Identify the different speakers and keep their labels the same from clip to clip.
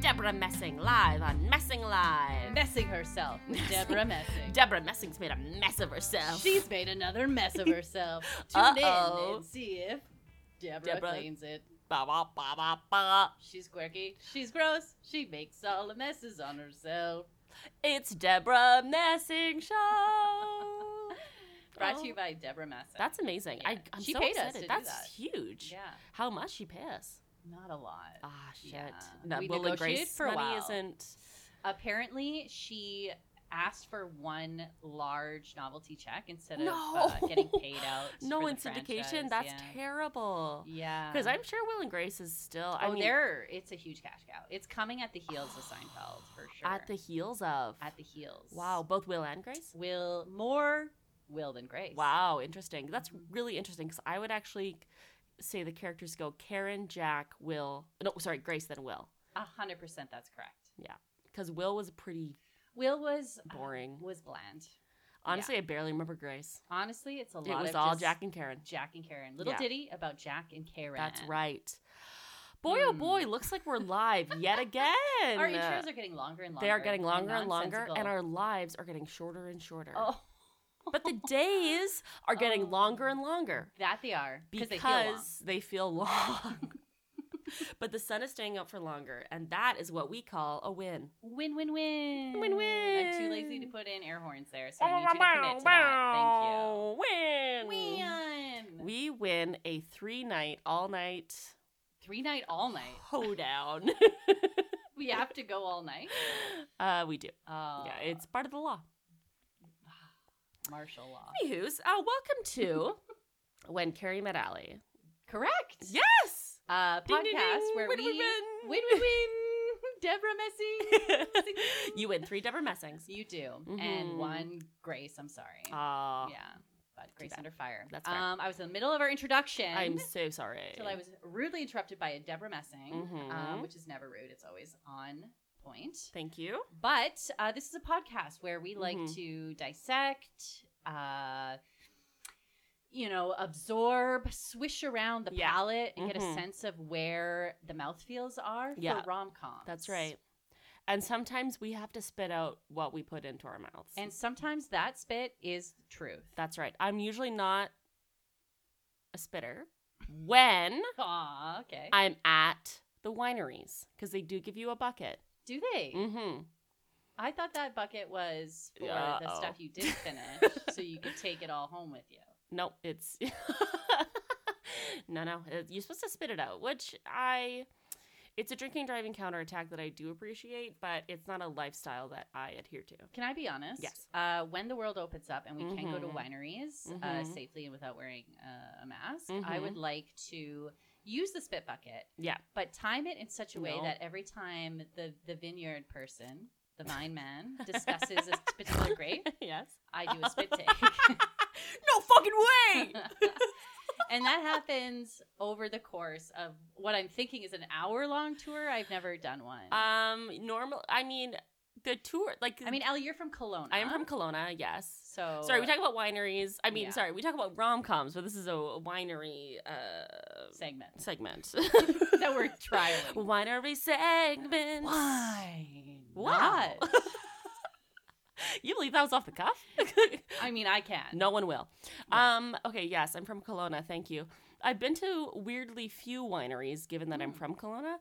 Speaker 1: Deborah Messing live on Messing Live.
Speaker 2: Messing herself. Deborah Messing.
Speaker 1: Deborah Messing's made a mess of herself.
Speaker 2: She's made another mess of herself. Tune
Speaker 1: Uh-oh.
Speaker 2: in and see if Deborah,
Speaker 1: Deborah.
Speaker 2: cleans it.
Speaker 1: Ba, ba, ba, ba, ba.
Speaker 2: She's quirky. She's gross. She makes all the messes on herself.
Speaker 1: It's Deborah Messing show.
Speaker 2: Brought
Speaker 1: Oh.
Speaker 2: to you by Deborah Messing.
Speaker 1: That's amazing. I,
Speaker 2: Yeah.
Speaker 1: I'm
Speaker 2: She
Speaker 1: so
Speaker 2: paid
Speaker 1: excited.
Speaker 2: us to do
Speaker 1: That's
Speaker 2: that.
Speaker 1: huge.
Speaker 2: yeah,
Speaker 1: How much she pays?
Speaker 2: not a lot.
Speaker 1: Ah, shit.
Speaker 2: Yeah.
Speaker 1: That
Speaker 2: We
Speaker 1: Will and
Speaker 2: negotiated
Speaker 1: Grace
Speaker 2: for a
Speaker 1: money
Speaker 2: while.
Speaker 1: isn't.
Speaker 2: Apparently, she asked for one large novelty check instead of
Speaker 1: No.
Speaker 2: uh, getting paid out.
Speaker 1: No
Speaker 2: for
Speaker 1: in
Speaker 2: the
Speaker 1: syndication.
Speaker 2: franchise.
Speaker 1: That's
Speaker 2: yeah.
Speaker 1: terrible.
Speaker 2: Yeah,
Speaker 1: Because I'm sure Will and Grace is still. I
Speaker 2: Oh,
Speaker 1: mean,
Speaker 2: there! It's a huge cash cow. It's coming at the heels of Seinfeld for sure.
Speaker 1: at the heels of.
Speaker 2: at the heels.
Speaker 1: wow, both Will and Grace.
Speaker 2: Will more Will than Grace.
Speaker 1: Wow, interesting. That's
Speaker 2: Mhm.
Speaker 1: really interesting because I would actually say the characters go Karen, Jack, Will. No, sorry, Grace, then Will.
Speaker 2: a hundred percent. That's correct.
Speaker 1: Because Will was pretty.
Speaker 2: Will was uh,
Speaker 1: Boring.
Speaker 2: was bland.
Speaker 1: Honestly, I barely remember Grace.
Speaker 2: Honestly, it's a
Speaker 1: It
Speaker 2: lot.
Speaker 1: was
Speaker 2: of
Speaker 1: all
Speaker 2: just
Speaker 1: Jack and Karen.
Speaker 2: Jack and Karen. Little
Speaker 1: Yeah.
Speaker 2: ditty about Jack and Karen.
Speaker 1: That's right. Boy, oh
Speaker 2: Hmm.
Speaker 1: boy, looks like we're live yet again.
Speaker 2: Our intros are getting longer and longer.
Speaker 1: uh, they are getting longer and longer, and
Speaker 2: nonsensical.
Speaker 1: our lives are getting shorter and shorter.
Speaker 2: oh,
Speaker 1: But the days are getting
Speaker 2: Oh.
Speaker 1: longer and longer
Speaker 2: that they are
Speaker 1: because
Speaker 2: they feel long.
Speaker 1: they feel long. but the sun is staying up for longer, and that is what we call a win.
Speaker 2: Win, win, win.
Speaker 1: Win,
Speaker 2: I'm too lazy to
Speaker 1: win.
Speaker 2: put in air horns there, so I need you to commit to that.
Speaker 1: Win.
Speaker 2: Thank you. Win.
Speaker 1: We win a three night, all night
Speaker 2: Three night, all night.
Speaker 1: hoedown.
Speaker 2: We have to go all night.
Speaker 1: uh, we do.
Speaker 2: Oh,
Speaker 1: yeah, it's part of the law.
Speaker 2: martial law.
Speaker 1: Anywho's, uh, welcome to When Carrie Met Ally.
Speaker 2: Correct.
Speaker 1: Yes!
Speaker 2: Uh, podcast
Speaker 1: Ding, ding, ding.
Speaker 2: where
Speaker 1: Win,
Speaker 2: we
Speaker 1: win, win.
Speaker 2: win, win, win. Deborah Messing.
Speaker 1: you win three Deborah Messings.
Speaker 2: You do,
Speaker 1: Mhm.
Speaker 2: and one Grace. I'm sorry.
Speaker 1: Ah,
Speaker 2: yeah, but Grace
Speaker 1: bad.
Speaker 2: under fire.
Speaker 1: That's fair.
Speaker 2: um, I was in the middle of our introduction
Speaker 1: I'm so sorry.
Speaker 2: until I was rudely interrupted by a Deborah Messing,
Speaker 1: Mhm.
Speaker 2: um, which is never rude. It's always on point.
Speaker 1: Thank you.
Speaker 2: But uh, this is a podcast where we like
Speaker 1: Mhm.
Speaker 2: to dissect, uh, you know, absorb, swish around the
Speaker 1: Yeah.
Speaker 2: palate, and get a
Speaker 1: Mhm.
Speaker 2: sense of where the mouthfeels are
Speaker 1: Yeah.
Speaker 2: for rom coms.
Speaker 1: That's right. And sometimes we have to spit out what we put into our mouths.
Speaker 2: And sometimes that spit is the truth.
Speaker 1: that's right. I'm usually not a spitter when
Speaker 2: Aw, okay.
Speaker 1: I'm at the wineries because they do give you a bucket.
Speaker 2: Do they?
Speaker 1: Mm-hmm.
Speaker 2: I thought that bucket was for the
Speaker 1: Uh-oh.
Speaker 2: stuff you did finish, so you could take it all home with you.
Speaker 1: No, it's no, no. it- You're supposed to spit it out, which I. It's a drinking driving counterattack that I do appreciate, but it's not a lifestyle that I adhere to.
Speaker 2: Can I be honest?
Speaker 1: Yes.
Speaker 2: Uh, when the world opens up and we can go to
Speaker 1: Mhm.
Speaker 2: wineries uh,
Speaker 1: Mhm.
Speaker 2: safely and without wearing uh, a mask, I would
Speaker 1: Mhm.
Speaker 2: like to use the spit bucket,
Speaker 1: Yeah.
Speaker 2: but time it in such a way
Speaker 1: No.
Speaker 2: that every time the, the vineyard person, the vine man, discusses a particular grape,
Speaker 1: yes.
Speaker 2: I do a spit take.
Speaker 1: No fucking way.
Speaker 2: and that happens over the course of what I'm thinking is an hour long tour. I've never done one.
Speaker 1: um, normal. I mean, the tour. Like,
Speaker 2: I mean, Ellie, you're from Kelowna.
Speaker 1: I am from Kelowna. Yes.
Speaker 2: So
Speaker 1: Sorry, we talk about wineries. I mean,
Speaker 2: Oh. Yeah.
Speaker 1: sorry, we talk about rom coms, but this is a winery uh,
Speaker 2: segment.
Speaker 1: segment.
Speaker 2: that we're trialing.
Speaker 1: Winery segment. Wow.
Speaker 2: Not?
Speaker 1: You believe that was off the cuff?
Speaker 2: I mean, I can.
Speaker 1: no one will.
Speaker 2: Yeah.
Speaker 1: Um, okay, yes, I'm from Kelowna. Thank you. I've been to weirdly few wineries, given that I'm
Speaker 2: Hmm.
Speaker 1: from Kelowna.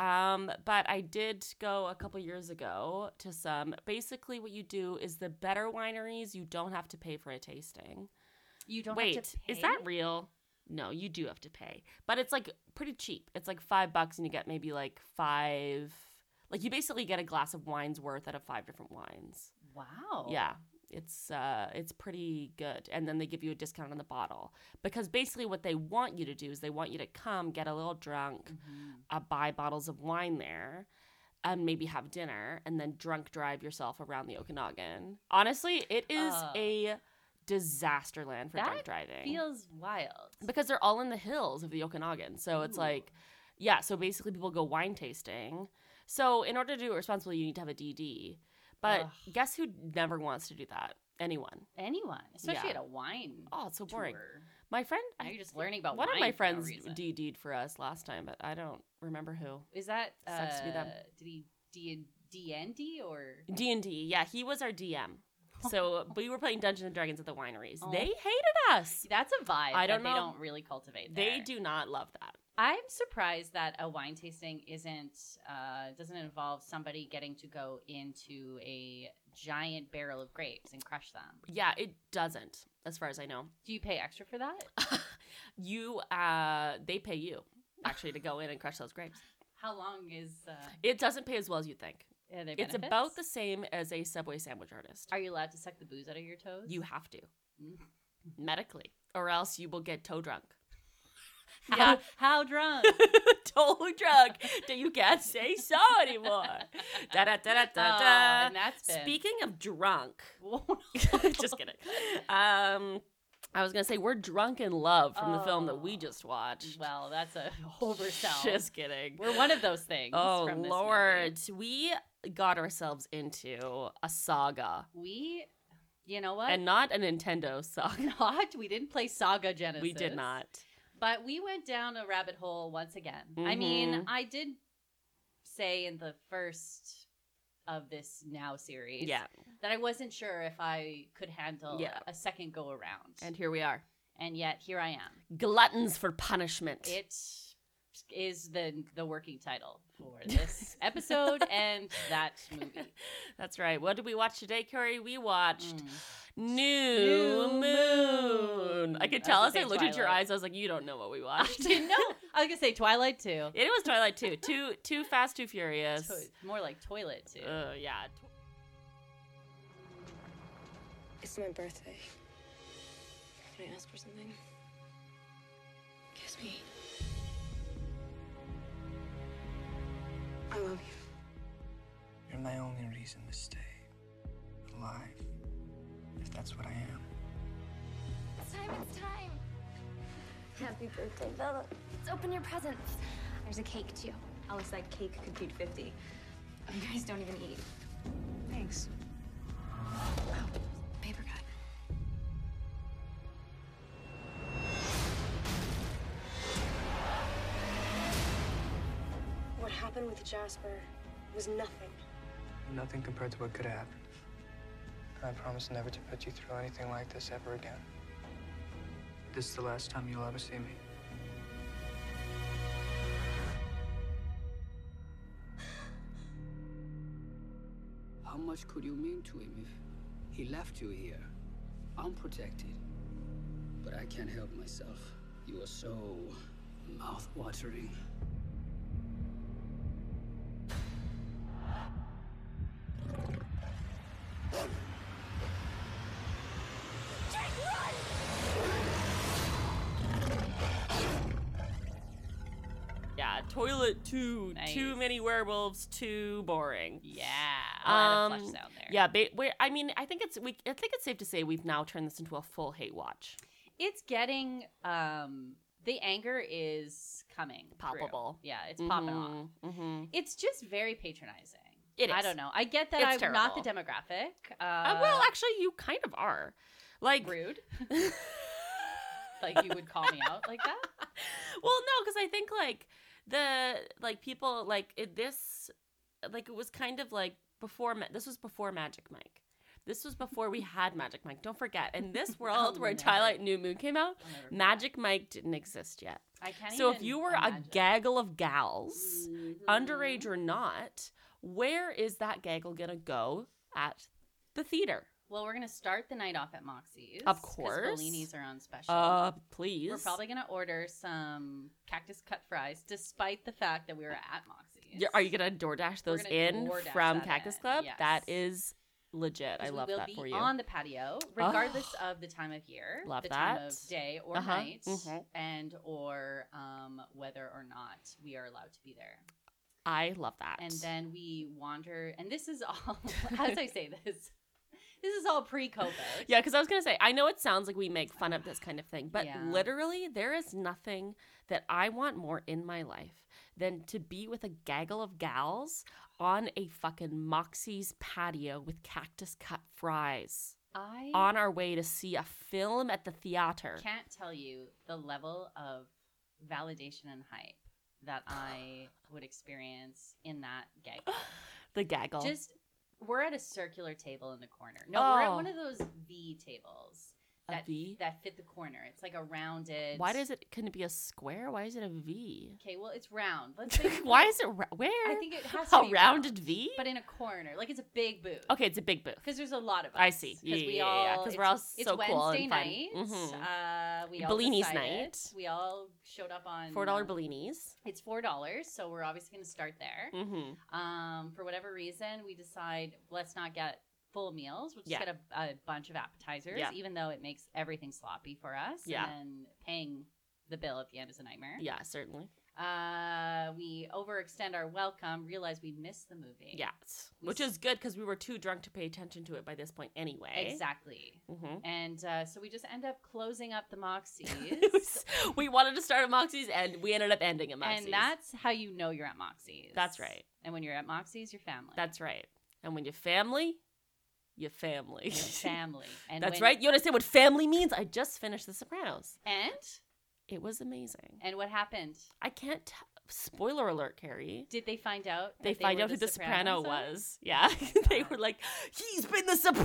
Speaker 1: Um, but I did go a couple years ago to some. Basically, what you do is the better wineries, you don't have to pay for a tasting.
Speaker 2: you don't
Speaker 1: Wait,
Speaker 2: have to pay.
Speaker 1: is that real? No, you do have to pay, but it's like pretty cheap. It's like five bucks, and you get maybe like five. Like you basically get a glass of wine's worth out of five different wines.
Speaker 2: Wow.
Speaker 1: Yeah. It's uh it's pretty good. And then they give you a discount on the bottle. Because basically what they want you to do is they want you to come, get a little drunk,
Speaker 2: Mhm.
Speaker 1: uh, buy bottles of wine there, and maybe have dinner and then drunk drive yourself around the Okanagan. Honestly, it is
Speaker 2: Oh.
Speaker 1: a disaster land for drunk
Speaker 2: That
Speaker 1: driving.
Speaker 2: Feels wild.
Speaker 1: because they're all in the hills of the Okanagan. So it's
Speaker 2: Ooh.
Speaker 1: like yeah, so basically people go wine tasting. So in order to do it responsibly, you need to have a DD. But
Speaker 2: Ugh.
Speaker 1: guess who never wants to do that? Anyone.
Speaker 2: anyone, especially
Speaker 1: Yeah.
Speaker 2: at a wine
Speaker 1: Oh, it's so boring.
Speaker 2: tour.
Speaker 1: My friend,
Speaker 2: Now
Speaker 1: I-
Speaker 2: you're just learning about
Speaker 1: one of
Speaker 2: wine
Speaker 1: my
Speaker 2: for no
Speaker 1: friends
Speaker 2: reason.
Speaker 1: DD'd for us last time, but I don't remember who.
Speaker 2: Is that uh,
Speaker 1: Sucks to be them.
Speaker 2: Did he D and D or
Speaker 1: D and D. Yeah, he was our DM. So we were playing Dungeons and Dragons at the wineries.
Speaker 2: Oh.
Speaker 1: They hated us.
Speaker 2: that's a vibe
Speaker 1: I don't
Speaker 2: that
Speaker 1: know.
Speaker 2: they don't really cultivate.
Speaker 1: They
Speaker 2: there.
Speaker 1: do not love that.
Speaker 2: I'm surprised that a wine tasting isn't uh, doesn't involve somebody getting to go into a giant barrel of grapes and crush them.
Speaker 1: Yeah, it doesn't, as far as I know.
Speaker 2: Do you pay extra for that?
Speaker 1: you uh they pay you actually to go in and crush those grapes.
Speaker 2: How long is uh,
Speaker 1: It doesn't pay as well as you think.
Speaker 2: are there
Speaker 1: It's
Speaker 2: benefits?
Speaker 1: about the same as a Subway sandwich artist.
Speaker 2: Are you allowed to suck the booze out of your toes?
Speaker 1: You have to
Speaker 2: Mm.
Speaker 1: medically, or else you will get toe drunk.
Speaker 2: yeah. How drunk?
Speaker 1: toe drunk that you can't say so anymore. Da da da da
Speaker 2: Oh,
Speaker 1: da da.
Speaker 2: and that's been.
Speaker 1: Speaking of drunk,
Speaker 2: Whoa.
Speaker 1: just kidding. Um, I was gonna say we're drunk in love from the film that we
Speaker 2: Oh.
Speaker 1: just watched.
Speaker 2: well, that's a oversell.
Speaker 1: Just kidding.
Speaker 2: We're one of those things.
Speaker 1: Oh
Speaker 2: from this
Speaker 1: Lord, we got ourselves into a saga,
Speaker 2: movie. We, you know what?
Speaker 1: and not a Nintendo saga.
Speaker 2: not. We didn't play Saga Genesis.
Speaker 1: We did not.
Speaker 2: But we went down a rabbit hole once again. I mean,
Speaker 1: Mhm.
Speaker 2: I did say in the first of this now series
Speaker 1: Yeah,
Speaker 2: that I wasn't sure if I could handle
Speaker 1: Yeah.
Speaker 2: a second go around.
Speaker 1: and here we are,
Speaker 2: and yet here I am.
Speaker 1: gluttons for punishment.
Speaker 2: It is the the working title for this episode and that movie.
Speaker 1: That's right. What did we watch today, Carrie? We watched
Speaker 2: Mm.
Speaker 1: New,
Speaker 2: New
Speaker 1: Moon.
Speaker 2: Moon.
Speaker 1: I could
Speaker 2: I was
Speaker 1: tell
Speaker 2: gonna
Speaker 1: as I
Speaker 2: say
Speaker 1: looked at your
Speaker 2: Twilight.
Speaker 1: eyes, I was like, you don't know what we
Speaker 2: I
Speaker 1: watched.
Speaker 2: didn't know. I was gonna say Twilight too.
Speaker 1: it was Twilight too. Too too fast, too furious.
Speaker 2: To- more like toilet too.
Speaker 1: Uh, yeah.
Speaker 3: It's my birthday. Can I ask for something? Kiss me. I love you.
Speaker 4: You're my only reason to stay alive, if that's what I am.
Speaker 5: It's time, it's time.
Speaker 6: Happy birthday, Bella.
Speaker 5: Let's open your presents. There's a cake too.
Speaker 6: Alice, that cake could feed 50. You guys don't even eat.
Speaker 3: Thanks. Oh, paper cut. What happened with Jasper was nothing.
Speaker 4: Nothing compared to what could have happened. And I promise never to put you through anything like this ever again. This is the last time you'll ever see me.
Speaker 7: How much could you mean to him if he left you here, unprotected? But I can't help myself. You are so mouth-watering.
Speaker 1: Yeah. Toilet too. Too
Speaker 2: Nice.
Speaker 1: many werewolves. Too boring.
Speaker 2: Yeah. I had a
Speaker 1: Um,
Speaker 2: flush sound there.
Speaker 1: Yeah, ba- we I mean, I think it's we. I think it's safe to say we've now turned this into a full hate watch,
Speaker 2: it's getting um the anger is coming through.
Speaker 1: Palpable.
Speaker 2: yeah it's popping off
Speaker 1: Mm-hmm.
Speaker 2: it's just very patronizing
Speaker 1: It
Speaker 2: i
Speaker 1: is.
Speaker 2: don't know i get that
Speaker 1: It's
Speaker 2: i'm not the demographic uh,
Speaker 1: Uh, well, actually, you kind of are. Like,
Speaker 2: rude
Speaker 1: well, no,
Speaker 2: like you would call me out like that
Speaker 1: because I think like the like people like it, this like it was kind of like before. Ma- This was before Magic Mike. This was before we had Magic Mike. Don't forget, in
Speaker 2: Oh,
Speaker 1: this world where
Speaker 2: never.
Speaker 1: Twilight New Moon came out,
Speaker 2: I'll never forget.
Speaker 1: Magic Mike didn't exist yet.
Speaker 2: i can't
Speaker 1: So if
Speaker 2: even
Speaker 1: you were
Speaker 2: imagine.
Speaker 1: a gaggle of gals,
Speaker 2: Mhm.
Speaker 1: underage or not, where is that gaggle gonna go at the theater?
Speaker 2: well we're gonna start the night off at moxie's
Speaker 1: Of
Speaker 2: 'cause
Speaker 1: course.
Speaker 2: Bellini's are on special
Speaker 1: Uh, please.
Speaker 2: we're probably gonna order some cactus cut fries despite the fact that we were at moxie's
Speaker 1: Yeah, Are you gonna DoorDash
Speaker 2: We're
Speaker 1: those
Speaker 2: gonna
Speaker 1: in
Speaker 2: DoorDash
Speaker 1: from
Speaker 2: that
Speaker 1: Cactus
Speaker 2: in,
Speaker 1: Club?
Speaker 2: yes.
Speaker 1: That is legit. I
Speaker 2: because
Speaker 1: love
Speaker 2: we will
Speaker 1: that
Speaker 2: be
Speaker 1: for you. Ah.
Speaker 2: on the patio, regardless of the time of year,
Speaker 1: Love
Speaker 2: the time
Speaker 1: that.
Speaker 2: of day or
Speaker 1: Uh-huh.
Speaker 2: night,
Speaker 1: Mhm.
Speaker 2: and or um, whether or not we are allowed to be there.
Speaker 1: I love that.
Speaker 2: And then we wander, and this is all. as I say this, this is all pre-COVID.
Speaker 1: yeah, because I was gonna say, I know it sounds like we make fun of this kind of thing, but
Speaker 2: Yeah.
Speaker 1: literally, there is nothing that I want more in my life than to be with a gaggle of gals on a fucking Moxie's patio with cactus cut fries.
Speaker 2: I
Speaker 1: on our way to see a film at the theater.
Speaker 2: can't tell you the level of validation and hype that I would experience in that gag.
Speaker 1: the gaggle.
Speaker 2: Just we're at a circular table in the corner. No, we're at
Speaker 1: Oh.
Speaker 2: one of those V tables
Speaker 1: A
Speaker 2: that
Speaker 1: V?
Speaker 2: that fit the corner. It's like a rounded.
Speaker 1: Why does it? Can it be a square? Why is it a V?
Speaker 2: Okay, well it's round. Let's say
Speaker 1: Why is it ra- where?
Speaker 2: I think it has to
Speaker 1: a
Speaker 2: be
Speaker 1: rounded V.
Speaker 2: but in a corner, like it's a big booth.
Speaker 1: okay, it's a big booth.
Speaker 2: Because there's a lot of us.
Speaker 1: I see. Yeah,
Speaker 2: Because we
Speaker 1: yeah, yeah,
Speaker 2: all,
Speaker 1: yeah, 'cause we're all
Speaker 2: it's-
Speaker 1: so
Speaker 2: it's
Speaker 1: cool
Speaker 2: Wednesday
Speaker 1: and fun. Mm-hmm.
Speaker 2: night. Uh, we all
Speaker 1: Bellini's
Speaker 2: decided.
Speaker 1: night.
Speaker 2: We all showed up on
Speaker 1: Four dollar
Speaker 2: um,
Speaker 1: Bellinis.
Speaker 2: It's four dollars, so we're obviously going to start there.
Speaker 1: Mm-hmm.
Speaker 2: Um, for whatever reason, we decide let's not get full meals. We'll just
Speaker 1: Yeah.
Speaker 2: get a, a bunch of appetizers,
Speaker 1: Yeah.
Speaker 2: even though it makes everything sloppy for us.
Speaker 1: Yeah.
Speaker 2: And then paying the bill at the end is a nightmare.
Speaker 1: Yeah, certainly.
Speaker 2: Uh, we overextend our welcome, realize we missed the movie.
Speaker 1: Yeah, which is good because we were too drunk to pay attention to it by this point anyway.
Speaker 2: Exactly.
Speaker 1: Mm-hmm.
Speaker 2: And uh, so we just end up closing up the Moxies.
Speaker 1: we wanted to start at Moxie's and we ended up ending at Moxie's.
Speaker 2: And that's how you know you're at Moxie's.
Speaker 1: That's right.
Speaker 2: And when you're at Moxie's, you're family.
Speaker 1: That's right. And when you're family, you're family.
Speaker 2: You're family. And
Speaker 1: That's
Speaker 2: when-
Speaker 1: right. You understand what family means? I just finished The Sopranos.
Speaker 2: And
Speaker 1: It was amazing.
Speaker 2: and what happened?
Speaker 1: I can't. T- Spoiler alert, Carrie.
Speaker 2: Did they find out?
Speaker 1: They
Speaker 2: that
Speaker 1: find
Speaker 2: were
Speaker 1: out who the soprano
Speaker 2: Sopranos on?
Speaker 1: was. Yeah.
Speaker 2: my
Speaker 1: they
Speaker 2: God.
Speaker 1: were like, he's been the soprano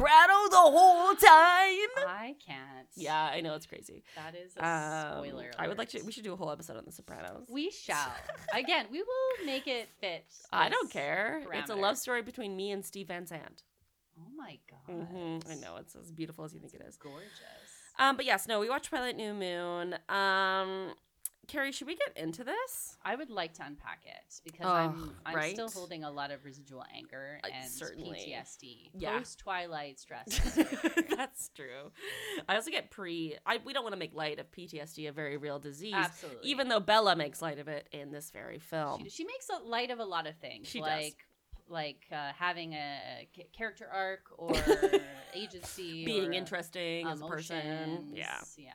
Speaker 1: the whole time.
Speaker 2: I can't.
Speaker 1: Yeah, I know. It's crazy.
Speaker 2: That is a
Speaker 1: Um,
Speaker 2: spoiler.
Speaker 1: I would like to.
Speaker 2: alert.
Speaker 1: We should do a whole episode on The Sopranos.
Speaker 2: We shall. Again, we will make it fit.
Speaker 1: I don't
Speaker 2: this
Speaker 1: care. It's a
Speaker 2: parameter.
Speaker 1: love story between me and Steve Van Zandt.
Speaker 2: Oh my god.
Speaker 1: Mhm, I know it's as beautiful as you think it is.
Speaker 2: Gorgeous.
Speaker 1: Um, but yes, no, we watched Twilight New Moon. Um, Carrie, should we get into this?
Speaker 2: I would like to unpack it because
Speaker 1: Ugh,
Speaker 2: I'm, I'm still
Speaker 1: right?
Speaker 2: holding a lot of residual anger
Speaker 1: Uh,
Speaker 2: and
Speaker 1: certainly.
Speaker 2: PTSD.
Speaker 1: Yeah.
Speaker 2: Post Twilight stress. disorder.
Speaker 1: That's true. I also get pre. I we don't want to make light of PTSD, a very real disease.
Speaker 2: Absolutely.
Speaker 1: Even though Bella makes light of it in this very
Speaker 2: she,
Speaker 1: film.
Speaker 2: she makes a light of a lot of things.
Speaker 1: She does.
Speaker 2: like like uh, having a ca- character arc or agency,
Speaker 1: Being
Speaker 2: or uh,
Speaker 1: interesting as a person. Yeah.
Speaker 2: emotions. yeah.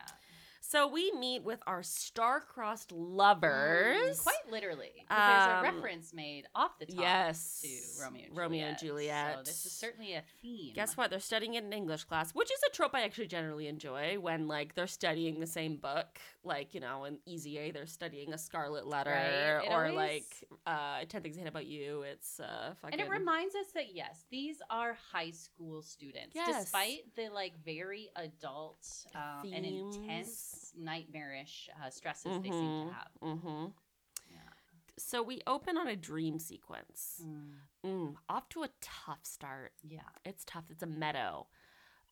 Speaker 1: So we meet with our star-crossed
Speaker 2: Mm,
Speaker 1: lovers.
Speaker 2: Quite literally. 'cause
Speaker 1: Um,
Speaker 2: there's a reference made off the top
Speaker 1: yes.
Speaker 2: to Romeo and Juliet.
Speaker 1: Romeo and
Speaker 2: So
Speaker 1: Juliet.
Speaker 2: this is certainly a theme.
Speaker 1: Guess what? They're studying it in English class, which is a trope I actually generally enjoy when like they're studying the same book. Like, you know, in Easy A they're studying a Scarlet Letter
Speaker 2: Right. It
Speaker 1: or
Speaker 2: always-
Speaker 1: like uh Ten Things I Hate About You. It's uh fucking
Speaker 2: And it reminds us that yes, these are high school students,
Speaker 1: Yes.
Speaker 2: despite the like very adult um, and
Speaker 1: Themes.
Speaker 2: intense, nightmarish uh, stresses they seem to have. Mm-hmm.
Speaker 1: hmm
Speaker 2: Yeah.
Speaker 1: So we open on a dream sequence.
Speaker 2: Mm,
Speaker 1: Mm, off to a tough start.
Speaker 2: yeah.
Speaker 1: It's tough. It's a meadow.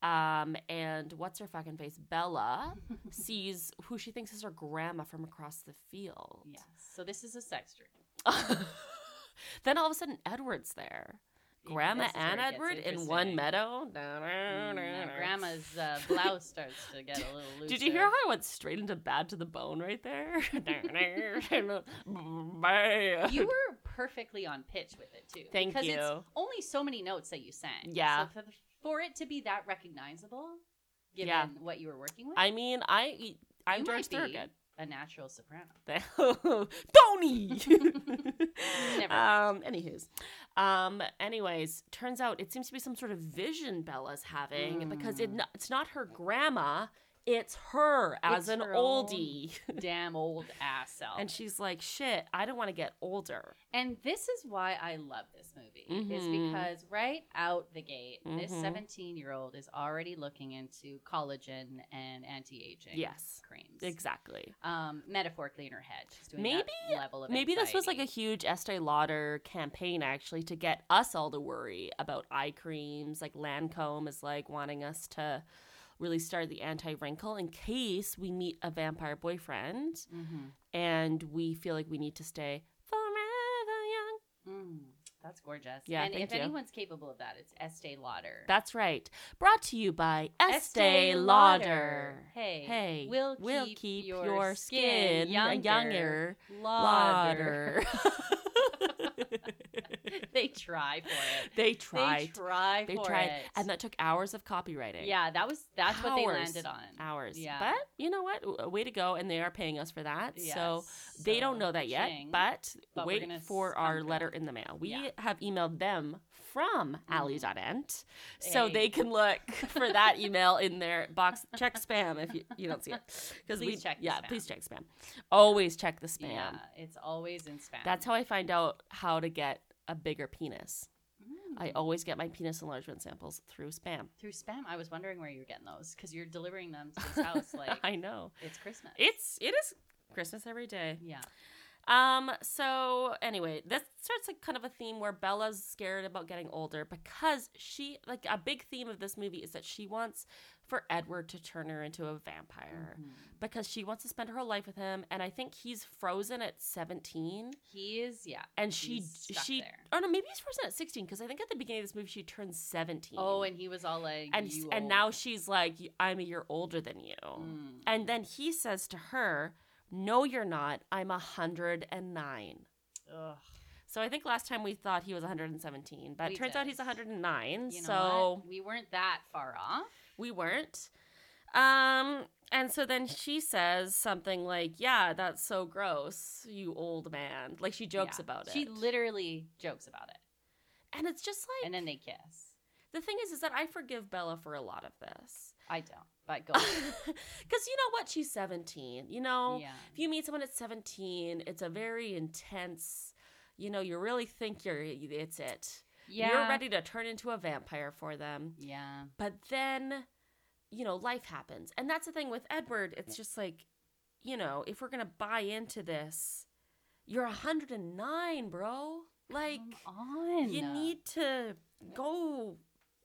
Speaker 1: Um, and what's her fucking face? Bella sees who she thinks is her grandma from across the field.
Speaker 2: Yes. So this is a sex dream.
Speaker 1: then all of a sudden, Edward's there.
Speaker 2: Yeah,
Speaker 1: Grandma
Speaker 2: this is where
Speaker 1: and
Speaker 2: it gets
Speaker 1: Edward in one
Speaker 2: interesting.
Speaker 1: meadow.
Speaker 2: Mm, and grandma's uh, blouse starts to get a little loose.
Speaker 1: Did you hear
Speaker 2: there.
Speaker 1: how I went straight into bad to the bone right there? Bad.
Speaker 2: You were perfectly on pitch with it too.
Speaker 1: Thank
Speaker 2: because
Speaker 1: you.
Speaker 2: it's only so many notes that you sang.
Speaker 1: Yeah.
Speaker 2: So for, for it to be that recognizable, given
Speaker 1: Yeah.
Speaker 2: what you were working with,
Speaker 1: I mean, I I'm
Speaker 2: you
Speaker 1: George
Speaker 2: might be
Speaker 1: Thorogood.
Speaker 2: a natural soprano.
Speaker 1: Tony.
Speaker 2: Never
Speaker 1: um. Anywho's. Um. Anyways, turns out it seems to be some sort of vision Bella's having because
Speaker 2: Hmm.
Speaker 1: it no- it's not her grandma. It's her as
Speaker 2: It's
Speaker 1: an
Speaker 2: her own-
Speaker 1: oldie.
Speaker 2: Damn old ass self.
Speaker 1: And
Speaker 2: And,
Speaker 1: she's like, shit, I don't want to get older.
Speaker 2: this is why I love this movie is
Speaker 1: Mhm.
Speaker 2: because right out the gate, this
Speaker 1: Mhm.
Speaker 2: 17 year old is already looking into collagen and anti aging.
Speaker 1: Yes.
Speaker 2: creams.
Speaker 1: Exactly.
Speaker 2: um, metaphorically in her head. She's doing
Speaker 1: Maybe-
Speaker 2: that level of
Speaker 1: Maybe this was like a
Speaker 2: anxiety.
Speaker 1: huge Estee Lauder campaign, actually, to get us all to worry about eye creams. Like Lancome is like wanting us to really start the anti wrinkle in case we meet a vampire boyfriend
Speaker 2: Mhm.
Speaker 1: and we feel like we need to stay forever young.
Speaker 2: Mm, that's gorgeous.
Speaker 1: Yeah,
Speaker 2: and
Speaker 1: thank
Speaker 2: if
Speaker 1: you.
Speaker 2: anyone's capable of that, it's Estee Lauder.
Speaker 1: That's right. Brought to you by Estee Lauder.
Speaker 2: Hey,
Speaker 1: Hey,
Speaker 2: we'll,
Speaker 1: we'll
Speaker 2: keep, your, skin,
Speaker 1: uh, younger.
Speaker 2: lauder.
Speaker 1: Lauder.
Speaker 2: they try for it.
Speaker 1: they tried.
Speaker 2: They try
Speaker 1: They
Speaker 2: for
Speaker 1: tried,
Speaker 2: it.
Speaker 1: and that took hours of copywriting.
Speaker 2: yeah, that was that's what they
Speaker 1: Hours.
Speaker 2: landed on.
Speaker 1: hours.
Speaker 2: Yeah.
Speaker 1: But you know what? W- Way to go, and they are paying us for that.
Speaker 2: Yes,
Speaker 1: So they don't
Speaker 2: so
Speaker 1: know that yet.
Speaker 2: ching.
Speaker 1: But,
Speaker 2: but we're
Speaker 1: wait
Speaker 2: gonna
Speaker 1: for
Speaker 2: s-
Speaker 1: our
Speaker 2: come
Speaker 1: letter
Speaker 2: back.
Speaker 1: in the mail. We
Speaker 2: Yeah. Mm-hmm.
Speaker 1: have emailed them from Ally.ent, so
Speaker 2: Hey.
Speaker 1: they can look for that email in their box. Check spam if you, you don't see it, because
Speaker 2: Please
Speaker 1: we
Speaker 2: check the
Speaker 1: yeah,
Speaker 2: spam.
Speaker 1: please check spam. Always check the spam.
Speaker 2: yeah, it's always in spam.
Speaker 1: That's how I find out how to get a bigger penis. I
Speaker 2: Mm-hmm.
Speaker 1: always get my penis enlargement samples through spam.
Speaker 2: Hmm, Through spam, I was wondering where you were getting those because you're delivering them to his house like
Speaker 1: I know.
Speaker 2: it's Christmas.
Speaker 1: It's it is Christmas every day.
Speaker 2: yeah.
Speaker 1: Um, so anyway, this starts like kind of a theme where Bella's scared about getting older because she like a big theme of this movie is that she wants for Edward to turn her into a vampire
Speaker 2: Mm-hmm.
Speaker 1: because she wants to spend her whole life with him and I think he's frozen at 17
Speaker 2: He is, yeah.
Speaker 1: and she
Speaker 2: he's stuck
Speaker 1: she
Speaker 2: there.
Speaker 1: oh no maybe he's frozen at 16 because I think at the beginning of this movie she turns 17
Speaker 2: Oh, and he was all like,
Speaker 1: and
Speaker 2: you
Speaker 1: and
Speaker 2: old.
Speaker 1: now she's like i'm a year older than you
Speaker 2: Mm.
Speaker 1: and then he says to her no you're not i'm 109
Speaker 2: Ugh.
Speaker 1: so i think last time we thought he was 117 but
Speaker 2: We
Speaker 1: it turns out
Speaker 2: did.
Speaker 1: he's 109
Speaker 2: You know
Speaker 1: so
Speaker 2: what? we weren't that far off.
Speaker 1: we weren't um and so then she says something like yeah that's so gross you old man like she jokes
Speaker 2: Yeah.
Speaker 1: about it
Speaker 2: She literally jokes about it,
Speaker 1: and it's just like
Speaker 2: and then they kiss.
Speaker 1: the thing is is that i forgive bella for a lot of this
Speaker 2: I don't, but go.
Speaker 1: because
Speaker 2: on.
Speaker 1: you know what she's 17 you know
Speaker 2: yeah.
Speaker 1: if you meet someone at 17 it's a very intense you know you really think you're it's it
Speaker 2: Yeah.
Speaker 1: you're ready to turn into a vampire for them
Speaker 2: Yeah.
Speaker 1: but then you know life happens and that's the thing with edward it's just like you know if we're gonna buy into this you're 109 bro like
Speaker 2: Come on.
Speaker 1: you need to go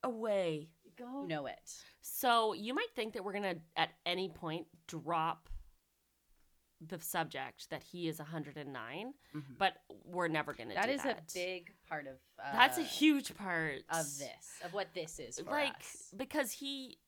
Speaker 1: away
Speaker 2: go know it.
Speaker 1: so you might think that we're gonna at any point drop the subject that he is 109,
Speaker 2: Mhm.
Speaker 1: but we're never gonna.
Speaker 2: That
Speaker 1: do
Speaker 2: is
Speaker 1: that.
Speaker 2: a big part of. Uh,
Speaker 1: That's a huge part
Speaker 2: of this of what this is for
Speaker 1: Like
Speaker 2: us.
Speaker 1: because he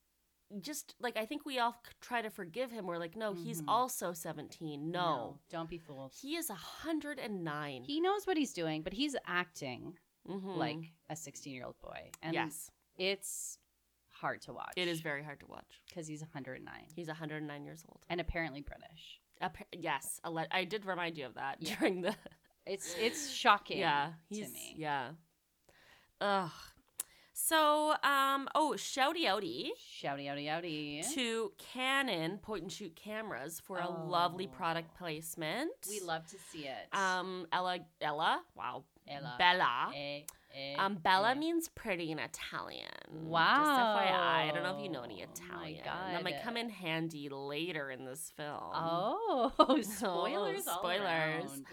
Speaker 1: just like I think we all c- try to forgive him. We're like, no, he's
Speaker 2: Mhm.
Speaker 1: also 17. No,
Speaker 2: don't be fooled.
Speaker 1: he is 109.
Speaker 2: He knows what he's doing, but he's acting
Speaker 1: Mhm.
Speaker 2: like a 16 year old boy. And
Speaker 1: yes,
Speaker 2: it's hard to watch.
Speaker 1: it is very hard to watch.
Speaker 2: Because he's 109
Speaker 1: He's 109 years old.
Speaker 2: and apparently British.
Speaker 1: Appa- yes, a le- I did remind you of that
Speaker 2: Yeah.
Speaker 1: during the.
Speaker 2: It's it's shocking
Speaker 1: yeah
Speaker 2: to
Speaker 1: he's
Speaker 2: me.
Speaker 1: yeah ugh so um oh shouty outy
Speaker 2: Shouty, outy, outy.
Speaker 1: to canon point and shoot cameras for a lovely product
Speaker 2: Oh.
Speaker 1: placement
Speaker 2: We love to see it.
Speaker 1: um ella ella wow
Speaker 2: Ella.
Speaker 1: bella
Speaker 2: Eh, eh,
Speaker 1: um bella
Speaker 2: eh.
Speaker 1: means pretty in italian just
Speaker 2: Wow.
Speaker 1: fyi i don't know if you know any
Speaker 2: Oh my
Speaker 1: italian that might
Speaker 2: God.
Speaker 1: come in handy later in this film
Speaker 2: Oh, spoilers! all
Speaker 1: spoilers.
Speaker 2: around.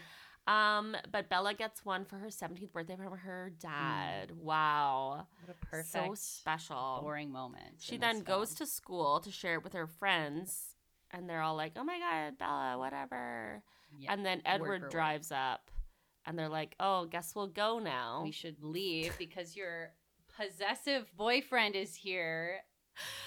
Speaker 1: um but bella gets one for her 17th birthday from her dad wow
Speaker 2: What a Mm. perfect,
Speaker 1: so special
Speaker 2: boring moment.
Speaker 1: She
Speaker 2: in this
Speaker 1: then goes
Speaker 2: film.
Speaker 1: to school to share it with her friends, and they're all like, "Oh my god, Bella, whatever."
Speaker 2: Yeah.
Speaker 1: And then
Speaker 2: word for
Speaker 1: Edward
Speaker 2: word.
Speaker 1: drives up, and they're like, "Oh, guess we'll go now."
Speaker 2: we should leave because your possessive boyfriend is here.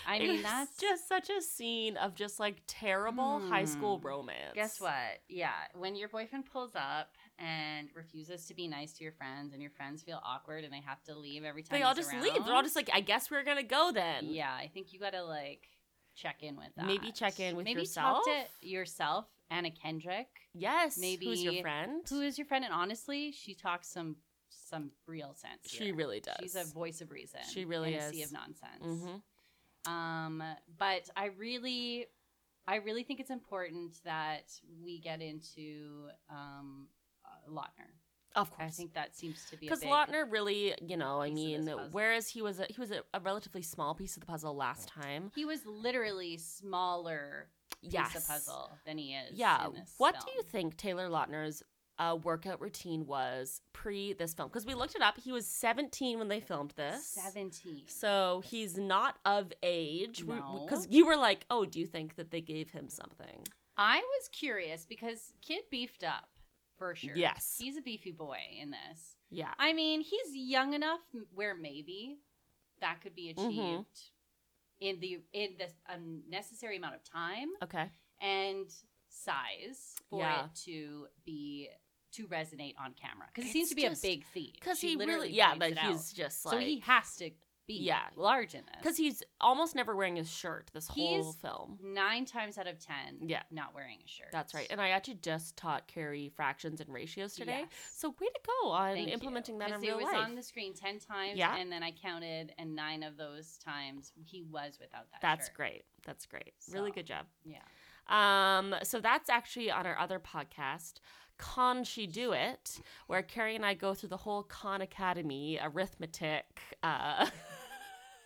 Speaker 2: I
Speaker 1: It
Speaker 2: mean,
Speaker 1: was
Speaker 2: that's
Speaker 1: just such a scene of just like terrible high school
Speaker 2: Hmm.
Speaker 1: romance.
Speaker 2: Guess what? Yeah, when your boyfriend pulls up and refuses to be nice to your friends, and your friends feel awkward and they have to leave every time
Speaker 1: They all
Speaker 2: he's
Speaker 1: just leave. They're all
Speaker 2: around,
Speaker 1: just like, "I guess we're gonna go then."
Speaker 2: yeah. I think you gotta like check in with that.
Speaker 1: Maybe check in with
Speaker 2: Maybe
Speaker 1: yourself.
Speaker 2: Talk to yourself, Anna Kendrick,
Speaker 1: Yes. Maybe. Who's
Speaker 2: Maybe-
Speaker 1: your friend?
Speaker 2: who is your friend, and honestly, she talks some some real sense.
Speaker 1: she
Speaker 2: here.
Speaker 1: really does.
Speaker 2: She's a voice of reason.
Speaker 1: She really
Speaker 2: in
Speaker 1: is.
Speaker 2: a sea of nonsense.
Speaker 1: Mhm.
Speaker 2: Um, but I really, I really think it's important that we get into um, uh, Lautner.
Speaker 1: Of
Speaker 2: I
Speaker 1: course.
Speaker 2: think that seems to be
Speaker 1: because
Speaker 2: because
Speaker 1: Lautner really, you know, I
Speaker 2: piece of this
Speaker 1: mean,
Speaker 2: puzzle.
Speaker 1: whereas he was a, he was a, a relatively small piece of the puzzle last time.
Speaker 2: He was literally smaller
Speaker 1: Yes,
Speaker 2: piece of puzzle than he is.
Speaker 1: Yeah.
Speaker 2: in this
Speaker 1: What do you
Speaker 2: film.
Speaker 1: think Taylor Lautner's uh, workout routine was pre this film? Because we looked it up. He was 17 when they filmed this.
Speaker 2: Seventeen.
Speaker 1: So he's not of age.
Speaker 2: No.
Speaker 1: Because you were like, oh, do you think that they gave him something?
Speaker 2: I was curious because kid beefed up for sure.
Speaker 1: Yes.
Speaker 2: he's a beefy boy in this.
Speaker 1: Yeah.
Speaker 2: I mean, he's young enough m- where maybe that could be achieved
Speaker 1: Mhm.
Speaker 2: in the in the um, necessary amount of time
Speaker 1: Okay.
Speaker 2: and size for
Speaker 1: Yeah.
Speaker 2: it to be to resonate on camera because it
Speaker 1: It's
Speaker 2: seems to be
Speaker 1: just-
Speaker 2: a big theme.
Speaker 1: Because
Speaker 2: She
Speaker 1: he really,
Speaker 2: literally
Speaker 1: yeah,
Speaker 2: points
Speaker 1: but
Speaker 2: it out.
Speaker 1: he's just like.
Speaker 2: so he has to be
Speaker 1: Yeah.
Speaker 2: large in this
Speaker 1: Because he's almost never wearing his shirt this whole
Speaker 2: He's-
Speaker 1: film.
Speaker 2: nine times out of ten,
Speaker 1: Yeah.
Speaker 2: not wearing a shirt.
Speaker 1: That's right. And I actually just taught Carrie fractions and ratios today.
Speaker 2: Yes.
Speaker 1: So way to go on
Speaker 2: Thank you.
Speaker 1: implementing that in
Speaker 2: 'Cause
Speaker 1: real
Speaker 2: it was
Speaker 1: life.
Speaker 2: on the screen ten times,
Speaker 1: Yeah.
Speaker 2: and then I counted, and nine of those times he was without that.
Speaker 1: That's
Speaker 2: shirt.
Speaker 1: great. That's great. Really
Speaker 2: So,
Speaker 1: good job.
Speaker 2: Yeah.
Speaker 1: Um, so that's actually on our other podcast, Con She Do It, where Carrie and I go through the whole Khan Academy arithmetic. Uh,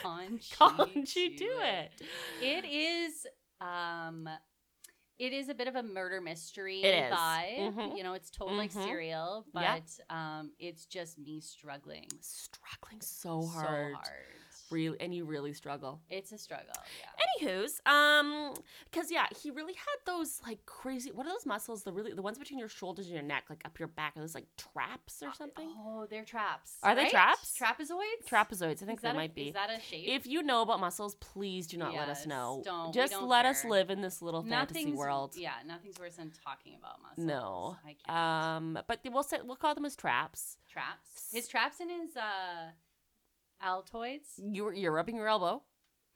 Speaker 2: Can't
Speaker 1: Con She Do It.
Speaker 2: It is um it is a bit of a murder mystery
Speaker 1: It is.
Speaker 2: vibe.
Speaker 1: Mhm.
Speaker 2: You know, it's told like
Speaker 1: Mhm.
Speaker 2: serial, but
Speaker 1: Yeah.
Speaker 2: um it's just me struggling
Speaker 1: Struggling so hard.
Speaker 2: So hard.
Speaker 1: Really, and you really struggle.
Speaker 2: it's a struggle. Yeah.
Speaker 1: Anywho's, um, because yeah, he really had those like crazy. What are those muscles? The really the ones between your shoulders and your neck, like up your back. Are those like traps or something?
Speaker 2: Oh, they're traps.
Speaker 1: Are they
Speaker 2: right?
Speaker 1: traps?
Speaker 2: Trapezoids?
Speaker 1: Trapezoids. I think
Speaker 2: Is
Speaker 1: they
Speaker 2: that a-
Speaker 1: might be.
Speaker 2: Is that a shape?
Speaker 1: if you know about muscles, please do not let us
Speaker 2: Yes,
Speaker 1: know.
Speaker 2: don't- we
Speaker 1: Just
Speaker 2: don't
Speaker 1: let us
Speaker 2: care.
Speaker 1: live in this little fantasy world.
Speaker 2: Yeah, nothing's worse than talking about muscles.
Speaker 1: No.
Speaker 2: I can't.
Speaker 1: Um, but we'll say we'll call them as traps.
Speaker 2: traps. His traps and his uh, altoids.
Speaker 1: You're you're rubbing your elbow.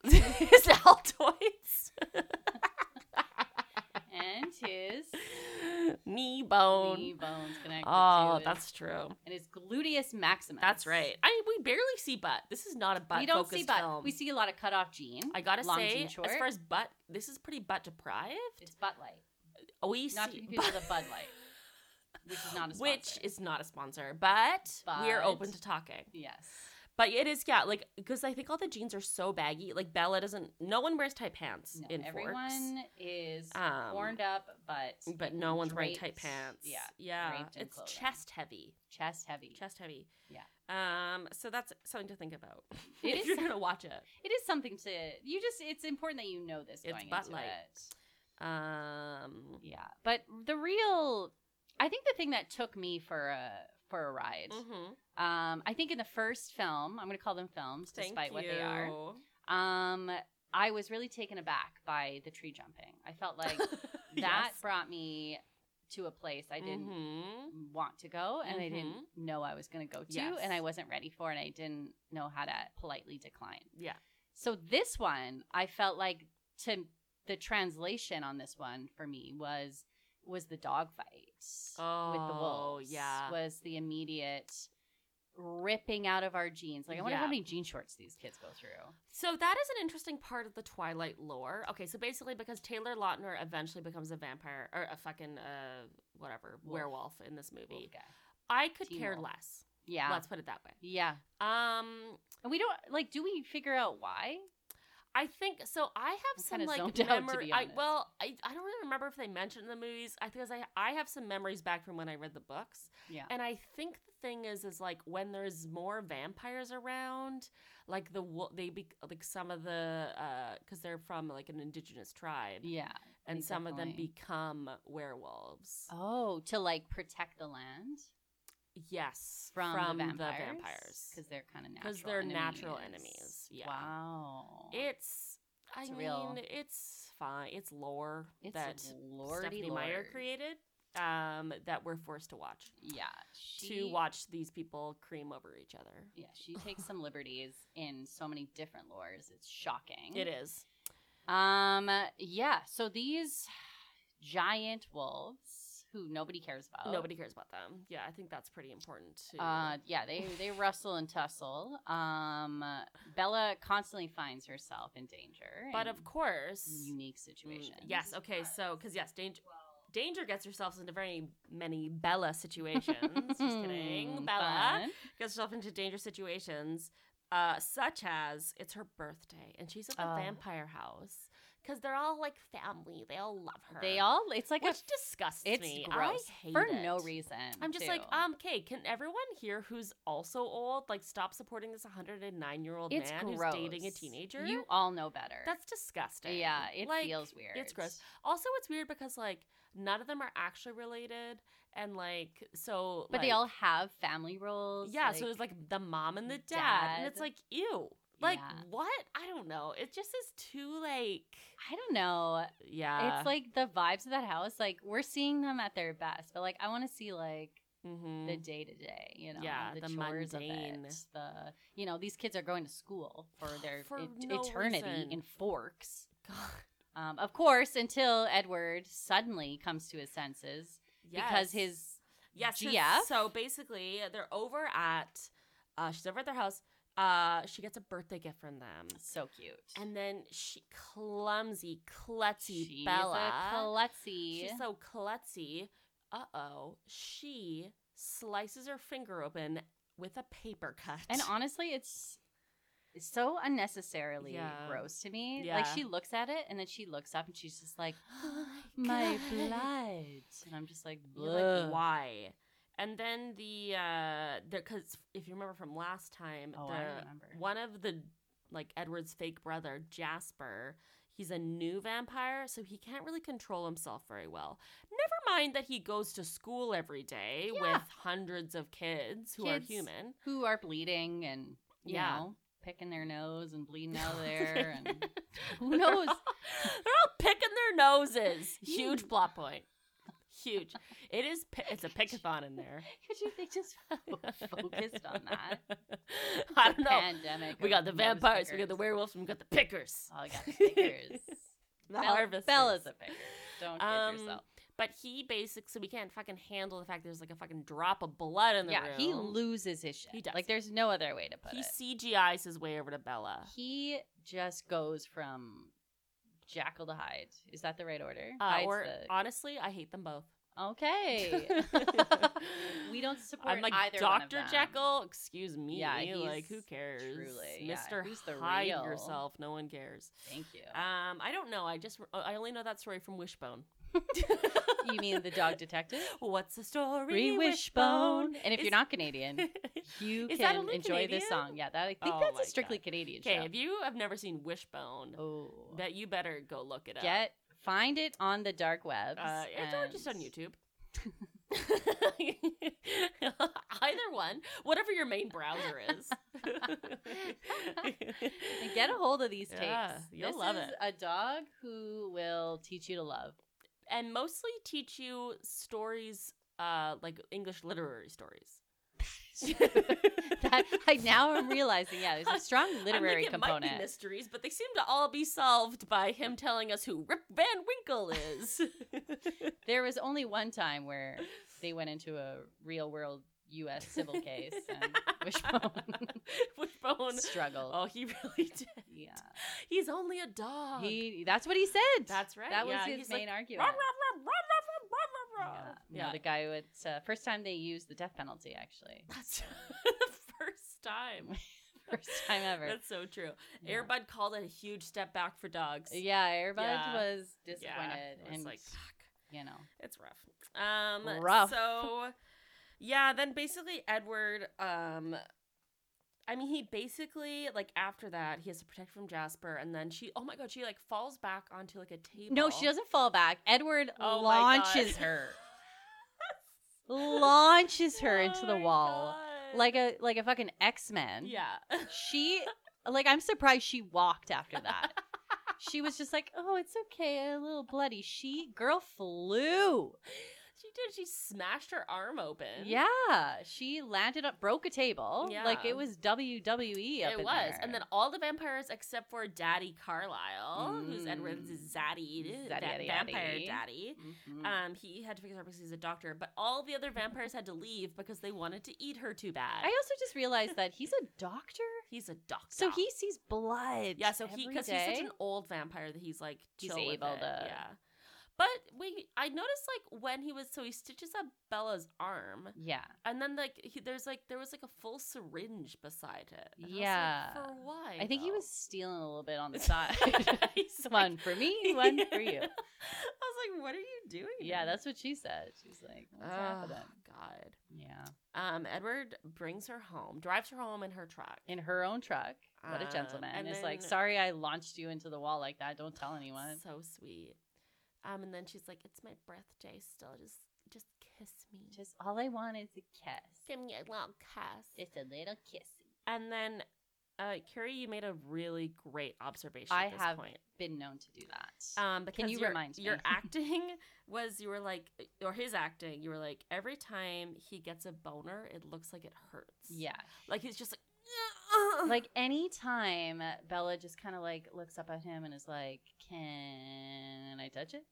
Speaker 1: his altoids,
Speaker 2: and his
Speaker 1: knee bone.
Speaker 2: knee bones connected to
Speaker 1: oh,
Speaker 2: his-
Speaker 1: that's true.
Speaker 2: and his gluteus maximus.
Speaker 1: That's right. I we barely see butt. This is not a butt.
Speaker 2: we don't see
Speaker 1: focused
Speaker 2: butt.
Speaker 1: Film.
Speaker 2: We see a lot of cut off jean.
Speaker 1: I gotta
Speaker 2: long
Speaker 1: say,
Speaker 2: jean
Speaker 1: as
Speaker 2: short.
Speaker 1: far as butt, this is pretty butt deprived.
Speaker 2: it's butt light,
Speaker 1: We
Speaker 2: not to
Speaker 1: see
Speaker 2: be confused with a Bud Light, which is not a
Speaker 1: which
Speaker 2: sponsor.
Speaker 1: is not a sponsor, but, we are
Speaker 2: But-
Speaker 1: open to talking.
Speaker 2: yes.
Speaker 1: But it is yeah, like because I think all the jeans are so baggy. Like Bella doesn't. No one wears tight pants
Speaker 2: No,
Speaker 1: in
Speaker 2: everyone
Speaker 1: Forks.
Speaker 2: is
Speaker 1: Um,
Speaker 2: horned up, but
Speaker 1: But no one's wearing tight
Speaker 2: draped-
Speaker 1: pants.
Speaker 2: Yeah,
Speaker 1: yeah.
Speaker 2: draped in
Speaker 1: It's
Speaker 2: clothing.
Speaker 1: chest heavy.
Speaker 2: chest heavy.
Speaker 1: Chest heavy.
Speaker 2: Yeah.
Speaker 1: Um. So that's something to think about.
Speaker 2: It
Speaker 1: if
Speaker 2: is
Speaker 1: you're
Speaker 2: some-
Speaker 1: gonna watch it.
Speaker 2: It is something to you just. It's important that you know this
Speaker 1: It's
Speaker 2: going
Speaker 1: butt
Speaker 2: into
Speaker 1: light.
Speaker 2: it.
Speaker 1: Um.
Speaker 2: Yeah, but the real, I think the thing that took me for a for a ride,
Speaker 1: mhm.
Speaker 2: um, I think in the first film, I'm going to call them films,
Speaker 1: Thank
Speaker 2: despite what they are.
Speaker 1: you.
Speaker 2: Um, I was really taken aback by the tree jumping. I felt like that
Speaker 1: Yes.
Speaker 2: brought me to a place I didn't
Speaker 1: Mhm.
Speaker 2: want to go, and I didn't
Speaker 1: Mhm.
Speaker 2: know I was going to go to,
Speaker 1: Yes.
Speaker 2: and I wasn't ready for, and I didn't know how to politely decline.
Speaker 1: Yeah.
Speaker 2: So this one, I felt like to the translation on this one for me was was the dog fight with the
Speaker 1: Oh,
Speaker 2: wolves.
Speaker 1: yeah.
Speaker 2: was the immediate ripping out of our jeans. Like I wonder how
Speaker 1: Yeah.
Speaker 2: many jean shorts these kids go through.
Speaker 1: So that is an interesting part of the Twilight lore. Okay, so basically, because Taylor Lautner eventually becomes a vampire or a fucking uh whatever
Speaker 2: Wolf.
Speaker 1: werewolf in this movie,
Speaker 2: Okay.
Speaker 1: I could
Speaker 2: Teen
Speaker 1: care
Speaker 2: wolf.
Speaker 1: less.
Speaker 2: Yeah,
Speaker 1: Let's put it that way.
Speaker 2: yeah.
Speaker 1: Um,
Speaker 2: And we don't like. Do we figure out why?
Speaker 1: I think so. I have
Speaker 2: I'm
Speaker 1: some
Speaker 2: kinda
Speaker 1: like
Speaker 2: zoned out, to
Speaker 1: memory.
Speaker 2: be
Speaker 1: I,
Speaker 2: honest.
Speaker 1: well, I, I don't really remember if they mentioned the movies I, because I I have some memories back from when I read the books.
Speaker 2: Yeah.
Speaker 1: And I think the thing is, is like when there's more vampires around, like the wo- they be like some of the because they're from like an indigenous tribe,
Speaker 2: Yeah.
Speaker 1: and
Speaker 2: they
Speaker 1: some of them
Speaker 2: definitely-
Speaker 1: become werewolves.
Speaker 2: Oh, to like protect the land
Speaker 1: yes,
Speaker 2: from, the vampires
Speaker 1: vampires.
Speaker 2: because they're kind of natural
Speaker 1: 'Cause they're natural enemies, yeah.
Speaker 2: Wow.
Speaker 1: It's I
Speaker 2: It's
Speaker 1: mean,
Speaker 2: real.
Speaker 1: it's fine. It's lore
Speaker 2: It's
Speaker 1: that
Speaker 2: lordy
Speaker 1: Stephanie Meyer
Speaker 2: lord.
Speaker 1: created. Um, that we're forced to watch
Speaker 2: Yeah.
Speaker 1: to
Speaker 2: she-
Speaker 1: watch these people cream over each other.
Speaker 2: Yeah, she takes some liberties in so many different lores. It's shocking.
Speaker 1: It is.
Speaker 2: Um, yeah. So these giant wolves, who nobody cares about.
Speaker 1: Nobody cares about them. Yeah, I think that's pretty important too.
Speaker 2: Oh. Uh, yeah, they they wrestle and tussle. Um, Bella constantly finds herself in danger.
Speaker 1: but
Speaker 2: in
Speaker 1: of course,
Speaker 2: unique
Speaker 1: Mm,
Speaker 2: situation.
Speaker 1: Yes. Okay. So, because yes, danger. Danger gets herself into very many Bella situations. Just kidding, Bella
Speaker 2: Fun.
Speaker 1: gets herself into danger situations, uh, such as it's her birthday and she's at the
Speaker 2: Oh.
Speaker 1: vampire house because they're all like family. They all love her.
Speaker 2: They all. It's like
Speaker 1: which
Speaker 2: a.
Speaker 1: disgusts
Speaker 2: It's
Speaker 1: me.
Speaker 2: gross
Speaker 1: I hate
Speaker 2: for
Speaker 1: it.
Speaker 2: no reason.
Speaker 1: I'm just like,
Speaker 2: too.
Speaker 1: um, okay, can everyone here who's also old like stop supporting this 109 year old
Speaker 2: it's
Speaker 1: man
Speaker 2: gross.
Speaker 1: who's dating a teenager?
Speaker 2: You all know better.
Speaker 1: That's disgusting.
Speaker 2: Yeah, it
Speaker 1: Like,
Speaker 2: feels weird.
Speaker 1: It's gross. Also, it's weird because like none of them are actually related, and like so,
Speaker 2: But they
Speaker 1: like-
Speaker 2: all have family roles.
Speaker 1: yeah. so there's like the mom and the dad, and it's
Speaker 2: dad.
Speaker 1: like ew. Like
Speaker 2: Yeah.
Speaker 1: what? I don't know. It just is too like
Speaker 2: I don't know.
Speaker 1: yeah.
Speaker 2: it's like the vibes of that house. Like we're seeing them at their best, but like I want to see like
Speaker 1: Mhm.
Speaker 2: the day to day. You know,
Speaker 1: Yeah, the
Speaker 2: chores
Speaker 1: mundane.
Speaker 2: Of it, the you know these kids are going to school for their
Speaker 1: For
Speaker 2: et-
Speaker 1: no
Speaker 2: eternity
Speaker 1: reason.
Speaker 2: in Forks.
Speaker 1: God,
Speaker 2: Um, of course, until Edward suddenly comes to his senses because
Speaker 1: yes.
Speaker 2: his
Speaker 1: yes his-
Speaker 2: GF?
Speaker 1: So basically, they're over at uh, she's over at their house. Uh, she gets a birthday gift from them.
Speaker 2: So cute.
Speaker 1: And then she clumsy, klutzy
Speaker 2: She's
Speaker 1: Bella.
Speaker 2: a klutzy.
Speaker 1: She's so klutzy. Uh oh. She slices her finger open with a paper cut.
Speaker 2: And honestly, it's it's so unnecessarily
Speaker 1: Yeah.
Speaker 2: gross to me. Like
Speaker 1: Yeah.
Speaker 2: she looks at it and then she looks up and she's just like,
Speaker 1: Oh my
Speaker 2: "My
Speaker 1: blood.
Speaker 2: blood," and I'm just like,
Speaker 1: You're like,
Speaker 2: "Bleh."
Speaker 1: why? And then the uh, because if you remember from last time,
Speaker 2: Oh,
Speaker 1: the,
Speaker 2: I remember.
Speaker 1: one of the like Edward's fake brother Jasper. He's a new vampire, so he can't really control himself very well. Never mind that he goes to school every day
Speaker 2: Yeah.
Speaker 1: with hundreds of kids who
Speaker 2: Kids.
Speaker 1: are human.
Speaker 2: Who are bleeding and you
Speaker 1: Yeah.
Speaker 2: know picking their nose and bleeding out of there and who knows?
Speaker 1: They're all, picking their noses. Huge
Speaker 2: You-
Speaker 1: plot point. Huge. It is. pi- It's a pickathon in there.
Speaker 2: Could you they just focused on that?
Speaker 1: I
Speaker 2: It's a
Speaker 1: don't know.
Speaker 2: Pandemic.
Speaker 1: We
Speaker 2: of
Speaker 1: got the
Speaker 2: nose
Speaker 1: vampires, we got the
Speaker 2: pickers.
Speaker 1: werewolves, and we got the pickers.
Speaker 2: Oh, I got the pickers.
Speaker 1: the
Speaker 2: Bella-
Speaker 1: harvesters.
Speaker 2: Bella's a picker. Don't kid
Speaker 1: Um,
Speaker 2: yourself.
Speaker 1: But he basically, so we can't fucking handle the fact there's like a fucking drop of blood in the
Speaker 2: Yeah,
Speaker 1: room.
Speaker 2: he loses his shit.
Speaker 1: He does.
Speaker 2: Like there's no other way to put
Speaker 1: He
Speaker 2: it.
Speaker 1: CGI's his way over to Bella.
Speaker 2: He just goes from jackal to hide. Is that the right order?
Speaker 1: Uh,
Speaker 2: Hides
Speaker 1: or
Speaker 2: the-
Speaker 1: honestly, I hate them both.
Speaker 2: okay. we don't support
Speaker 1: I'm like
Speaker 2: either one of
Speaker 1: Doctor
Speaker 2: them.
Speaker 1: Jekyll. Excuse me.
Speaker 2: Yeah,
Speaker 1: like
Speaker 2: he's
Speaker 1: who cares?
Speaker 2: truly- yeah,
Speaker 1: Mr.
Speaker 2: who's the
Speaker 1: Hide
Speaker 2: real-
Speaker 1: yourself. No one cares.
Speaker 2: Thank you.
Speaker 1: Um, I don't know. I just I only know that story from Wishbone.
Speaker 2: you mean the dog detective?
Speaker 1: What's the story?
Speaker 2: Re Wishbone. And if
Speaker 1: Is-
Speaker 2: you're not Canadian, you
Speaker 1: Is that
Speaker 2: can
Speaker 1: only
Speaker 2: enjoy
Speaker 1: Canadian?
Speaker 2: this song. Yeah, that I think
Speaker 1: Oh my
Speaker 2: that's a strictly
Speaker 1: God.
Speaker 2: Canadian
Speaker 1: Okay,
Speaker 2: show.
Speaker 1: if you have never seen Wishbone,
Speaker 2: oh,
Speaker 1: bet you better go look it up.
Speaker 2: get find it on the dark web.
Speaker 1: Uh, it's or just on YouTube. Either one, whatever your main browser is.
Speaker 2: And get a hold of these tapes.
Speaker 1: Yeah, you'll
Speaker 2: this
Speaker 1: love
Speaker 2: is
Speaker 1: it.
Speaker 2: a dog who will teach you to love.
Speaker 1: and mostly teach you stories, uh, like English literary stories.
Speaker 2: that I now am realizing, yeah, there's a strong literary
Speaker 1: I'm like, It might be
Speaker 2: component.
Speaker 1: mysteries, but they seem to all be solved by him telling us who Rip Van Winkle is.
Speaker 2: There was only one time where they went into a real world U.S. civil case, and Wishbone
Speaker 1: Wishbone.
Speaker 2: struggled.
Speaker 1: Oh, he really did.
Speaker 2: Yeah,
Speaker 1: He's only a dog.
Speaker 2: he. That's what he said.
Speaker 1: That's right,
Speaker 2: That was
Speaker 1: yeah,
Speaker 2: his
Speaker 1: he's
Speaker 2: main
Speaker 1: like,
Speaker 2: argument.
Speaker 1: Rah, rah, rah, rah, rah, rah, rah, rah,
Speaker 2: Yeah,
Speaker 1: rah.
Speaker 2: no, the guy who it's uh, first time they used the death penalty actually.
Speaker 1: That's the first time.
Speaker 2: First time ever.
Speaker 1: That's so true.
Speaker 2: Yeah.
Speaker 1: Airbud called it a huge step back for dogs.
Speaker 2: Yeah, Airbud
Speaker 1: Yeah.
Speaker 2: was
Speaker 1: Yeah,
Speaker 2: disappointed,
Speaker 1: it was
Speaker 2: and
Speaker 1: like, fuck.
Speaker 2: you know,
Speaker 1: It's rough. Um
Speaker 2: Rough.
Speaker 1: so yeah, then basically Edward um I mean he basically like after that he has to protect from Jasper and then she oh my god, she like falls back onto like a table.
Speaker 2: no, she doesn't fall back. Edward
Speaker 1: Oh my God.
Speaker 2: launches her, launches her into
Speaker 1: Oh
Speaker 2: the
Speaker 1: my
Speaker 2: wall
Speaker 1: God.
Speaker 2: like a like a fucking X Men.
Speaker 1: Yeah.
Speaker 2: she like I'm surprised she walked after that. She was just like, "Oh, it's okay, a little bloody." She girl flew.
Speaker 1: she did. She smashed her arm open.
Speaker 2: Yeah, she landed up, broke a table. Like
Speaker 1: Yeah.
Speaker 2: it was WWE. Up
Speaker 1: it
Speaker 2: in
Speaker 1: was.
Speaker 2: there.
Speaker 1: And then all the vampires except for Daddy Carlisle, who's
Speaker 2: Mm.
Speaker 1: Edward's zaddy,
Speaker 2: Zaddy,
Speaker 1: va-
Speaker 2: daddy,
Speaker 1: vampire
Speaker 2: daddy.
Speaker 1: daddy.
Speaker 2: Mhm.
Speaker 1: Um, he had to fix her because he's a doctor, but all the other vampires had to leave because they wanted to eat her too bad.
Speaker 2: I also just realized that he's a doctor,
Speaker 1: he's a doctor,
Speaker 2: so he sees blood.
Speaker 1: yeah, so he
Speaker 2: every
Speaker 1: because he's such
Speaker 2: day.
Speaker 1: an old vampire that he's like
Speaker 2: He's
Speaker 1: chill with
Speaker 2: able
Speaker 1: it,
Speaker 2: to-
Speaker 1: yeah. But wait, I noticed like when he was so he stitches up Bella's arm,
Speaker 2: yeah.
Speaker 1: and then like he, there's like there was like a full syringe beside it. And I was like,
Speaker 2: Yeah.
Speaker 1: for why?
Speaker 2: I think he
Speaker 1: though?"
Speaker 2: was stealing a little bit on the side.
Speaker 1: He's like-
Speaker 2: one for me, one for you.
Speaker 1: I was like, what are you doing?
Speaker 2: Yeah, that's what she said. She's like, "What's
Speaker 1: oh,
Speaker 2: happening?"
Speaker 1: God.
Speaker 2: Yeah,
Speaker 1: Um, Edward brings her home, drives her home in her truck.
Speaker 2: in her own truck. What
Speaker 1: Um,
Speaker 2: a gentleman!
Speaker 1: and
Speaker 2: And it's like,
Speaker 1: then-
Speaker 2: sorry, I launched you into the wall like that. Don't tell anyone.
Speaker 1: So sweet. Um, and then she's like, "It's my birthday still. Just, just kiss me.
Speaker 2: Just all I want is a kiss.
Speaker 1: give me a little kiss."
Speaker 2: It's a little kissy.
Speaker 1: and then, uh, Carrie, you made a really great observation.
Speaker 2: I
Speaker 1: at this
Speaker 2: have
Speaker 1: point.
Speaker 2: been known to do that.
Speaker 1: Um, because
Speaker 2: you
Speaker 1: your,
Speaker 2: remind me?
Speaker 1: your acting was you were like, or his acting, you were like, every time he gets a boner, it looks like it hurts.
Speaker 2: yeah.
Speaker 1: like he's just like,
Speaker 2: Like any time Bella just kind of like looks up at him and is like, "Can I touch it?"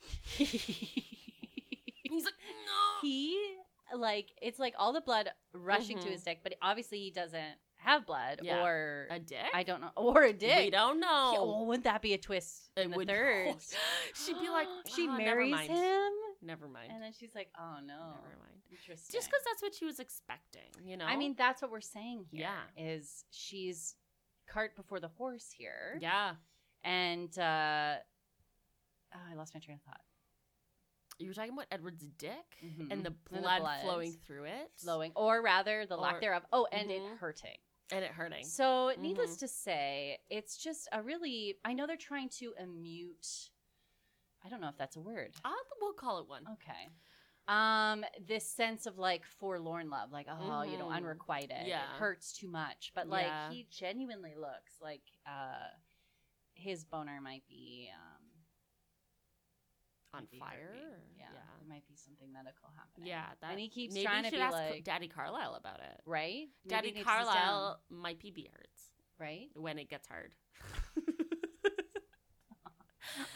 Speaker 1: he's like, no.
Speaker 2: he like it's like all the blood rushing to his dick, but obviously he doesn't have blood
Speaker 1: Mm-hmm. Yeah.
Speaker 2: or
Speaker 1: A dick?
Speaker 2: I don't know or a dick.
Speaker 1: We don't know.
Speaker 2: Yeah, well, wouldn't that be a twist?
Speaker 1: It
Speaker 2: in the
Speaker 1: would-
Speaker 2: third,
Speaker 1: She'd be like,
Speaker 2: she
Speaker 1: "Ah, never
Speaker 2: marries
Speaker 1: mind."
Speaker 2: him,
Speaker 1: Never mind.
Speaker 2: and then she's like, oh no,
Speaker 1: Never mind.
Speaker 2: interesting.
Speaker 1: Just because that's what she was expecting, you know?
Speaker 2: I mean, that's what we're saying here.
Speaker 1: Yeah.
Speaker 2: is she's cart before the horse here.
Speaker 1: yeah.
Speaker 2: and uh, oh, I lost my train of thought.
Speaker 1: You were talking about Edward's dick
Speaker 2: Mhm.
Speaker 1: and the
Speaker 2: the
Speaker 1: blood,
Speaker 2: blood.
Speaker 1: flowing through it.
Speaker 2: Flowing, or rather, the
Speaker 1: Or-
Speaker 2: lack theref. Oh, and
Speaker 1: Mhm.
Speaker 2: it hurting.
Speaker 1: And it hurting.
Speaker 2: So, needless
Speaker 1: Mhm.
Speaker 2: to say, it's just a really. I know they're trying to immute. I don't know if that's a word.
Speaker 1: I'll, we'll call it one.
Speaker 2: Okay. Um, this sense of like forlorn love, like oh, you know,
Speaker 1: Mhm.
Speaker 2: unrequited.
Speaker 1: Yeah.
Speaker 2: It hurts too much, but like
Speaker 1: Yeah.
Speaker 2: he genuinely looks like uh, his boner might be um
Speaker 1: On
Speaker 2: might be
Speaker 1: fire?
Speaker 2: hurting.
Speaker 1: or-
Speaker 2: Yeah,
Speaker 1: Yeah.
Speaker 2: There might be something medical happening.
Speaker 1: Yeah, that,
Speaker 2: and he keeps
Speaker 1: maybe
Speaker 2: trying
Speaker 1: you
Speaker 2: to
Speaker 1: should
Speaker 2: be
Speaker 1: ask
Speaker 2: like
Speaker 1: Daddy Carlisle about it.
Speaker 2: right. Maybe
Speaker 1: Daddy
Speaker 2: he needs this down,
Speaker 1: Carlisle, my PB hurts
Speaker 2: right?
Speaker 1: when it gets hard.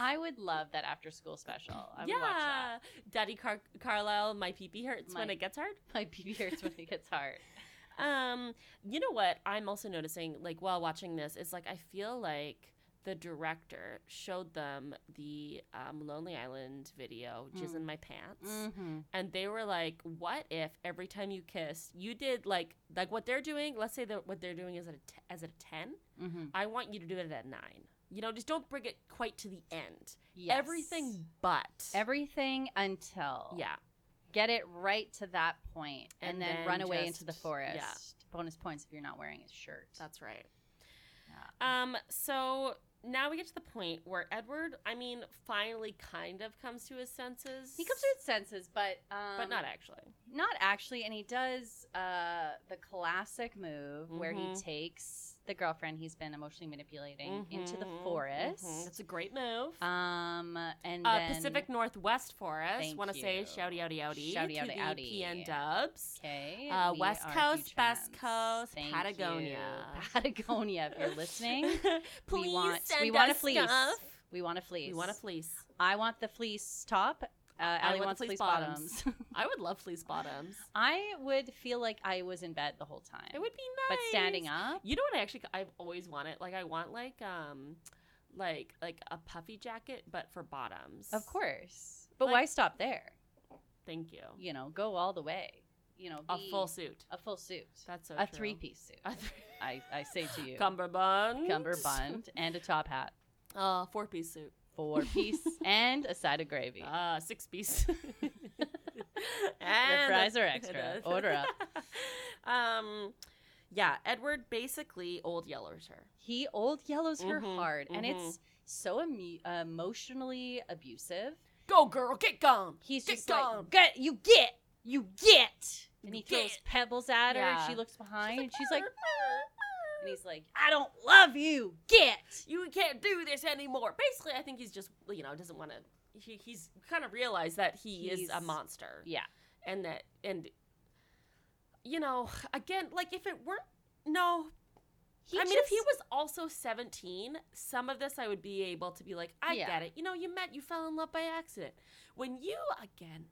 Speaker 2: I would love that after school special. I would watch that.
Speaker 1: Daddy Car- Carlisle, my PB hurts when
Speaker 2: My-
Speaker 1: it gets hard.
Speaker 2: My pee hurts when it gets hard.
Speaker 1: Um, you know what? I'm also noticing, like, while watching this, is like I feel like the director showed them the um, Lonely Island video, "Jizz
Speaker 2: Mm.
Speaker 1: in My Pants,"
Speaker 2: Mm-hmm.
Speaker 1: and they were like, "What if every time you kissed, you did like like what they're doing? Let's say that what they're doing is at a t- as at a ten.
Speaker 2: Mm-hmm.
Speaker 1: I want you to do it at a nine. You know, just don't bring it quite to the end. Everything but
Speaker 2: Everything until
Speaker 1: yeah,
Speaker 2: get it right to that point and,
Speaker 1: And
Speaker 2: then,
Speaker 1: then
Speaker 2: run away
Speaker 1: just-
Speaker 2: into the
Speaker 1: yeah.
Speaker 2: forest. Bonus points if you're not wearing a shirt.
Speaker 1: that's right.
Speaker 2: Yeah.
Speaker 1: Um, so now we get to the point where Edward, I mean, finally kind of comes to his senses.
Speaker 2: He comes to his senses, but um,
Speaker 1: but not actually.
Speaker 2: not actually, and he does uh, the classic move where he
Speaker 1: Mhm.
Speaker 2: takes the girlfriend he's been emotionally manipulating into the
Speaker 1: Mhm,
Speaker 2: forest.
Speaker 1: mhm. It's a great move.
Speaker 2: Um, and
Speaker 1: uh,
Speaker 2: then,
Speaker 1: Pacific Northwest Forest.
Speaker 2: Thank
Speaker 1: Want to say
Speaker 2: you.
Speaker 1: shouty outy outy
Speaker 2: Shouty
Speaker 1: to
Speaker 2: outy
Speaker 1: the
Speaker 2: outy.
Speaker 1: PN Dubs.
Speaker 2: Okay,
Speaker 1: Uh,
Speaker 2: we
Speaker 1: West
Speaker 2: are
Speaker 1: Coast,
Speaker 2: huge
Speaker 1: Best
Speaker 2: fans.
Speaker 1: Coast,
Speaker 2: Thank you.
Speaker 1: Patagonia.
Speaker 2: Patagonia. If you're listening,
Speaker 1: please
Speaker 2: want-
Speaker 1: send
Speaker 2: we want a
Speaker 1: us
Speaker 2: fleece.
Speaker 1: Stuff.
Speaker 2: we want a fleece.
Speaker 1: We want a fleece.
Speaker 2: I want the fleece top. Uh,
Speaker 1: want
Speaker 2: Allie
Speaker 1: the
Speaker 2: wants
Speaker 1: fleece
Speaker 2: fleece,
Speaker 1: bottoms.
Speaker 2: bottoms.
Speaker 1: I would love fleece bottoms.
Speaker 2: I would feel like I was in bed the whole time.
Speaker 1: It would be nice.
Speaker 2: But standing up,
Speaker 1: You know what? I actually I've always wanted. Like I want like um like like a puffy jacket, but for bottoms.
Speaker 2: of course. But
Speaker 1: Like-
Speaker 2: why stop there?
Speaker 1: Thank you.
Speaker 2: You know, go all the way. You know,
Speaker 1: A
Speaker 2: be-
Speaker 1: full suit.
Speaker 2: a full suit,
Speaker 1: That's so
Speaker 2: a
Speaker 1: true.
Speaker 2: three piece suit.
Speaker 1: A three-
Speaker 2: I, I say to you,
Speaker 1: Cummerbund.
Speaker 2: cummerbund and a top hat,
Speaker 1: Uh, four piece suit.
Speaker 2: four piece, and a side of gravy.
Speaker 1: Uh, six piece. and
Speaker 2: the fries are
Speaker 1: the-
Speaker 2: extra.
Speaker 1: the-
Speaker 2: Order up.
Speaker 1: um, yeah. Edward basically old yellers her.
Speaker 2: He old yellows her
Speaker 1: Mhm,
Speaker 2: hard, and
Speaker 1: mhm.
Speaker 2: it's so emu- emotionally abusive.
Speaker 1: Go girl, get gone.
Speaker 2: He's
Speaker 1: Get
Speaker 2: just
Speaker 1: gone.
Speaker 2: like, get you get you get, and he
Speaker 1: Get.
Speaker 2: throws pebbles at her.
Speaker 1: Yeah.
Speaker 2: She looks behind, and she's like, and he's like,
Speaker 1: I don't
Speaker 2: love you, get.
Speaker 1: you can't do this anymore. Basically, I think he's just you know doesn't want to. He, he's kind of realized that he is a
Speaker 2: He's-
Speaker 1: monster.
Speaker 2: Yeah.
Speaker 1: and that and you know again like if it weren't no
Speaker 2: He
Speaker 1: i mean if he
Speaker 2: just-
Speaker 1: was also 17 some of this i would be able to be like i
Speaker 2: Yeah.
Speaker 1: get it you know you met you fell in love by accident when you again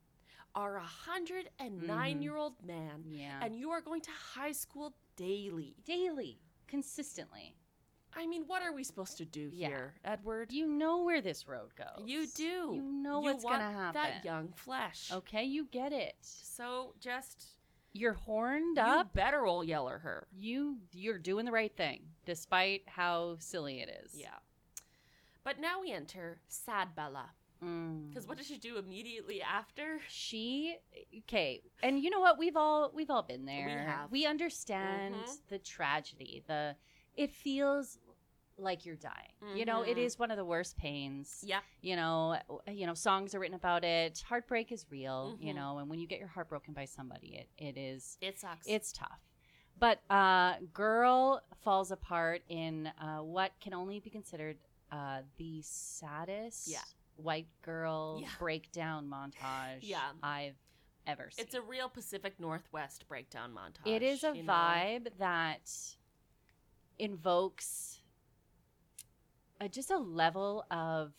Speaker 1: are a 109
Speaker 2: Mhm.
Speaker 1: year old man
Speaker 2: yeah,
Speaker 1: and you are going to high school daily
Speaker 2: daily, consistently,
Speaker 1: i mean what are we supposed to do
Speaker 2: Yeah.
Speaker 1: here edward
Speaker 2: you know where this road goes.
Speaker 1: You do
Speaker 2: You know
Speaker 1: You
Speaker 2: what's
Speaker 1: want
Speaker 2: gonna happen.
Speaker 1: that young flesh
Speaker 2: Okay, you get it.
Speaker 1: so just
Speaker 2: You're horned
Speaker 1: you
Speaker 2: up.
Speaker 1: better old yeller her
Speaker 2: You you're doing the right thing, despite how silly it is.
Speaker 1: Yeah. But now we enter Sad Bella.
Speaker 2: Mm.
Speaker 1: Because what does she do immediately after?
Speaker 2: she okay and you know what we've all we've all been there
Speaker 1: have.
Speaker 2: we understand
Speaker 1: Mhm.
Speaker 2: the tragedy the it feels like you're dying you know it
Speaker 1: Mhm.
Speaker 2: is one of the worst pains
Speaker 1: Yeah.
Speaker 2: you know you know songs are written about it heartbreak is real you
Speaker 1: Mhm.
Speaker 2: know and when you get your heart broken by somebody it, it is
Speaker 1: It sucks.
Speaker 2: it's tough but uh girl falls apart in uh what can only be considered uh the saddest
Speaker 1: Yeah.
Speaker 2: white girl
Speaker 1: Yeah.
Speaker 2: breakdown montage
Speaker 1: Yeah.
Speaker 2: I've ever seen.
Speaker 1: it's a real Pacific Northwest breakdown montage.
Speaker 2: it is a
Speaker 1: you know?
Speaker 2: vibe that uh, invokes a, just a level of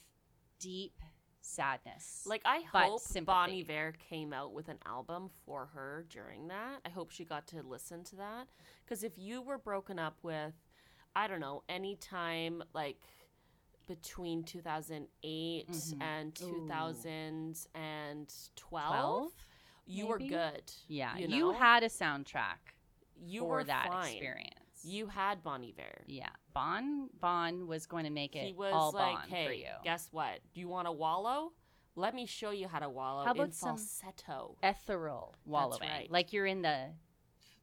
Speaker 2: deep sadness.
Speaker 1: Like I
Speaker 2: but
Speaker 1: hope Bon
Speaker 2: sympathy.
Speaker 1: Iver came out with an album for her during that. I hope she got to listen to that because if you were broken up with, I don't know, any time like between 2008
Speaker 2: Mhm.
Speaker 1: and
Speaker 2: Ooh.
Speaker 1: 2012,
Speaker 2: Twelve?
Speaker 1: you were
Speaker 2: maybe?
Speaker 1: good.
Speaker 2: Yeah, you,
Speaker 1: you, know?
Speaker 2: had a soundtrack
Speaker 1: you
Speaker 2: for
Speaker 1: were
Speaker 2: that
Speaker 1: fine.
Speaker 2: experience.
Speaker 1: You had Bon Iver.
Speaker 2: yeah, Bon Bon was going to make it
Speaker 1: He was
Speaker 2: all
Speaker 1: like,
Speaker 2: Bon
Speaker 1: "Hey,
Speaker 2: for you.
Speaker 1: guess what? Do you want to wallow? Let me show you how to wallow
Speaker 2: How
Speaker 1: in
Speaker 2: about some-
Speaker 1: falsetto."
Speaker 2: Ethereal wallowing,
Speaker 1: right.
Speaker 2: like you're in the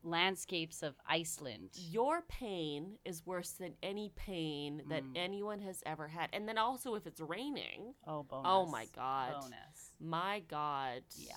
Speaker 2: landscapes of Iceland.
Speaker 1: your pain is worse than any pain that
Speaker 2: Mm.
Speaker 1: anyone has ever had. And then also if it's raining,
Speaker 2: Oh, bonus!
Speaker 1: oh my god.
Speaker 2: bonus!
Speaker 1: My god.
Speaker 2: Yeah.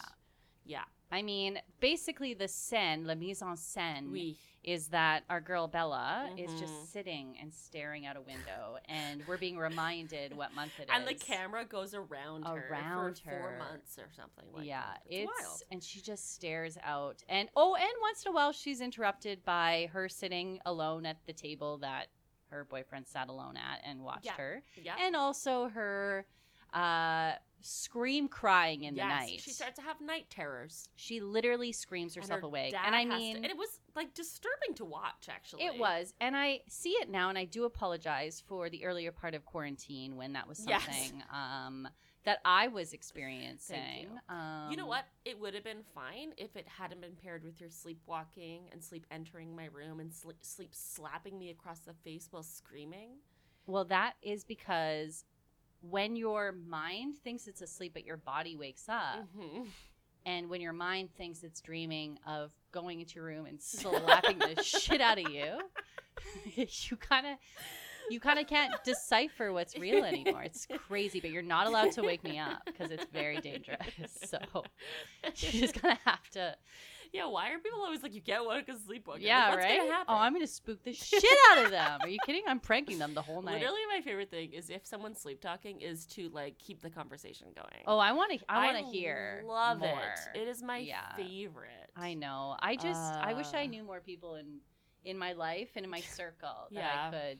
Speaker 1: Yeah.
Speaker 2: I mean, basically, the scène, la mise en scène,
Speaker 1: We
Speaker 2: is that our girl Bella is
Speaker 1: Mhm.
Speaker 2: just sitting and staring out a window, and we're being reminded what month it is.
Speaker 1: and the camera goes around, her
Speaker 2: Around
Speaker 1: for four
Speaker 2: her.
Speaker 1: months or something like
Speaker 2: yeah,
Speaker 1: that.
Speaker 2: it's,
Speaker 1: wild.
Speaker 2: and she just stares out, and oh, and once in a while she's interrupted by her sitting alone at the table that her boyfriend sat alone at and watched
Speaker 1: Yeah.
Speaker 2: her,
Speaker 1: Yeah.
Speaker 2: and also her uh, scream crying in
Speaker 1: yes,
Speaker 2: the night.
Speaker 1: She starts to have night terrors.
Speaker 2: She literally screams
Speaker 1: and
Speaker 2: herself
Speaker 1: her
Speaker 2: awake,
Speaker 1: dad
Speaker 2: and I
Speaker 1: has to-
Speaker 2: mean,
Speaker 1: and it was like disturbing to watch actually.
Speaker 2: It was, and I see it now, and I do apologize for the earlier part of quarantine when that was
Speaker 1: Yes.
Speaker 2: something um, that I was experiencing. Um,
Speaker 1: You know what? It would have been fine if it hadn't been paired with your sleepwalking and sleep entering my room and sleep, sleep slapping me across the face while screaming.
Speaker 2: Well, that is because when your mind thinks it's asleep, but your body wakes up,
Speaker 1: Mhm.
Speaker 2: and when your mind thinks it's dreaming of going into your room and slapping the shit out of you, you kind of. You kind of can't decipher what's real anymore. It's crazy, but you're not allowed to wake me up because it's very dangerous. So You're just gonna have to.
Speaker 1: yeah, why are people always like, you can't walk because sleepwalking? Like,
Speaker 2: yeah,
Speaker 1: what's
Speaker 2: right.
Speaker 1: Gonna happen?
Speaker 2: Oh, I'm gonna spook the shit out of them. Are you kidding? I'm pranking them the whole night.
Speaker 1: Literally, my favorite thing is if someone's sleep talking is to like keep the conversation going.
Speaker 2: Oh, I want to. I want to hear.
Speaker 1: Love
Speaker 2: more.
Speaker 1: it. It is my
Speaker 2: Yeah.
Speaker 1: favorite.
Speaker 2: I know. I just. I wish I
Speaker 1: Uh.
Speaker 2: knew more people in in my life and in my circle
Speaker 1: Yeah.
Speaker 2: that I could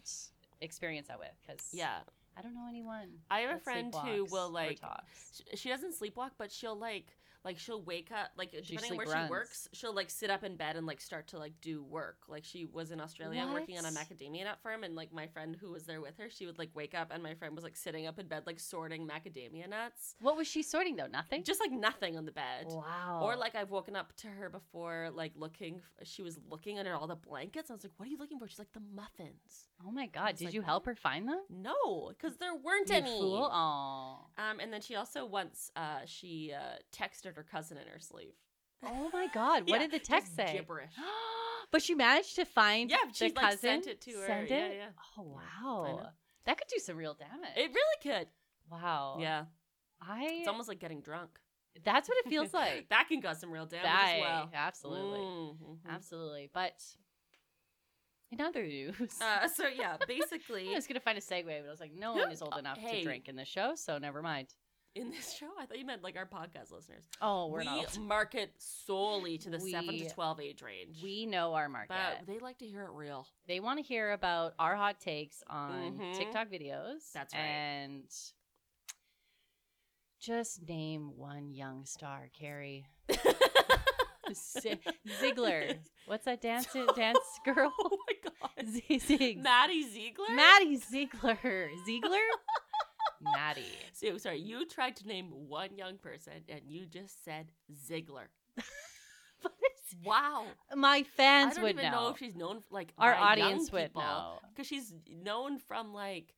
Speaker 2: experience that with. Because
Speaker 1: Yeah,
Speaker 2: I don't know anyone.
Speaker 1: I have a
Speaker 2: that
Speaker 1: friend who
Speaker 2: sleepwalks
Speaker 1: will,
Speaker 2: or
Speaker 1: like,
Speaker 2: talks.
Speaker 1: she, she doesn't sleepwalk, but she'll like like she'll wake up like depending on
Speaker 2: sleep
Speaker 1: where
Speaker 2: runs.
Speaker 1: she works, she'll like sit up in bed and like start to like do work. Like she was in Australia working on a
Speaker 2: What?
Speaker 1: macadamia nut farm, and like my friend who was there with her, she would like wake up and my friend was like sitting up in bed like sorting macadamia nuts,
Speaker 2: What was she sorting though? Nothing.
Speaker 1: just like nothing on the bed.
Speaker 2: wow.
Speaker 1: Or like I've woken up to her before, like looking. f- She was looking under all the blankets. And I was like, "What are you looking for?" She's like, "The muffins."
Speaker 2: Oh my god!
Speaker 1: was
Speaker 2: Did
Speaker 1: like,
Speaker 2: you help her find them?
Speaker 1: No, because there weren't
Speaker 2: You
Speaker 1: any.
Speaker 2: fool. Oh.
Speaker 1: Um, and then she also once uh, she uh, texted her cousin in her sleep.
Speaker 2: Oh my god! What
Speaker 1: Yeah,
Speaker 2: did the
Speaker 1: just
Speaker 2: text say?
Speaker 1: gibberish.
Speaker 2: but she managed to find
Speaker 1: Yeah,
Speaker 2: the
Speaker 1: she,
Speaker 2: cousin.
Speaker 1: like, sent it to her.
Speaker 2: Send
Speaker 1: Yeah,
Speaker 2: it?
Speaker 1: yeah.
Speaker 2: Oh
Speaker 1: I
Speaker 2: wow,
Speaker 1: know.
Speaker 2: that could do some real damage.
Speaker 1: It really could.
Speaker 2: wow.
Speaker 1: Yeah,
Speaker 2: I.
Speaker 1: it's almost like getting drunk.
Speaker 2: that's what it feels like.
Speaker 1: that can cause some real damage as well.
Speaker 2: Aye, Absolutely.
Speaker 1: Mhm.
Speaker 2: Absolutely. But in other news,
Speaker 1: Uh, so yeah,
Speaker 2: I
Speaker 1: basically
Speaker 2: was gonna find a segue, but I was like, no one is old enough
Speaker 1: Hey.
Speaker 2: to drink in the show, so never mind.
Speaker 1: in this show, I thought you meant like our podcast listeners.
Speaker 2: Oh, we're
Speaker 1: we
Speaker 2: not. Old.
Speaker 1: market solely to the seven
Speaker 2: We-
Speaker 1: to twelve age range.
Speaker 2: We know our market.
Speaker 1: but they like to hear it real.
Speaker 2: they want to hear about our hot takes on
Speaker 1: Mhm.
Speaker 2: TikTok videos.
Speaker 1: That's right.
Speaker 2: And just name one young star, Carrie. Z- Ziggler. What's that dance dance girl?
Speaker 1: oh my god,
Speaker 2: Z- Zig.
Speaker 1: Maddie Ziegler.
Speaker 2: Maddie Ziegler. Ziegler? Maddie.
Speaker 1: so sorry, you tried to name one young person and you just said Ziegler.
Speaker 2: But it's-
Speaker 1: Wow.
Speaker 2: My fans
Speaker 1: I don't
Speaker 2: would
Speaker 1: even know.
Speaker 2: know.
Speaker 1: if she's known for, like
Speaker 2: Our audience would know.
Speaker 1: because she's known from like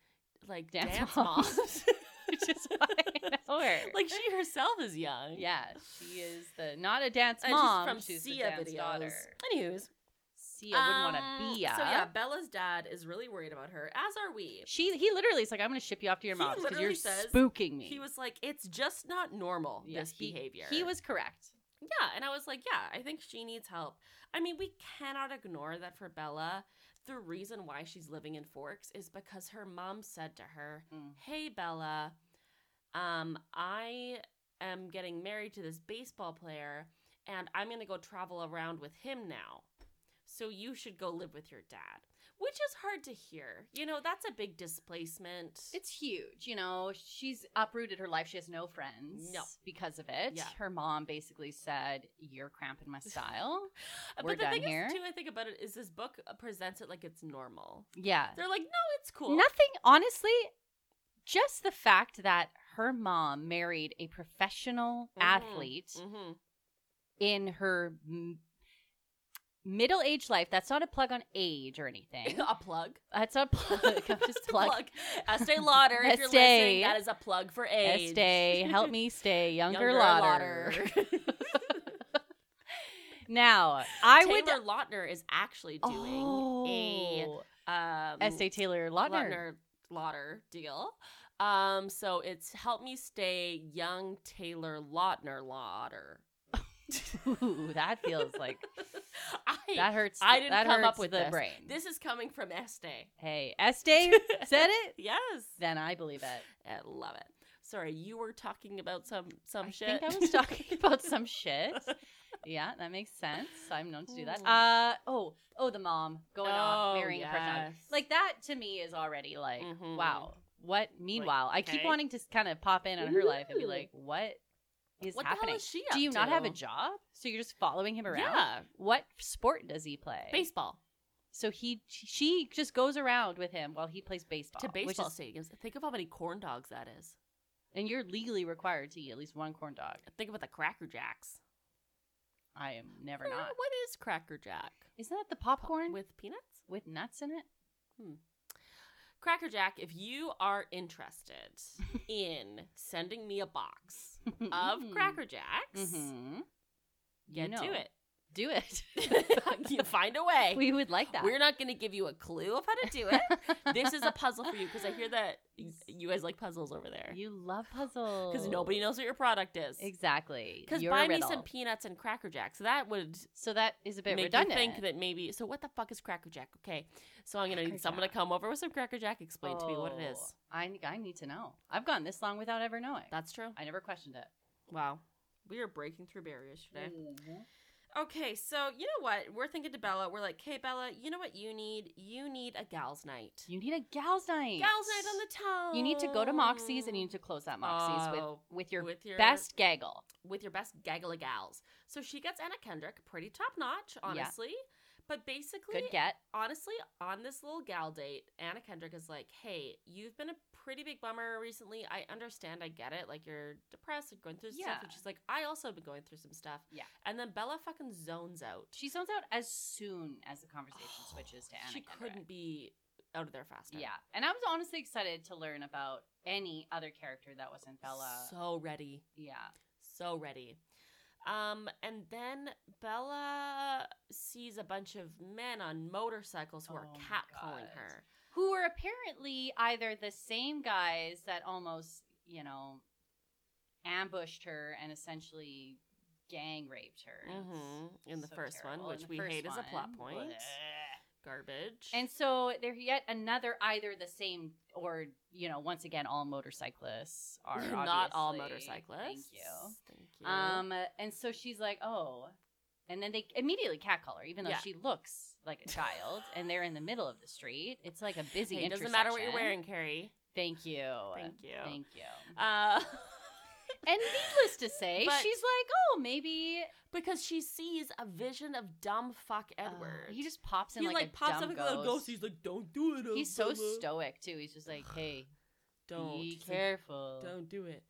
Speaker 1: like
Speaker 2: Dance
Speaker 1: dance,
Speaker 2: moms.
Speaker 1: moms.
Speaker 2: Which is why I know her.
Speaker 1: like she herself is young.
Speaker 2: yeah, she is the not a dance
Speaker 1: and
Speaker 2: mom.
Speaker 1: she's from
Speaker 2: the
Speaker 1: Sia
Speaker 2: dance
Speaker 1: videos.
Speaker 2: daughter.
Speaker 1: Anyways,
Speaker 2: Sia wouldn't want to
Speaker 1: um,
Speaker 2: be. a-
Speaker 1: So yeah, Bella's dad is really worried about her, as are we.
Speaker 2: She he literally is like, I'm gonna ship you off to your
Speaker 1: He
Speaker 2: mom because you're
Speaker 1: literally says
Speaker 2: spooking me.
Speaker 1: He was like, "It's just not normal
Speaker 2: Yeah,
Speaker 1: this
Speaker 2: he-
Speaker 1: behavior."
Speaker 2: He was correct.
Speaker 1: yeah, and I was like, "Yeah, I think she needs help." I mean, we cannot ignore that for Bella. The reason why she's living in Forks is because her mom said to her,
Speaker 2: Mm.
Speaker 1: "Hey Bella, um I am getting married to this baseball player and I'm going to go travel around with him now. So you should go live with your dad." which is hard to hear. You know, that's a big displacement.
Speaker 2: It's huge, you know. She's uprooted her life. She has no friends
Speaker 1: No.
Speaker 2: because of it.
Speaker 1: Yeah.
Speaker 2: Her mom basically said, "You're cramping my style." we're
Speaker 1: Uh, but the
Speaker 2: done
Speaker 1: thing
Speaker 2: here.
Speaker 1: is, too, I think about it is this book presents it like it's normal.
Speaker 2: yeah.
Speaker 1: They're like, no, it's cool.
Speaker 2: Nothing, honestly, just the fact that her mom married a professional
Speaker 1: Mhm.
Speaker 2: athlete
Speaker 1: hmm
Speaker 2: in her m- middle-aged life. That's not a plug on age or anything.
Speaker 1: a plug.
Speaker 2: That's not a plug. I'm just
Speaker 1: plug.
Speaker 2: plug.
Speaker 1: Estee Lauder, if you're
Speaker 2: Estee.
Speaker 1: listening, that is a plug for age.
Speaker 2: Estee, help me stay younger,
Speaker 1: Younger
Speaker 2: Lauder. now, I would
Speaker 1: Taylor Lautner is actually doing
Speaker 2: oh,
Speaker 1: a um,
Speaker 2: Estee Taylor Lautner.
Speaker 1: Lautner Lauder deal. Um, so it's help me stay young Taylor Lautner Lauder.
Speaker 2: Ooh, that feels like
Speaker 1: I,
Speaker 2: that hurts.
Speaker 1: I didn't
Speaker 2: that
Speaker 1: come up
Speaker 2: hurts
Speaker 1: with
Speaker 2: the
Speaker 1: this.
Speaker 2: brain.
Speaker 1: This is coming from Estee.
Speaker 2: hey, Estee said it.
Speaker 1: Yes,
Speaker 2: Then I believe it.
Speaker 1: I love it. Sorry, you were talking about some some
Speaker 2: I
Speaker 1: shit.
Speaker 2: think I was talking about some shit. Yeah, that makes sense. I'm known to do that.
Speaker 1: Mm.
Speaker 2: Uh oh, oh, the mom going off
Speaker 1: Oh,
Speaker 2: marrying a person.
Speaker 1: yes.
Speaker 2: Like that to me is already like
Speaker 1: Mhm.
Speaker 2: wow. What? Meanwhile, I keep
Speaker 1: okay.
Speaker 2: wanting to kind of pop in on her life and be
Speaker 1: Ooh.
Speaker 2: like, what is
Speaker 1: what the
Speaker 2: happening?
Speaker 1: hell is she up
Speaker 2: do you not have a
Speaker 1: to?
Speaker 2: job? So you're just following him around.
Speaker 1: Yeah,
Speaker 2: What sport does he play?
Speaker 1: baseball
Speaker 2: So he she just goes around with him while he plays baseball.
Speaker 1: to
Speaker 2: Oh, which
Speaker 1: baseball
Speaker 2: is-
Speaker 1: stadiums. Think of how many corn dogs that is.
Speaker 2: and you're legally required to eat at least one corn dog.
Speaker 1: Think about the Cracker Jacks.
Speaker 2: I am never
Speaker 1: Uh,
Speaker 2: not.
Speaker 1: What is Cracker Jack?
Speaker 2: Isn't that the
Speaker 1: Po-
Speaker 2: popcorn
Speaker 1: with peanuts?
Speaker 2: with nuts in it?
Speaker 1: Cracker Jack, if you are interested in sending me a box of Cracker Jacks,
Speaker 2: Hmm. Mm-hmm.
Speaker 1: get to it.
Speaker 2: Do it.
Speaker 1: you find a way.
Speaker 2: we would like that.
Speaker 1: We're not going to give you a clue of how to do it. this is a puzzle for you because I hear that y- you guys like puzzles over there.
Speaker 2: You love puzzles
Speaker 1: Because nobody knows what your product is.
Speaker 2: Exactly.
Speaker 1: Because
Speaker 2: You're
Speaker 1: buy
Speaker 2: a
Speaker 1: me
Speaker 2: riddle.
Speaker 1: some peanuts and Cracker Jacks. That would
Speaker 2: So that is a bit
Speaker 1: make
Speaker 2: redundant.
Speaker 1: you think that maybe. So what the fuck is Cracker Jack? Okay, so I'm gonna
Speaker 2: Cracker
Speaker 1: need someone
Speaker 2: Jack.
Speaker 1: to come over with some Cracker Jack. Explain to me what it is.
Speaker 2: Oh, I I need to know. I've gone this long without ever knowing.
Speaker 1: That's true.
Speaker 2: I never questioned it.
Speaker 1: Wow, we are breaking through barriers today. Mm-hmm. Mm. Okay, so you know what? We're thinking to Bella. We're like, hey Bella, you know what you need? You need a gals night.
Speaker 2: You need a gals night.
Speaker 1: Gals night on the town.
Speaker 2: You need to go to Moxie's and you need to close that Moxie's
Speaker 1: Oh,
Speaker 2: with with your
Speaker 1: with your
Speaker 2: best gaggle.
Speaker 1: with your best gaggle of gals. So she gets Anna Kendrick, pretty top notch, honestly. But basically,
Speaker 2: Good get.
Speaker 1: honestly, on this little gal date, Anna Kendrick is like, "Hey, you've been a pretty big bummer recently. I understand. I get it. Like you're depressed and going through stuff."
Speaker 2: Yeah.
Speaker 1: And she's like, "I also have been going through some stuff."
Speaker 2: Yeah.
Speaker 1: And then Bella fucking zones out.
Speaker 2: She zones out as soon as the conversation switches to Anna.
Speaker 1: Oh, She
Speaker 2: Kendrick.
Speaker 1: couldn't be out of there faster.
Speaker 2: Yeah, and I was honestly excited to learn about any other character that wasn't Bella.
Speaker 1: So ready.
Speaker 2: yeah,
Speaker 1: So ready. Um, and then Bella sees a bunch of men on motorcycles who are
Speaker 2: Oh my
Speaker 1: catcalling
Speaker 2: God.
Speaker 1: her.
Speaker 2: who were apparently either the same guys that almost you know ambushed her and essentially gang raped her and it's
Speaker 1: Mhm, in the
Speaker 2: so
Speaker 1: first
Speaker 2: terrible.
Speaker 1: one,
Speaker 2: In
Speaker 1: which
Speaker 2: the
Speaker 1: we
Speaker 2: first
Speaker 1: hate as a plot
Speaker 2: one.
Speaker 1: point.
Speaker 2: Blech.
Speaker 1: Garbage.
Speaker 2: And so they're yet another either the same or you know once again all motorcyclists are
Speaker 1: not all
Speaker 2: obviously-
Speaker 1: motorcyclists.
Speaker 2: Thank you.
Speaker 1: Thank you.
Speaker 2: Um, and so she's like, oh. And then they immediately catcall her, even though
Speaker 1: Yeah.
Speaker 2: she looks like a child, and they're in the middle of the street. It's like a busy.
Speaker 1: Hey, it doesn't matter what you're
Speaker 2: intersection.
Speaker 1: wearing, Carrie.
Speaker 2: Thank you.
Speaker 1: Thank you.
Speaker 2: Thank you.
Speaker 1: Uh,
Speaker 2: And needless to say,
Speaker 1: But-
Speaker 2: she's like, oh, maybe
Speaker 1: because she sees a vision of dumb fuck
Speaker 2: uh,
Speaker 1: Edward.
Speaker 2: he just pops in
Speaker 1: he
Speaker 2: like,
Speaker 1: like,
Speaker 2: a
Speaker 1: pops up
Speaker 2: dumb
Speaker 1: like a
Speaker 2: ghost.
Speaker 1: little ghost. He's like, "Don't do it." uh,
Speaker 2: He's so
Speaker 1: Bella.
Speaker 2: stoic too. He's just like, hey,
Speaker 1: Don't
Speaker 2: be
Speaker 1: He's like,
Speaker 2: careful.
Speaker 1: Don't do it.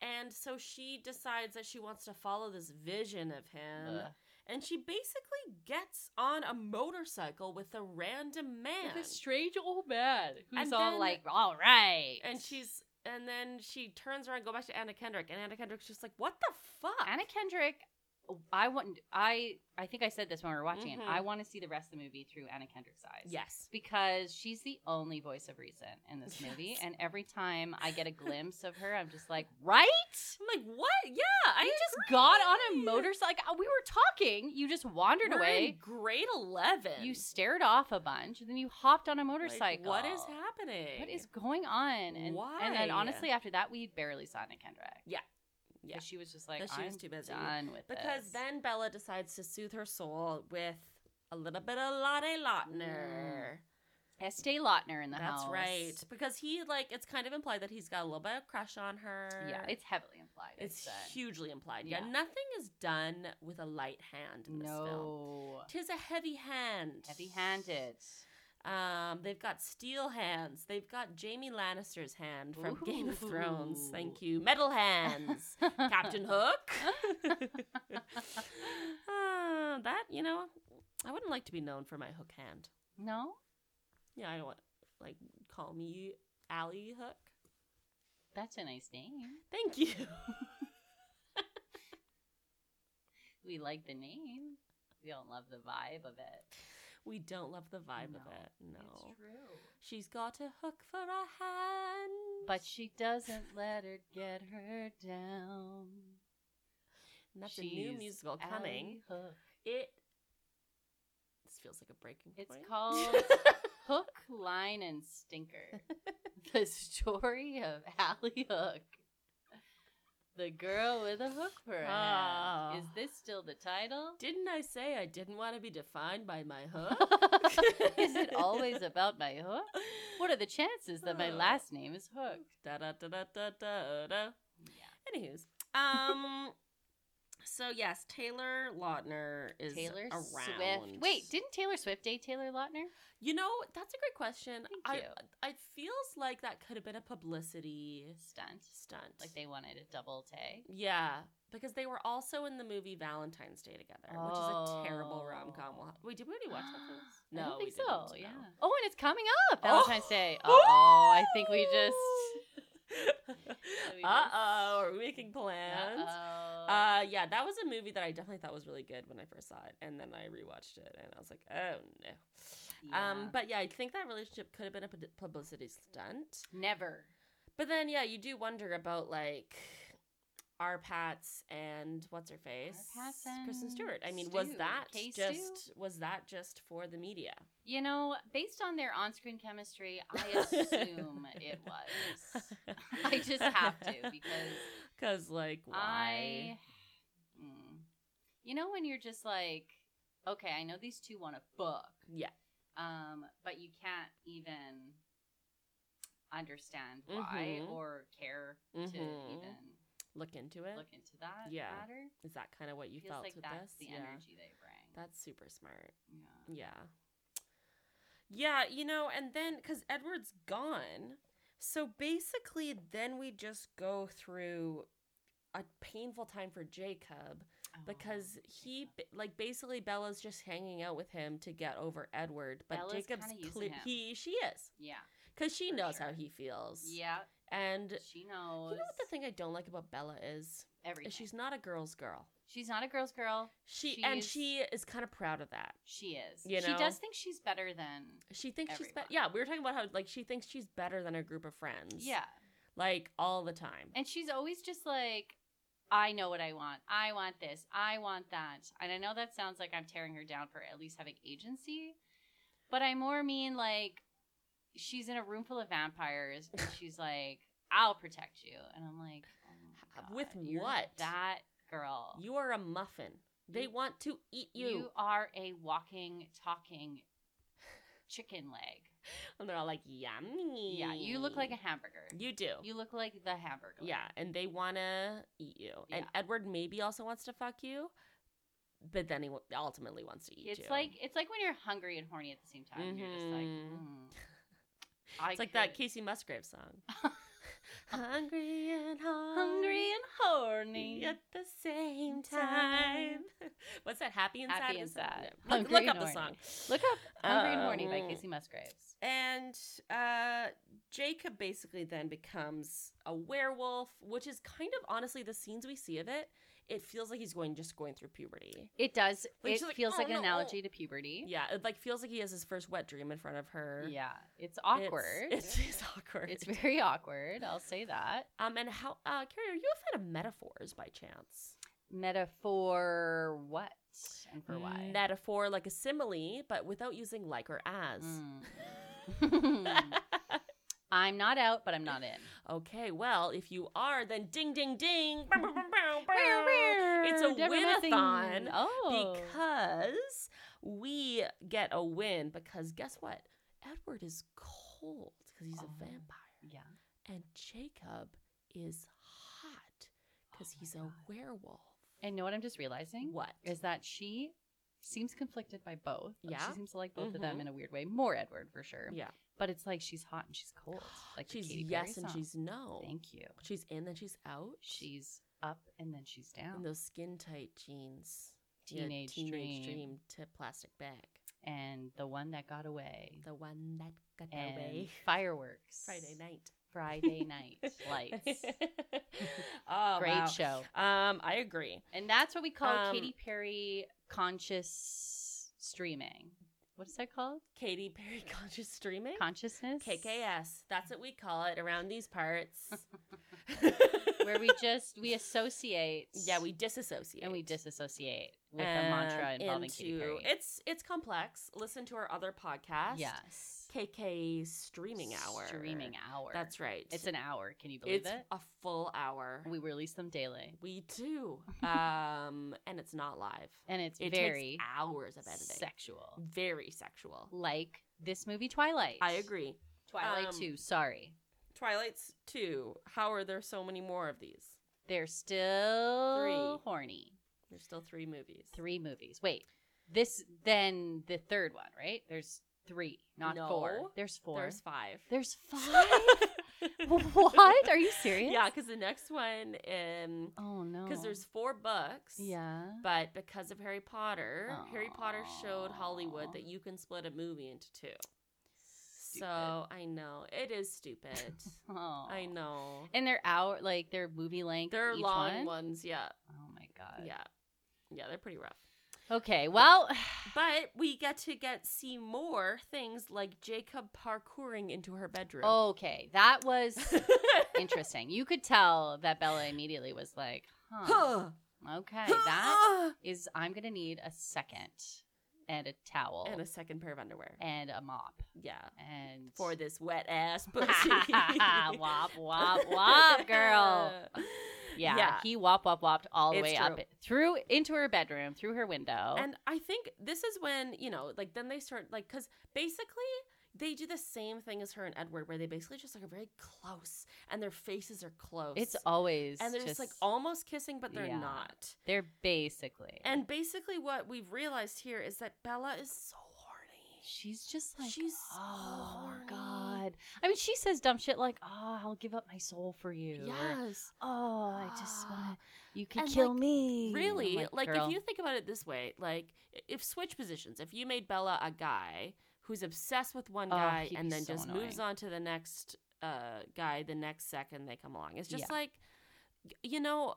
Speaker 1: And so she decides that she wants to follow this vision of him.
Speaker 2: Ugh.
Speaker 1: And she basically gets on a motorcycle with a random man.
Speaker 2: With a strange old man who's
Speaker 1: And
Speaker 2: all
Speaker 1: then-
Speaker 2: like, all right.
Speaker 1: and she's and then she turns around and go back to Anna Kendrick and Anna Kendrick's just like, "What the fuck?"
Speaker 2: Anna Kendrick. I want. I I think I said this when we were watching
Speaker 1: Mhm.
Speaker 2: it. I want to see the rest of the movie through Anna Kendrick's eyes.
Speaker 1: yes.
Speaker 2: Because she's the only voice of reason in this
Speaker 1: Yes.
Speaker 2: movie, and every time I get a glimpse of her, I'm just like, right?
Speaker 1: I'm like, "What? Yeah, I
Speaker 2: you just
Speaker 1: agree."
Speaker 2: got on a motorcycle. We were talking. You just wandered
Speaker 1: We're in
Speaker 2: away.
Speaker 1: grade 11.
Speaker 2: You stared off a bunch, and then you hopped on a
Speaker 1: Like,
Speaker 2: motorcycle.
Speaker 1: what is happening?
Speaker 2: What is going on? And, And then
Speaker 1: Why?
Speaker 2: honestly, after that, we barely saw Anna Kendrick.
Speaker 1: Yeah.
Speaker 2: 'Cause
Speaker 1: Yeah.
Speaker 2: she was just like,
Speaker 1: 'Cause she was
Speaker 2: I'm
Speaker 1: too busy.
Speaker 2: Done with
Speaker 1: Because
Speaker 2: this.
Speaker 1: then Bella decides to soothe her soul with a little bit of Lottie Lautner.
Speaker 2: Estee Lautner in Mm, the
Speaker 1: That's
Speaker 2: house.
Speaker 1: right. Because he like it's kind of implied that he's got a little bit of crush on her.
Speaker 2: Yeah, it's heavily implied.
Speaker 1: it's
Speaker 2: that-
Speaker 1: hugely implied. Yeah.
Speaker 2: Yeah.
Speaker 1: nothing is done with a light hand in this film.
Speaker 2: no
Speaker 1: Tis a heavy hand.
Speaker 2: heavy-handed.
Speaker 1: Um, they've got steel hands. They've got Jamie Lannister's hand from Game of Thrones.
Speaker 2: Ooh.
Speaker 1: Thank you. Metal hands. Captain Hook. uh, that you know, I wouldn't like to be known for my hook hand.
Speaker 2: No,
Speaker 1: Yeah, I don't want like call me Ally Hook.
Speaker 2: that's a nice name.
Speaker 1: Thank you.
Speaker 2: We like the name. We don't love the vibe of it.
Speaker 1: We don't love the vibe of
Speaker 2: No,
Speaker 1: it. No,
Speaker 2: true.
Speaker 1: she's got a hook for a hand.
Speaker 2: But she doesn't let her get her down.
Speaker 1: and that's a new
Speaker 2: She's
Speaker 1: musical
Speaker 2: Ally
Speaker 1: coming.
Speaker 2: Hook.
Speaker 1: It this feels like a breaking
Speaker 2: It's
Speaker 1: point.
Speaker 2: called Hook, Line, and Stinker. the story of Allie Hook. The girl with a hook for a hand. Is
Speaker 1: Ah.
Speaker 2: this still the title?
Speaker 1: Didn't I say I didn't want to be defined by my hook?
Speaker 2: is it always about my hook? What are the chances that my
Speaker 1: Oh.
Speaker 2: last name is Hook?
Speaker 1: da da da da da da da.
Speaker 2: Yeah.
Speaker 1: Anywho's, um, so yes, Taylor Lautner is
Speaker 2: Taylor
Speaker 1: around.
Speaker 2: Swift. Wait, didn't Taylor Swift date Taylor Lautner?
Speaker 1: You know, that's a great question.
Speaker 2: Thank
Speaker 1: I
Speaker 2: you.
Speaker 1: it feels like that could have been a publicity
Speaker 2: Stunt.
Speaker 1: stunt.
Speaker 2: Like they wanted a double tag.
Speaker 1: Yeah, because they were also in the movie Valentine's Day together, which is a terrible
Speaker 2: Oh.
Speaker 1: rom-com. We'll- Wait, did we already watch that? film?
Speaker 2: I
Speaker 1: No,
Speaker 2: don't think
Speaker 1: we
Speaker 2: so.
Speaker 1: didn't,
Speaker 2: Yeah.
Speaker 1: no.
Speaker 2: Oh, and it's coming up
Speaker 1: Oh.
Speaker 2: Valentine's Day. Oh, I think we just. just-
Speaker 1: Uh-oh, are we making plans?
Speaker 2: Uh-oh.
Speaker 1: Uh yeah, that was a movie that I definitely thought was really good when I first saw it, and then I rewatched it, and I was like, oh no. Um,
Speaker 2: Yeah.
Speaker 1: but yeah, I think that relationship could have been a pub- publicity stunt.
Speaker 2: never.
Speaker 1: But then yeah, you do wonder about like our Pats and what's her face,
Speaker 2: Pats
Speaker 1: Kristen
Speaker 2: and
Speaker 1: Stewart. I mean,
Speaker 2: Stu,
Speaker 1: was that
Speaker 2: Kay Stu?
Speaker 1: just was that just for the media?
Speaker 2: You know, based on their on-screen chemistry, I assume it was. I just have to, because
Speaker 1: because like why?
Speaker 2: I. Mm. you know when you're just like, okay, I know these two want to book.
Speaker 1: Yeah.
Speaker 2: Um, but you can't even understand why
Speaker 1: Mhm.
Speaker 2: or care to
Speaker 1: Mhm.
Speaker 2: even
Speaker 1: look into it. Is
Speaker 2: look into that
Speaker 1: Yeah.
Speaker 2: matter.
Speaker 1: that kind of what you
Speaker 2: Feels
Speaker 1: felt
Speaker 2: like
Speaker 1: with this?
Speaker 2: that's the
Speaker 1: yeah,
Speaker 2: energy they bring.
Speaker 1: that's super smart.
Speaker 2: yeah.
Speaker 1: Yeah. Yeah, you know, and then because Edward's gone. So basically, then we just go through a painful time for Jacob
Speaker 2: Oh,
Speaker 1: because he,
Speaker 2: Jacob.
Speaker 1: b- like, basically Bella's just hanging out with him to get over Edward. But
Speaker 2: Bella's
Speaker 1: Jacob's
Speaker 2: kinda using
Speaker 1: clear.
Speaker 2: him.
Speaker 1: He, she is.
Speaker 2: Yeah.
Speaker 1: Because she
Speaker 2: For
Speaker 1: knows
Speaker 2: sure.
Speaker 1: how he feels.
Speaker 2: Yeah.
Speaker 1: And
Speaker 2: She knows.
Speaker 1: you know what the thing I don't like about Bella is?
Speaker 2: Everything.
Speaker 1: Is she's not a girl's girl.
Speaker 2: She's not a girl's girl.
Speaker 1: She, and
Speaker 2: She's-
Speaker 1: she is kind of proud of that.
Speaker 2: She is.
Speaker 1: You
Speaker 2: She
Speaker 1: know?
Speaker 2: does think she's better than.
Speaker 1: She thinks she's better.
Speaker 2: Everyone.
Speaker 1: Yeah, we were talking about how like she thinks she's better than her group of friends.
Speaker 2: Yeah.
Speaker 1: like all the time.
Speaker 2: And she's always just like, I know what I want. I want this. I want that. And I know that sounds like I'm tearing her down for at least having agency, but I more mean like she's in a room full of vampires and she's like, I'll protect you. And I'm like, oh my
Speaker 1: With
Speaker 2: God, you're
Speaker 1: what?
Speaker 2: That girl.
Speaker 1: you are a muffin. They
Speaker 2: You-
Speaker 1: want to eat you.
Speaker 2: You are a walking, talking chicken leg.
Speaker 1: And they're all like, yummy.
Speaker 2: Yeah, you look like a hamburger.
Speaker 1: You do.
Speaker 2: You look like the hamburger.
Speaker 1: yeah, and they want to eat you. And
Speaker 2: Yeah.
Speaker 1: Edward maybe also wants to fuck you, but then he w- ultimately wants to eat
Speaker 2: It's
Speaker 1: you.
Speaker 2: like it's like when you're hungry and horny at the same time. You're just like,
Speaker 1: Mhm.
Speaker 2: "Mm, I
Speaker 1: it's like that
Speaker 2: could-
Speaker 1: Casey Musgrave song. Hungry and
Speaker 2: hungry
Speaker 1: hungry
Speaker 2: and horny.
Speaker 1: at the same time. What's that? Happy and
Speaker 2: Happy
Speaker 1: sad.
Speaker 2: and
Speaker 1: is that-
Speaker 2: sad.
Speaker 1: Yeah. Look,
Speaker 2: Hungry
Speaker 1: look
Speaker 2: and
Speaker 1: up the song.
Speaker 2: horny. Look up "Hungry and Horny" by
Speaker 1: Um,
Speaker 2: Casey Musgraves.
Speaker 1: And uh, Jacob basically then becomes a werewolf, which is kind of honestly the scenes we see of it. It feels like he's going just going through puberty.
Speaker 2: It does.
Speaker 1: Like,
Speaker 2: it
Speaker 1: she's like,
Speaker 2: feels
Speaker 1: "Oh,
Speaker 2: like an
Speaker 1: no, oh."
Speaker 2: analogy to puberty.
Speaker 1: Yeah, it like feels like he has his first wet dream in front of her.
Speaker 2: Yeah,
Speaker 1: It's-
Speaker 2: it's awkward.
Speaker 1: It's,
Speaker 2: It's,
Speaker 1: it's awkward.
Speaker 2: very awkward. I'll say that.
Speaker 1: um. And how, uh, Carrie, are you a fan of metaphors by chance?
Speaker 2: Metaphor what and for why?
Speaker 1: Metaphor like a simile, but without using like or as.
Speaker 2: Mm. I'm not out, but I'm not in.
Speaker 1: okay, well, if you are, then ding, ding, ding. Bow, bow, bow, bow, bow. It's a
Speaker 2: Never my thing.
Speaker 1: win-a-thon
Speaker 2: Oh.
Speaker 1: because we get a win because guess what Edward is cold because he's
Speaker 2: Oh.
Speaker 1: a vampire,
Speaker 2: Yeah.
Speaker 1: and Jacob is hot because he's a werewolf.
Speaker 2: And know what I'm just realizing?
Speaker 1: What?
Speaker 2: Is that she seems conflicted by both. Like,
Speaker 1: Yeah.
Speaker 2: She seems to like both of
Speaker 1: Mhm.
Speaker 2: them in a weird way. More Edward for sure.
Speaker 1: Yeah.
Speaker 2: But it's like she's hot and she's cold. Like the
Speaker 1: she's
Speaker 2: Katy Perry
Speaker 1: yes and
Speaker 2: song.
Speaker 1: she's no.
Speaker 2: Thank you.
Speaker 1: She's in, then she's out.
Speaker 2: She's up and then she's
Speaker 1: in
Speaker 2: down.
Speaker 1: those skin tight jeans. Yeah,
Speaker 2: Teenage,
Speaker 1: teenage
Speaker 2: dream.
Speaker 1: dream to plastic bag.
Speaker 2: And the one that got away.
Speaker 1: The one that got
Speaker 2: and
Speaker 1: away.
Speaker 2: fireworks.
Speaker 1: Friday night.
Speaker 2: Friday night lights.
Speaker 1: oh,
Speaker 2: Great
Speaker 1: wow.
Speaker 2: show.
Speaker 1: Um, I agree.
Speaker 2: And that's what we call
Speaker 1: Um,
Speaker 2: Katy Perry conscious streaming. What is that called?
Speaker 1: Katy Perry conscious streaming.
Speaker 2: Consciousness?
Speaker 1: KKS. That's what we call it around these parts.
Speaker 2: Where we just, we associate.
Speaker 1: yeah, we disassociate
Speaker 2: And we disassociate with a
Speaker 1: um,
Speaker 2: mantra involving Katy
Speaker 1: into-
Speaker 2: Perry.
Speaker 1: It's it's complex. Listen to our other podcast.
Speaker 2: yes.
Speaker 1: KK streaming hour.
Speaker 2: Streaming hour.
Speaker 1: That's right.
Speaker 2: It's an hour. Can you believe
Speaker 1: it's
Speaker 2: it?
Speaker 1: a full hour.
Speaker 2: We release them daily.
Speaker 1: We do. Um, and it's not live.
Speaker 2: And it's
Speaker 1: It
Speaker 2: very
Speaker 1: takes hours of editing.
Speaker 2: sexual.
Speaker 1: very sexual.
Speaker 2: Like this movie, Twilight.
Speaker 1: I agree.
Speaker 2: Twilight
Speaker 1: Um,
Speaker 2: 2, sorry.
Speaker 1: Twilight's two. How are there so many more of these?
Speaker 2: They're still
Speaker 1: Three.
Speaker 2: horny.
Speaker 1: There's still three movies.
Speaker 2: Three movies. Wait, this then the third one, right? There's three, not
Speaker 1: No.
Speaker 2: four. There's four.
Speaker 1: There's five.
Speaker 2: There's five. what? Are you serious?
Speaker 1: Yeah, because the next one, um,
Speaker 2: Oh no.
Speaker 1: because there's four books.
Speaker 2: yeah.
Speaker 1: But because of Harry Potter, Harry Potter showed
Speaker 2: Aw.
Speaker 1: Hollywood that you can split a movie into two.
Speaker 7: Stupid.
Speaker 1: So I know it is stupid.
Speaker 2: Oh.
Speaker 1: I know.
Speaker 2: And they're hour, like they're movie length.
Speaker 1: They're
Speaker 2: each
Speaker 1: long
Speaker 2: one?
Speaker 1: ones. Yeah.
Speaker 2: Oh my god.
Speaker 1: Yeah. Yeah, they're pretty rough.
Speaker 2: Okay. Well,
Speaker 1: But we get to get see more things like Jacob parkouring into her bedroom.
Speaker 2: Oh. okay. That was interesting. You could tell that Bella immediately was like, huh. Okay, that is I'm gonna need a second and a towel
Speaker 1: and a second pair of underwear.
Speaker 2: and a mop
Speaker 1: Yeah.
Speaker 2: and
Speaker 1: For this wet ass pussy.
Speaker 2: wop wop wop girl. Yeah,
Speaker 1: Yeah.
Speaker 2: he wop wop wopped all the
Speaker 1: It's
Speaker 2: way up
Speaker 1: true.
Speaker 2: through into her bedroom through her window.
Speaker 1: And I think this is when, you know, like then they start like cuz basically they do the same thing as her and Edward where they basically just like are very close and their faces are close.
Speaker 2: it's always
Speaker 1: and they're just, like almost kissing but they're
Speaker 2: Yeah.
Speaker 1: not.
Speaker 2: they're basically
Speaker 1: And basically what we've realized here is that Bella is so horny.
Speaker 2: she's just like
Speaker 1: She's
Speaker 2: she's
Speaker 1: so
Speaker 2: oh
Speaker 1: horny."
Speaker 2: god. I mean, she says dumb shit like oh I'll give up my soul for you. or,
Speaker 1: Yes.
Speaker 2: Oh, I just want to. You can
Speaker 1: Ah. And,
Speaker 2: kill
Speaker 1: like,
Speaker 2: me.
Speaker 1: Really?
Speaker 2: I'm
Speaker 1: like
Speaker 2: "Girl."
Speaker 1: if you think about it this way, like i- if switch positions, if you made Bella a guy who's obsessed with one
Speaker 2: Oh,
Speaker 1: guy
Speaker 2: he'd
Speaker 1: and
Speaker 2: be
Speaker 1: then
Speaker 2: so
Speaker 1: just moves
Speaker 2: annoying.
Speaker 1: on to the next uh guy the next second they come along. It's just
Speaker 2: Yeah.
Speaker 1: like y- you know,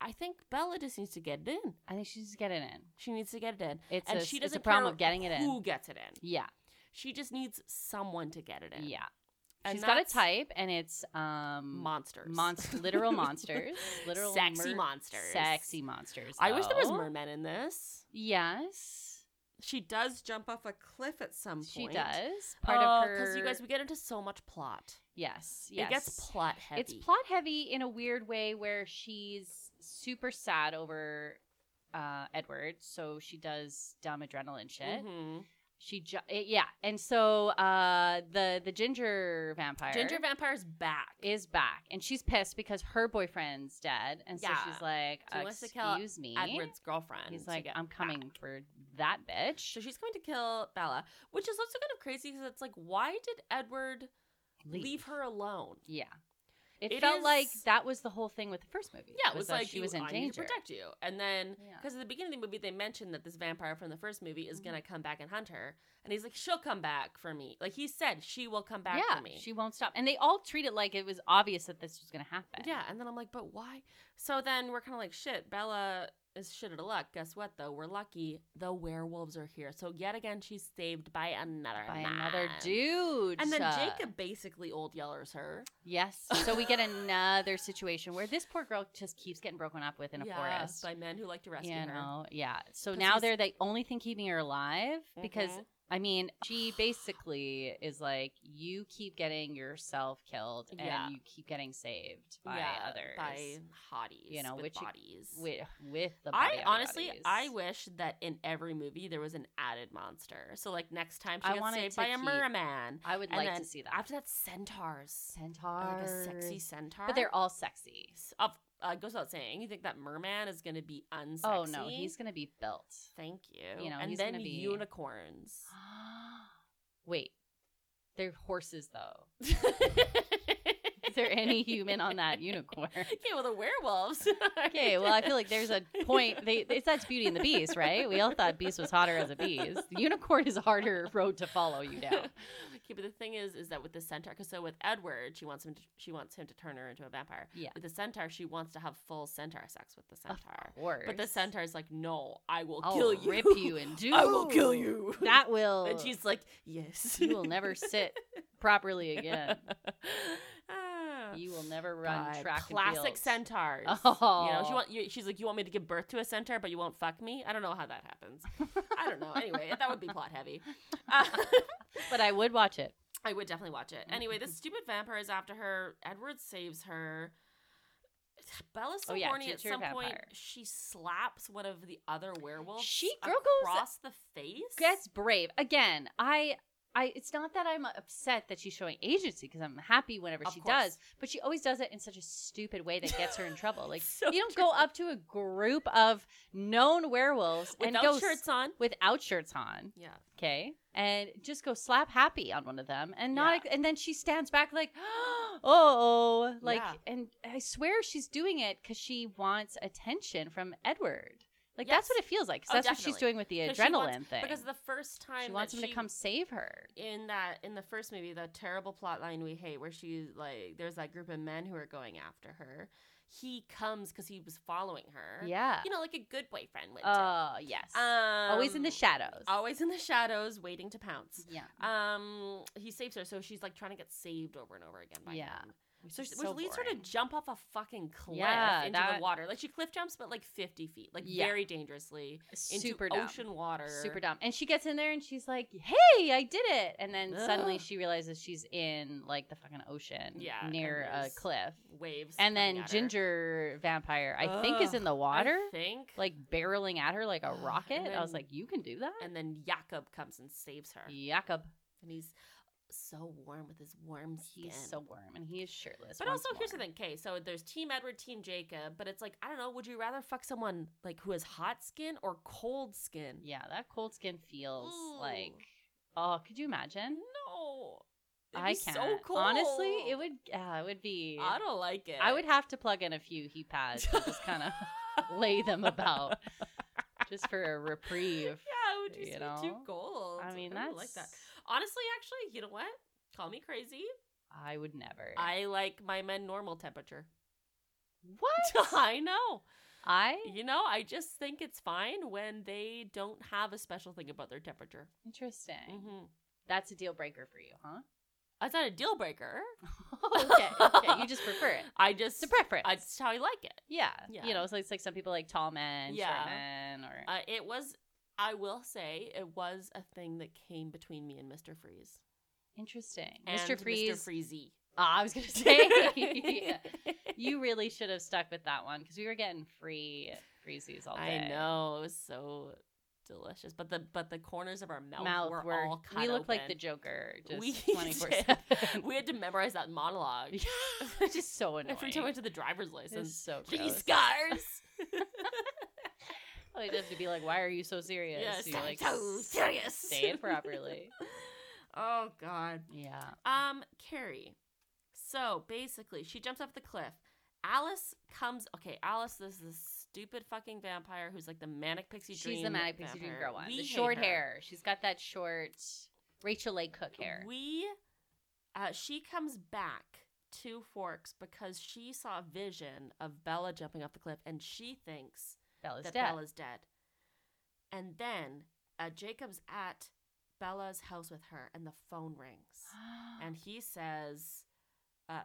Speaker 1: I think Bella just needs to get it in.
Speaker 2: I think she's just getting in.
Speaker 1: She needs to get it in.
Speaker 2: It's
Speaker 1: and
Speaker 2: a,
Speaker 1: she
Speaker 2: it's
Speaker 1: doesn't
Speaker 2: a problem
Speaker 1: care
Speaker 2: of getting it
Speaker 1: Who
Speaker 2: in.
Speaker 1: gets it in?
Speaker 2: Yeah,
Speaker 1: She just needs someone to get it in.
Speaker 2: yeah.
Speaker 1: And
Speaker 2: she's got a
Speaker 1: that's
Speaker 2: type, and it's um
Speaker 1: Monsters.
Speaker 2: monst- literal monsters, literal
Speaker 1: sexy
Speaker 2: mer-
Speaker 1: monsters.
Speaker 2: sexy monsters.
Speaker 1: I wish there was
Speaker 2: though.
Speaker 1: mermen in this.
Speaker 2: Yes,
Speaker 1: She does jump off a cliff at some point.
Speaker 2: she does. Part
Speaker 1: oh,
Speaker 2: of her
Speaker 1: because you guys we get into so much plot.
Speaker 2: Yes, yes.
Speaker 1: It gets plot heavy.
Speaker 2: It's plot heavy in a weird way where she's super sad over uh Edward, so she does dumb adrenaline shit.
Speaker 1: Mhm.
Speaker 2: She ju- eh, yeah, and so uh the the ginger vampire
Speaker 1: Ginger vampire's back.
Speaker 2: is back, and she's pissed because her boyfriend's dead, and so
Speaker 1: Yeah.
Speaker 2: she's like,
Speaker 1: She wants to kill
Speaker 2: "Excuse me."
Speaker 1: Edward's girlfriend.
Speaker 2: He's
Speaker 1: to
Speaker 2: like,
Speaker 1: get
Speaker 2: "I'm coming
Speaker 1: back.
Speaker 2: for that bitch."
Speaker 1: So she's going to kill Bella, which is also kind of crazy because it's like, why did Edward leave, her alone?
Speaker 2: Yeah, it,
Speaker 1: It
Speaker 2: felt like
Speaker 1: is-
Speaker 2: that was the whole thing with the first movie.
Speaker 1: Yeah, it was,
Speaker 2: that
Speaker 1: like
Speaker 2: she
Speaker 1: you-
Speaker 2: was in
Speaker 1: I need to
Speaker 2: danger.
Speaker 1: protect you, and then
Speaker 2: Yeah.
Speaker 1: because at the beginning of the movie they mentioned that this vampire from the first movie is gonna
Speaker 2: Mm-hmm.
Speaker 1: come back and hunt her, and he's like, she'll come back for me. Like he said, she will come back
Speaker 2: yeah,
Speaker 1: for me.
Speaker 2: she won't stop, and they all treat it like it was obvious that this was going to happen.
Speaker 1: Yeah, and then I'm like, but why? So then we're kind of like, shit, Bella is shit out of luck. Guess what, though? We're lucky. The werewolves are here. So yet again, she's saved by another
Speaker 2: by
Speaker 1: man.
Speaker 2: another dude.
Speaker 1: And then
Speaker 2: Uh,
Speaker 1: Jacob basically old yellers her.
Speaker 2: Yes, so we get another situation where this poor girl just keeps getting broken up with in a
Speaker 1: Yeah,
Speaker 2: forest.
Speaker 1: by men who like to rescue
Speaker 2: you
Speaker 1: her.
Speaker 2: know, yeah. So
Speaker 1: 'Cause
Speaker 2: now
Speaker 1: he's-
Speaker 2: they're the only thing keeping her alive because
Speaker 1: Mhm.
Speaker 2: I mean, she basically is like, you keep getting yourself killed and
Speaker 1: Yeah.
Speaker 2: you keep getting saved by others.
Speaker 1: by hotties,
Speaker 2: You know,
Speaker 1: with
Speaker 2: which-
Speaker 1: bodies.
Speaker 2: with, with the body
Speaker 1: I
Speaker 2: of
Speaker 1: honestly,
Speaker 2: bodies.
Speaker 1: I wish that in every movie there was an added monster. So like next time she
Speaker 2: I
Speaker 1: gets
Speaker 2: wanted
Speaker 1: saved
Speaker 2: to
Speaker 1: by a
Speaker 2: keep-
Speaker 1: merman.
Speaker 2: I would
Speaker 1: and
Speaker 2: like
Speaker 1: then
Speaker 2: to see that.
Speaker 1: After that, centaurs.
Speaker 2: centaur,
Speaker 1: Like a sexy centaur.
Speaker 2: but they're all sexy.
Speaker 1: S- of uh, goes without saying. You think that merman is going to be unsexy?
Speaker 2: Oh no, he's gonna be built.
Speaker 1: Thank you.
Speaker 2: you know,
Speaker 1: and
Speaker 2: he's
Speaker 1: then
Speaker 2: gonna be-
Speaker 1: unicorns.
Speaker 2: Wait, they're horses though. Is there any human on that unicorn?
Speaker 1: Okay, well, the werewolves.
Speaker 2: Okay, well, I feel like there's a point. They it's that's Beauty and the Beast, right? We all thought Beast was hotter as a beast. The unicorn is a harder road to follow you down.
Speaker 1: okay, but the thing is, is that with the centaur, because so with Edward, she wants him. To, she wants him to turn her into a vampire.
Speaker 2: Yeah.
Speaker 1: With the centaur, she wants to have full centaur sex with the centaur.
Speaker 2: Worse.
Speaker 1: But the centaur's like, no, I will
Speaker 2: I'll
Speaker 1: kill you.
Speaker 2: rip you and do.
Speaker 1: I will kill you.
Speaker 2: That will.
Speaker 1: and she's like, yes.
Speaker 2: you will never sit properly again.
Speaker 1: Ah.
Speaker 2: You will never run
Speaker 1: God,
Speaker 2: track. and
Speaker 1: Classic
Speaker 2: field.
Speaker 1: centaurs. You know,
Speaker 2: Oh.
Speaker 1: she want, you, she's like, you want me to give birth to a centaur, but you won't fuck me? I don't know how that happens. I don't know. Anyway, that would be plot heavy. Uh,
Speaker 2: But I would watch it.
Speaker 1: I would definitely watch it. Anyway, this stupid vampire is after her. Edward saves her. Bella's so
Speaker 2: Oh, yeah,
Speaker 1: horny at
Speaker 2: she's a
Speaker 1: some point.
Speaker 2: vampire.
Speaker 1: She slaps one of the other werewolves.
Speaker 2: She- girl goes-
Speaker 1: across the face.
Speaker 2: That's brave. Again, I. I, it's not that I'm upset that she's showing agency because I'm happy whenever
Speaker 1: Of
Speaker 2: she
Speaker 1: course.
Speaker 2: does, but she always does it in such a stupid way that gets her in trouble. Like
Speaker 1: So
Speaker 2: you don't
Speaker 1: true.
Speaker 2: go up to a group of known werewolves
Speaker 1: without
Speaker 2: and go s-
Speaker 1: shirts on.
Speaker 2: without shirts on,
Speaker 1: Yeah.
Speaker 2: okay, and just go slap happy on one of them and not, ex- and then she stands back like, oh, like,
Speaker 1: Yeah.
Speaker 2: and I swear she's doing it because she wants attention from Edward. Like that's
Speaker 1: Yes.
Speaker 2: what it feels like. 'cause
Speaker 1: Oh,
Speaker 2: that's what she's
Speaker 1: definitely.
Speaker 2: doing with the
Speaker 1: 'Cause she
Speaker 2: adrenaline
Speaker 1: wants-
Speaker 2: thing.
Speaker 1: Because the first time
Speaker 2: she wants
Speaker 1: that
Speaker 2: him to come save her.
Speaker 1: in that in the first movie, the terrible plot line we hate, where she's like, there's that group of men who are going after her. He comes because he was following her.
Speaker 2: Yeah.
Speaker 1: you know, like a good boyfriend would.
Speaker 2: Oh
Speaker 1: do.
Speaker 2: yes.
Speaker 1: Um,
Speaker 2: always in the shadows.
Speaker 1: Always in the shadows, waiting to pounce.
Speaker 2: yeah.
Speaker 1: Um, he saves her, so she's like trying to get saved over and over again by
Speaker 2: Yeah.
Speaker 1: him. So,
Speaker 2: is
Speaker 1: she, which
Speaker 2: so
Speaker 1: leads her
Speaker 2: boring.
Speaker 1: to jump off a fucking cliff
Speaker 2: Yeah,
Speaker 1: into
Speaker 2: that-
Speaker 1: the water. Like she cliff jumps, but like fifty feet, like
Speaker 2: Yeah.
Speaker 1: very dangerously into
Speaker 2: Super dumb.
Speaker 1: ocean water.
Speaker 2: Super dumb. And she gets in there and she's like, "Hey, I did it!" And then suddenly
Speaker 1: Ugh.
Speaker 2: she realizes she's in like the fucking ocean,
Speaker 1: Yeah, and
Speaker 2: near a
Speaker 1: there's
Speaker 2: cliff.
Speaker 1: waves. coming
Speaker 2: And then
Speaker 1: at her.
Speaker 2: Ginger Vampire, I think, is
Speaker 1: Ugh,
Speaker 2: in the
Speaker 1: I
Speaker 2: water,
Speaker 1: think.
Speaker 2: like barreling at her like a
Speaker 1: Ugh,
Speaker 2: rocket.
Speaker 1: and
Speaker 2: I was
Speaker 1: then-
Speaker 2: like, "You can do that."
Speaker 1: and then Jakob comes and saves her,
Speaker 2: Jakob,
Speaker 1: and he's so warm with his warm skin.
Speaker 2: he's so warm and he is shirtless.
Speaker 1: But
Speaker 2: once
Speaker 1: also, here's the
Speaker 2: more.
Speaker 1: thing. Okay, so there's Team Edward, Team Jacob, but it's like I don't know. Would you rather fuck someone like who has hot skin or cold skin?
Speaker 2: Yeah, that cold skin feels
Speaker 1: Ooh.
Speaker 2: like. Oh, could you imagine?
Speaker 1: No, It'd
Speaker 2: I
Speaker 1: be
Speaker 2: can't.
Speaker 1: So cold.
Speaker 2: Honestly, it would. Yeah, it would be.
Speaker 1: I don't like it.
Speaker 2: I would have to plug in a few heat pads and just kind of lay them about just for a reprieve.
Speaker 1: Yeah, it would just
Speaker 2: you
Speaker 1: be too
Speaker 2: know?
Speaker 1: cold.
Speaker 2: I mean,
Speaker 1: I
Speaker 2: that's
Speaker 1: don't like that. Honestly, actually, you know what? Call me crazy.
Speaker 2: I would never.
Speaker 1: I like my men normal temperature.
Speaker 2: what?
Speaker 1: I know.
Speaker 2: I
Speaker 1: You know, I just think it's fine when they don't have a special thing about their temperature.
Speaker 2: interesting.
Speaker 1: hmm
Speaker 2: That's a deal breaker for you, huh?
Speaker 1: That's not a deal breaker. Oh,
Speaker 2: okay, okay. You just prefer it.
Speaker 1: I just
Speaker 2: It's a preference.
Speaker 1: I- That's how I like it.
Speaker 2: yeah.
Speaker 1: Yeah.
Speaker 2: You know, so it's like some people like tall men,
Speaker 1: Yeah.
Speaker 2: short men, or
Speaker 1: Uh, it was. I will say it was a thing that came between me and Mr. Freeze.
Speaker 2: interesting.
Speaker 1: And
Speaker 2: Mr. Freeze.
Speaker 1: Mr. Freezy.
Speaker 2: Ah, I was gonna say. You really should have stuck with that one because we were getting free freezies all day.
Speaker 1: I know it was so delicious, but the but the corners of our mouth,
Speaker 2: mouth
Speaker 1: were,
Speaker 2: were-
Speaker 1: all cut
Speaker 2: we look like the
Speaker 1: open.
Speaker 2: Joker
Speaker 1: We
Speaker 2: just twenty four seven.
Speaker 1: did. We had to memorize that monologue
Speaker 2: Which is so annoying.
Speaker 1: every time I went to the driver's license.
Speaker 2: It's so
Speaker 1: These
Speaker 2: gross.
Speaker 1: scars.
Speaker 2: Oh, you have to be like, why are you so serious?
Speaker 1: yes,
Speaker 2: you like
Speaker 1: so serious.
Speaker 2: say it properly.
Speaker 1: oh God.
Speaker 2: yeah.
Speaker 1: Um, Carrie. So basically, she jumps off the cliff. Alice comes. Okay, Alice, this is this stupid fucking vampire who's like the manic pixie dream.
Speaker 2: She's the manic pixie dream
Speaker 1: vampire.
Speaker 2: girl one.
Speaker 1: We
Speaker 2: the
Speaker 1: hate
Speaker 2: short
Speaker 1: her.
Speaker 2: hair. She's got that short Rachel A. Cook hair.
Speaker 1: We, uh, she comes back to Forks because she saw a vision of Bella jumping off the cliff, and she thinks
Speaker 2: Bella's
Speaker 1: that
Speaker 2: dead.
Speaker 1: Bella's dead. And then uh, Jacob's at Bella's house with her, and the phone rings, and he says,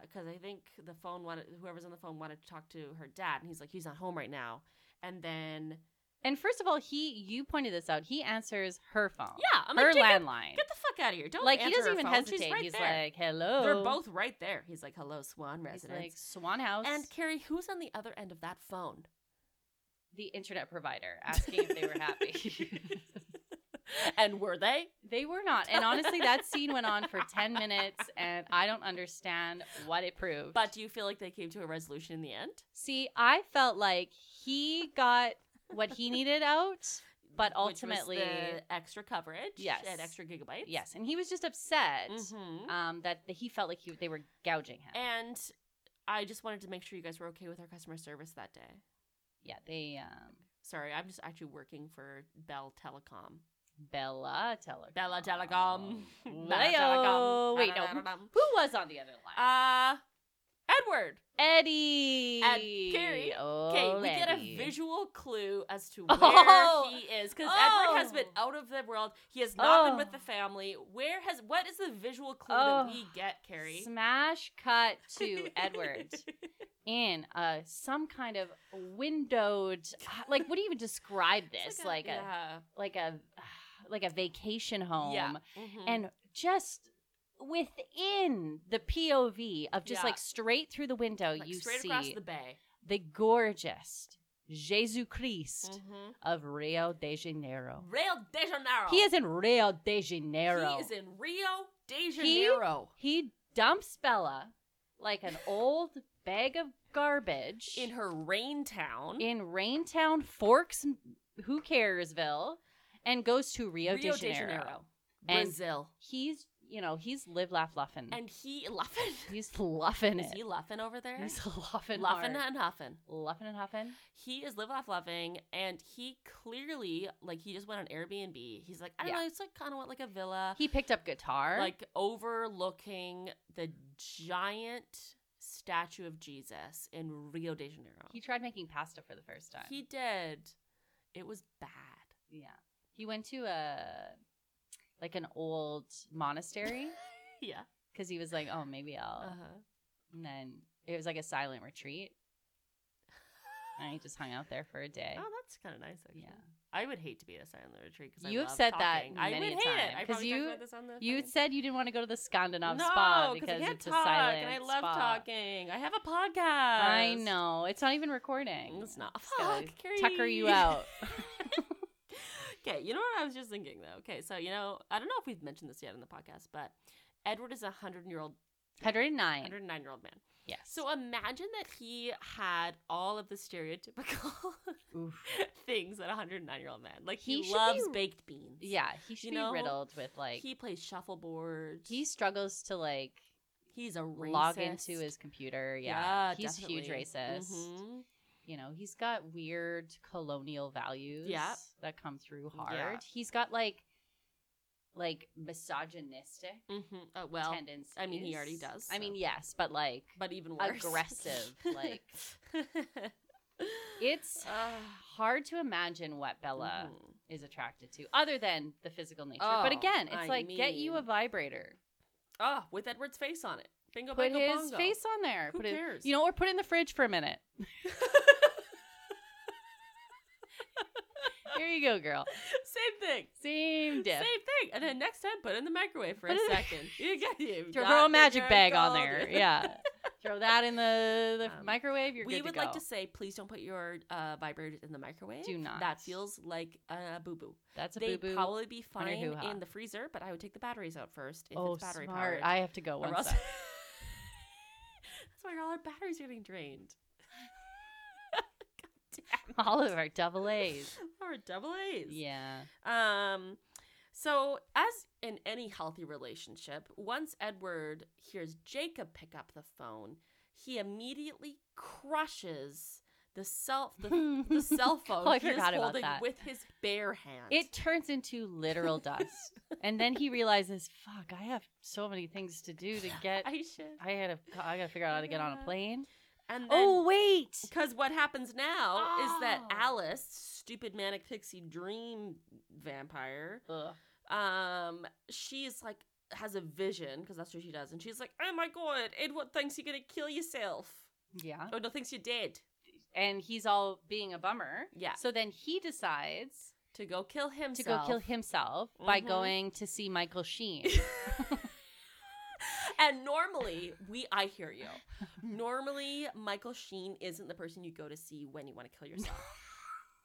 Speaker 1: because I think the phone wanted whoever's on the phone wanted to talk to her dad, and he's like, he's not home right now. And then
Speaker 2: And first of all, he you pointed this out. He answers her phone.
Speaker 1: Yeah, I'm like,
Speaker 2: her
Speaker 1: "Jacob,
Speaker 2: landline.
Speaker 1: Get the fuck out of here! Don't
Speaker 2: like he
Speaker 1: answer
Speaker 2: doesn't
Speaker 1: her
Speaker 2: even
Speaker 1: phone. She's
Speaker 2: hesitate.
Speaker 1: right
Speaker 2: He's
Speaker 1: there.
Speaker 2: like, "Hello."
Speaker 1: they're both right there. He's like, "Hello, Swan
Speaker 2: He's like
Speaker 1: residents."
Speaker 2: Swan House
Speaker 1: and Carrie, who's on the other end of that phone?
Speaker 2: the internet provider asking if they were happy.
Speaker 1: and were they?
Speaker 2: they were not. And honestly, that scene went on for 10 minutes and I don't understand what it proved.
Speaker 1: But do you feel like they came to a resolution in the end?
Speaker 2: see, I felt like he got what he needed out,
Speaker 1: Which was
Speaker 2: but ultimately
Speaker 1: the extra coverage.
Speaker 2: Yes.
Speaker 1: and extra gigabytes.
Speaker 2: yes, and he was just upset
Speaker 1: hmm
Speaker 2: um that he felt like he, they were gouging him.
Speaker 1: And I just wanted to make sure you guys were okay with our customer service that day.
Speaker 2: yeah, they um
Speaker 1: Sorry, I'm just actually working for Bell Telecom.
Speaker 2: Bella Telecom.
Speaker 1: Bella Telecom. Bella
Speaker 2: Leo.
Speaker 1: Telecom.
Speaker 2: Wait, no. Who, who was on the other line?
Speaker 1: Uh, Edward.
Speaker 2: Eddie.
Speaker 1: and Carrie.
Speaker 2: Oh,
Speaker 1: Okay, we get a
Speaker 2: Eddie.
Speaker 1: visual clue as to where
Speaker 2: Oh.
Speaker 1: he is because Edward has
Speaker 2: Oh.
Speaker 1: been out of the world. He has not
Speaker 2: Oh.
Speaker 1: been with the family. Where has what is the visual clue
Speaker 2: Oh.
Speaker 1: that we get, Carrie?
Speaker 2: Smash cut to Edward in uh some kind of windowed uh, like what do you even describe this?
Speaker 1: It's
Speaker 2: Like, a,
Speaker 1: yeah.
Speaker 2: like a like a vacation home
Speaker 1: Yeah. Mhm.
Speaker 2: and just within the POV of just
Speaker 1: Yeah.
Speaker 2: like straight through the window
Speaker 1: Like,
Speaker 2: you
Speaker 1: straight
Speaker 2: see
Speaker 1: across the bay.
Speaker 2: the gorgeous Jesus Christ
Speaker 1: Mhm.
Speaker 2: of Rio de Janeiro.
Speaker 1: Rio de Janeiro.
Speaker 2: Mm-hmm. He is in Rio de Janeiro.
Speaker 1: He is in Rio de
Speaker 2: He-
Speaker 1: Janeiro.
Speaker 2: He dumps Bella like an old bag of garbage
Speaker 1: in her rain town.
Speaker 2: in Raintown Forks, who caresville, and goes to Rio, de, Janeiro. And-
Speaker 1: Brazil.
Speaker 2: He's, you know, he's live, laugh, luffin.
Speaker 1: And he laughing.
Speaker 2: he's luffin
Speaker 1: Is
Speaker 2: it.
Speaker 1: he laughing over there?
Speaker 2: he's luffin,
Speaker 1: laughing
Speaker 2: hard.
Speaker 1: and huffing.
Speaker 2: Luffin and huffin.
Speaker 1: He is live off loving, and he clearly like he just went on Airbnb. He's like, I don't
Speaker 2: Yeah.
Speaker 1: know, it's like kind of want like a villa,
Speaker 2: He picked up guitar.
Speaker 1: Uh, like overlooking the giant statue of Jesus in Rio de Janeiro.
Speaker 2: he tried making pasta for the first time.
Speaker 1: He did. It was bad.
Speaker 2: yeah. He went to a like an old monastery
Speaker 1: Yeah.
Speaker 2: because he was like, oh, maybe I'll.
Speaker 1: Uh-huh.
Speaker 2: And then it was like a silent retreat. And he just hung out there for a day.
Speaker 1: Oh, that's kind of nice. Actually.
Speaker 2: Yeah.
Speaker 1: I would hate to be at a silent retreat because
Speaker 2: You've
Speaker 1: I love
Speaker 2: said that
Speaker 1: talking. I
Speaker 2: many
Speaker 1: would
Speaker 2: a
Speaker 1: hate it.
Speaker 2: time,
Speaker 1: I
Speaker 2: 'cause
Speaker 1: probably
Speaker 2: you-
Speaker 1: talked about this on the
Speaker 2: You
Speaker 1: fucking-
Speaker 2: said you didn't want to go to the Skandinav
Speaker 1: no,
Speaker 2: spa
Speaker 1: 'cause I
Speaker 2: because
Speaker 1: can't
Speaker 2: it's a
Speaker 1: talk,
Speaker 2: silent
Speaker 1: and I love
Speaker 2: spa.
Speaker 1: talking. I have a podcast.
Speaker 2: I know it's not even recording.
Speaker 1: It's not.
Speaker 2: Just gotta
Speaker 1: Fuck, Carrie.
Speaker 2: Tucker you out.
Speaker 1: Okay, you know what I was just thinking though. Okay, so you know, I don't know if we've mentioned this yet in the podcast, but Edward is a hundred year old,
Speaker 2: Hundred and nine.
Speaker 1: hundred nine year old man.
Speaker 2: Yes.
Speaker 1: So uh, imagine that he had all of the stereotypical things that a hundred nine year old man like. He,
Speaker 2: He should be-
Speaker 1: loves baked beans.
Speaker 2: yeah, he should
Speaker 1: you know,
Speaker 2: be riddled with like
Speaker 1: he
Speaker 2: he,
Speaker 1: plays shuffleboard.
Speaker 2: struggles to like
Speaker 1: he's a racist.
Speaker 2: log into his computer. Yeah, he's a huge
Speaker 1: definitely.
Speaker 2: racist.
Speaker 1: Mhm.
Speaker 2: You know, he's got weird colonial values.
Speaker 1: Yeah.
Speaker 2: that come through
Speaker 1: Yeah.
Speaker 2: hard. He's got like like misogynistic
Speaker 1: Mm-hmm. Uh, well,
Speaker 2: tendencies.
Speaker 1: I mean, he already does,
Speaker 2: I
Speaker 1: so.
Speaker 2: mean, yes, but like
Speaker 1: but even worse,
Speaker 2: aggressive, like-
Speaker 1: it,
Speaker 2: it's
Speaker 1: Ah,
Speaker 2: hard to imagine what Bella is attracted to other than the physical nature.
Speaker 1: Mm-hmm.
Speaker 2: but
Speaker 1: Oh,
Speaker 2: again, it's
Speaker 1: I
Speaker 2: like get you a
Speaker 1: mean-
Speaker 2: vibrator.
Speaker 1: Oh, with Edward's face on it. Bingo,
Speaker 2: Put
Speaker 1: bingo,
Speaker 2: his
Speaker 1: bongo.
Speaker 2: face on there.
Speaker 1: Who
Speaker 2: put it-
Speaker 1: cares?
Speaker 2: you know, or put it in the fridge for a minute. Here you go, girl.
Speaker 1: Same thing.
Speaker 2: Same
Speaker 1: Same
Speaker 2: dip.
Speaker 1: thing. And then next time, put it in the microwave for a
Speaker 2: Put it in-
Speaker 1: second. you get you.
Speaker 2: Throw
Speaker 1: got
Speaker 2: a
Speaker 1: the
Speaker 2: magic
Speaker 1: girl
Speaker 2: bag on
Speaker 1: gold.
Speaker 2: there. Yeah. Throw that in the, the
Speaker 1: Um,
Speaker 2: microwave. You're
Speaker 1: We
Speaker 2: good
Speaker 1: would
Speaker 2: to
Speaker 1: like
Speaker 2: go.
Speaker 1: to say, please don't put your uh, vibrators in the microwave.
Speaker 2: Do not.
Speaker 1: That feels like a boo boo.
Speaker 2: That's a boo
Speaker 1: They'd
Speaker 2: boo.
Speaker 1: probably be
Speaker 2: on your
Speaker 1: fine
Speaker 2: hoo-ha.
Speaker 1: in the freezer, but I would take the batteries out first if
Speaker 2: oh,
Speaker 1: it's battery
Speaker 2: smart.
Speaker 1: powered.
Speaker 2: I have to go.
Speaker 1: Or
Speaker 2: One
Speaker 1: else-
Speaker 2: sec.
Speaker 1: That's why all our batteries are getting drained.
Speaker 2: All of our double A's.
Speaker 1: Our double A's.
Speaker 2: Yeah.
Speaker 1: Um, so as in any healthy relationship, once Edward hears Jacob pick up the phone, he immediately crushes the self the, the cell phone
Speaker 2: Oh, I
Speaker 1: he is
Speaker 2: forgot about
Speaker 1: holding
Speaker 2: that.
Speaker 1: with his bare hand.
Speaker 2: It turns into literal dust. and then he realizes, fuck, I have so many things to do to get I,
Speaker 1: I should.
Speaker 2: gotta I gotta figure out how to get on a
Speaker 1: Yeah.
Speaker 2: plane.
Speaker 1: And then,
Speaker 2: oh wait.
Speaker 1: Because what happens now is that
Speaker 2: Oh.
Speaker 1: Alice, stupid manic pixie dream vampire,
Speaker 2: Ugh.
Speaker 1: um, she's like has a vision because that's what she does, and she's like, "Oh my god, Edward thinks you're gonna kill yourself.
Speaker 2: Yeah.
Speaker 1: Oh no, thinks you're dead."
Speaker 2: and he's all being a bummer.
Speaker 1: Yeah.
Speaker 2: So then he decides
Speaker 1: to go kill himself.
Speaker 2: to go kill himself by
Speaker 1: Mhm.
Speaker 2: going to see Michael Sheen.
Speaker 1: And normally, we I hear you. Normally, Michael Sheen isn't the person you go to see when you want to kill yourself.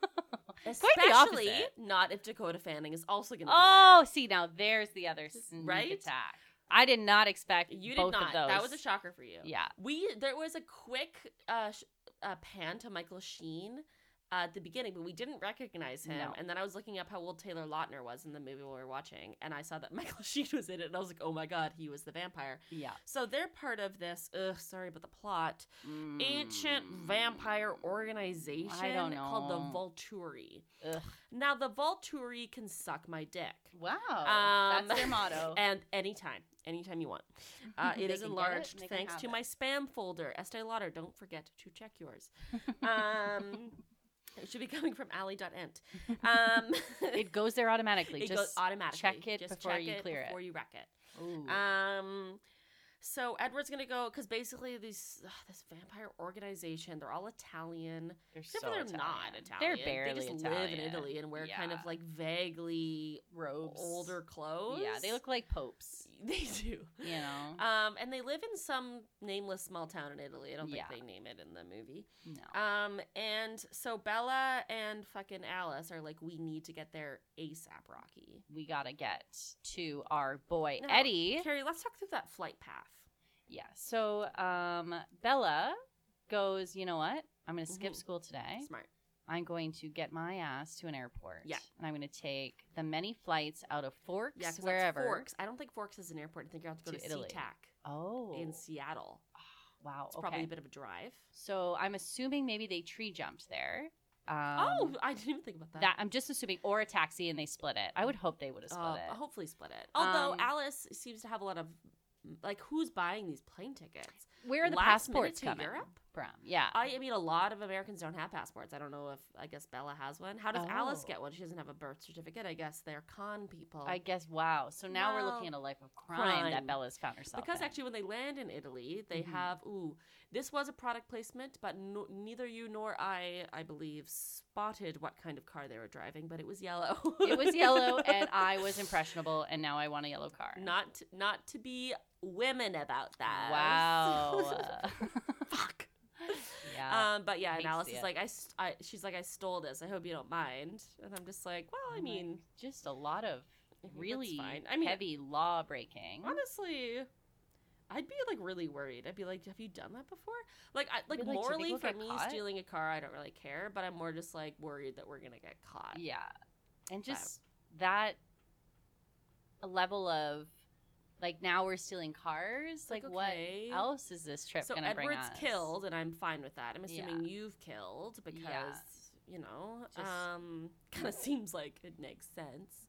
Speaker 1: Especially
Speaker 2: opposite.
Speaker 1: not if Dakota Fanning is also going to.
Speaker 2: oh, see now there's the other sneak
Speaker 1: Right?
Speaker 2: attack. I did not expect
Speaker 1: you did
Speaker 2: both
Speaker 1: not.
Speaker 2: of those.
Speaker 1: That was a shocker for you.
Speaker 2: Yeah.
Speaker 1: We there was a quick uh, sh- uh pan to Michael Sheen uh, at the beginning, but we didn't recognize him.
Speaker 2: No.
Speaker 1: And then I was looking up how old Taylor Lautner was in the movie we were watching, and I saw that Michael Sheen was in it, and I was like, oh my god, he was the vampire.
Speaker 2: Yeah.
Speaker 1: So they're part of this. Ugh, sorry about the plot. ancient
Speaker 2: Mm.
Speaker 1: vampire organization
Speaker 2: I don't
Speaker 1: called the
Speaker 2: know.
Speaker 1: Volturi.
Speaker 2: Ugh.
Speaker 1: Now the Volturi can suck my dick.
Speaker 2: Wow.
Speaker 1: Um,
Speaker 2: that's their motto.
Speaker 1: And anytime, anytime you want. Uh,
Speaker 2: They
Speaker 1: it is
Speaker 2: can get it,
Speaker 1: enlarged
Speaker 2: and they can
Speaker 1: thanks
Speaker 2: have
Speaker 1: to
Speaker 2: it.
Speaker 1: my spam folder. Estee Lauder, don't forget to check yours. Um, it should be coming from ally.ent. Um,
Speaker 2: it goes there automatically.
Speaker 1: it
Speaker 2: Just
Speaker 1: goes automatically.
Speaker 2: it
Speaker 1: Just
Speaker 2: before
Speaker 1: check
Speaker 2: you
Speaker 1: it
Speaker 2: clear it.
Speaker 1: before you wreck it.
Speaker 2: Ooh.
Speaker 1: Um, so Edward's gonna go because basically these ugh, this vampire organization they're all Italian.
Speaker 2: they're
Speaker 1: Except for they're not Italian.
Speaker 2: They're barely
Speaker 1: they just
Speaker 2: Italian.
Speaker 1: live in Italy and wear kind of
Speaker 2: Yeah.
Speaker 1: like vaguely
Speaker 2: robes.
Speaker 1: older clothes.
Speaker 2: Yeah, they look like popes.
Speaker 1: They do.
Speaker 2: You know.
Speaker 1: Um, and they live in some nameless small town in Italy. I don't
Speaker 2: Yeah.
Speaker 1: think they name it in the movie.
Speaker 2: no.
Speaker 1: Um, and so Bella and fucking Alice are like, we need to get there ASAP, Rocky.
Speaker 2: we gotta get to our boy
Speaker 1: Now,
Speaker 2: Eddie.
Speaker 1: Carrie, let's talk through that flight path.
Speaker 2: Yeah. So um, Bella goes, you know what? I'm going to skip
Speaker 1: Mhm.
Speaker 2: school today.
Speaker 1: Smart.
Speaker 2: I'm going to get my ass to an airport.
Speaker 1: Yeah.
Speaker 2: And I'm going to take the many flights out of Forks,
Speaker 1: Yeah, because
Speaker 2: wherever.
Speaker 1: Forks. I don't think Forks is an airport. I think you have to go to, E
Speaker 2: To Italy.
Speaker 1: SeaTac
Speaker 2: Oh.
Speaker 1: in Seattle.
Speaker 2: wow.
Speaker 1: It's
Speaker 2: okay.
Speaker 1: probably a bit of a drive.
Speaker 2: So I'm assuming maybe they tree jumped there.
Speaker 1: oh, uh
Speaker 2: Um,
Speaker 1: I didn't even think about that.
Speaker 2: That I'm just assuming, or a taxi, and they split it. I would hope they would have split
Speaker 1: Uh,
Speaker 2: it.
Speaker 1: Hopefully split it. Although
Speaker 2: Um,
Speaker 1: Alice seems to have a lot of like who's buying these plane tickets?
Speaker 2: Where are the
Speaker 1: last minute
Speaker 2: passports
Speaker 1: to
Speaker 2: coming
Speaker 1: Europe?
Speaker 2: from? Yeah,
Speaker 1: I, I mean, a lot of Americans don't have passports. I don't know if I guess Bella has one. How does Alice
Speaker 2: Oh.
Speaker 1: get one? She doesn't have a birth certificate. I guess they're con people.
Speaker 2: I guess. Wow. So now we're
Speaker 1: Well,
Speaker 2: looking at a life of crime,
Speaker 1: crime.
Speaker 2: that Bella's found herself.
Speaker 1: because
Speaker 2: in.
Speaker 1: actually, when they land in Italy, they
Speaker 2: Mhm.
Speaker 1: have ooh, this was a product placement, but no, neither you nor I, I believe, spotted what kind of car they were driving, but it was yellow.
Speaker 2: it was yellow and I was impressionable and now I want a yellow car.
Speaker 1: not not to be women about that.
Speaker 2: Wow.
Speaker 1: Fuck.
Speaker 2: yeah.
Speaker 1: Um, but yeah, and
Speaker 2: hate to
Speaker 1: Alice
Speaker 2: see
Speaker 1: is
Speaker 2: it.
Speaker 1: like, I, st- I, she's like, I stole this. I hope you don't mind. And I'm just like, well, I
Speaker 2: I'm like,
Speaker 1: mean,
Speaker 2: just a lot of
Speaker 1: I think Mm-hmm. that's
Speaker 2: really
Speaker 1: fine. I mean,
Speaker 2: heavy law breaking.
Speaker 1: honestly, I'd be like really worried. I'd be like, have you done that before? Like, I, like
Speaker 2: You'd like to think
Speaker 1: morally
Speaker 2: we'll
Speaker 1: for
Speaker 2: get
Speaker 1: me,
Speaker 2: caught?
Speaker 1: stealing a car, I don't really care. But I'm more just like worried that we're gonna get caught.
Speaker 2: Yeah. And just that level of like now we're stealing cars.
Speaker 1: It's
Speaker 2: Like,
Speaker 1: okay.
Speaker 2: what else is this trip
Speaker 1: So
Speaker 2: gonna bring
Speaker 1: Edward's
Speaker 2: us?
Speaker 1: killed, and I'm fine with that. I'm
Speaker 2: Yeah.
Speaker 1: assuming you've killed because
Speaker 2: Yeah.
Speaker 1: you know,
Speaker 2: Just-
Speaker 1: um, kind of seems like it makes sense.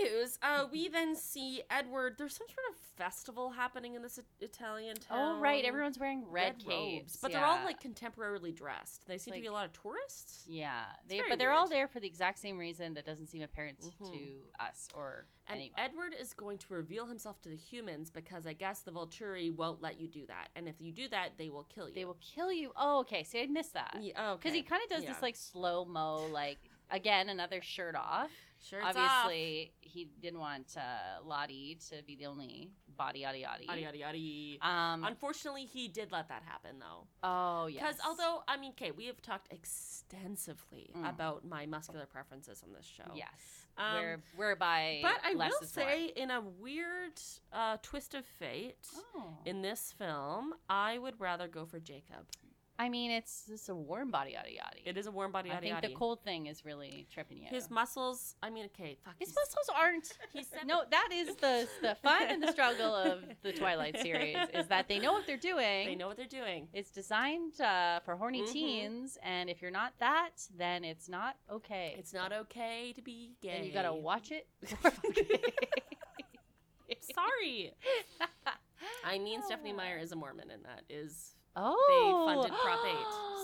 Speaker 1: Anywho's, uh, we then see Edward. There's some sort of festival happening in this I- Italian town.
Speaker 2: Oh right, everyone's wearing red,
Speaker 1: robes,
Speaker 2: capes,
Speaker 1: but they're all
Speaker 2: yeah.
Speaker 1: like contemporarily dressed. They seem to be a
Speaker 2: Like-
Speaker 1: lot of tourists.
Speaker 2: Yeah, they,
Speaker 1: very
Speaker 2: but they're all
Speaker 1: weird.
Speaker 2: there for the exact same reason that doesn't seem apparent
Speaker 1: Mhm.
Speaker 2: to us or
Speaker 1: And
Speaker 2: anyone.
Speaker 1: Edward is going to reveal himself to the humans because I guess the Volturi won't let you do that. And if you do that, they will kill you.
Speaker 2: They will kill you. Oh, okay. See, I missed that
Speaker 1: Because
Speaker 2: because he kind of does
Speaker 1: Yeah.
Speaker 2: this like slow mo, like again another shirt off.
Speaker 1: sure
Speaker 2: Obviously, he didn't want uh, Lottie to be the only body, yada yada.
Speaker 1: Yada yada yada.
Speaker 2: Um.
Speaker 1: Unfortunately, he did let that happen though.
Speaker 2: oh yes.
Speaker 1: Because although, I mean, Kate, we have talked extensively
Speaker 2: Mm.
Speaker 1: about my muscular preferences on this show.
Speaker 2: yes,
Speaker 1: Um,
Speaker 2: Oh. where whereby.
Speaker 1: But I
Speaker 2: less
Speaker 1: will
Speaker 2: is more.
Speaker 1: say, in a weird uh, twist of fate,
Speaker 2: Oh.
Speaker 1: in this film, I would rather go for Jacob.
Speaker 2: I mean, it's it's a warm body, yada yada.
Speaker 1: It is a warm body.
Speaker 2: I
Speaker 1: Yada,
Speaker 2: think the
Speaker 1: yada.
Speaker 2: cold thing is really tripping you.
Speaker 1: His muscles. I mean, okay, fuck.
Speaker 2: His
Speaker 1: he's-
Speaker 2: muscles aren't.
Speaker 1: He said
Speaker 2: No, that is the the fun and the struggle of the Twilight series is that they know what they're doing.
Speaker 1: They know what they're doing.
Speaker 2: It's designed uh, for horny
Speaker 1: Mhm.
Speaker 2: teens, and if you're not that, then it's not okay.
Speaker 1: It's not okay to be gay.
Speaker 2: and you gotta watch it.
Speaker 1: Sorry. I mean, Stephanie
Speaker 2: Ah.
Speaker 1: Meyer is a Mormon, and that is.
Speaker 2: Oh,
Speaker 1: funded Prop 8,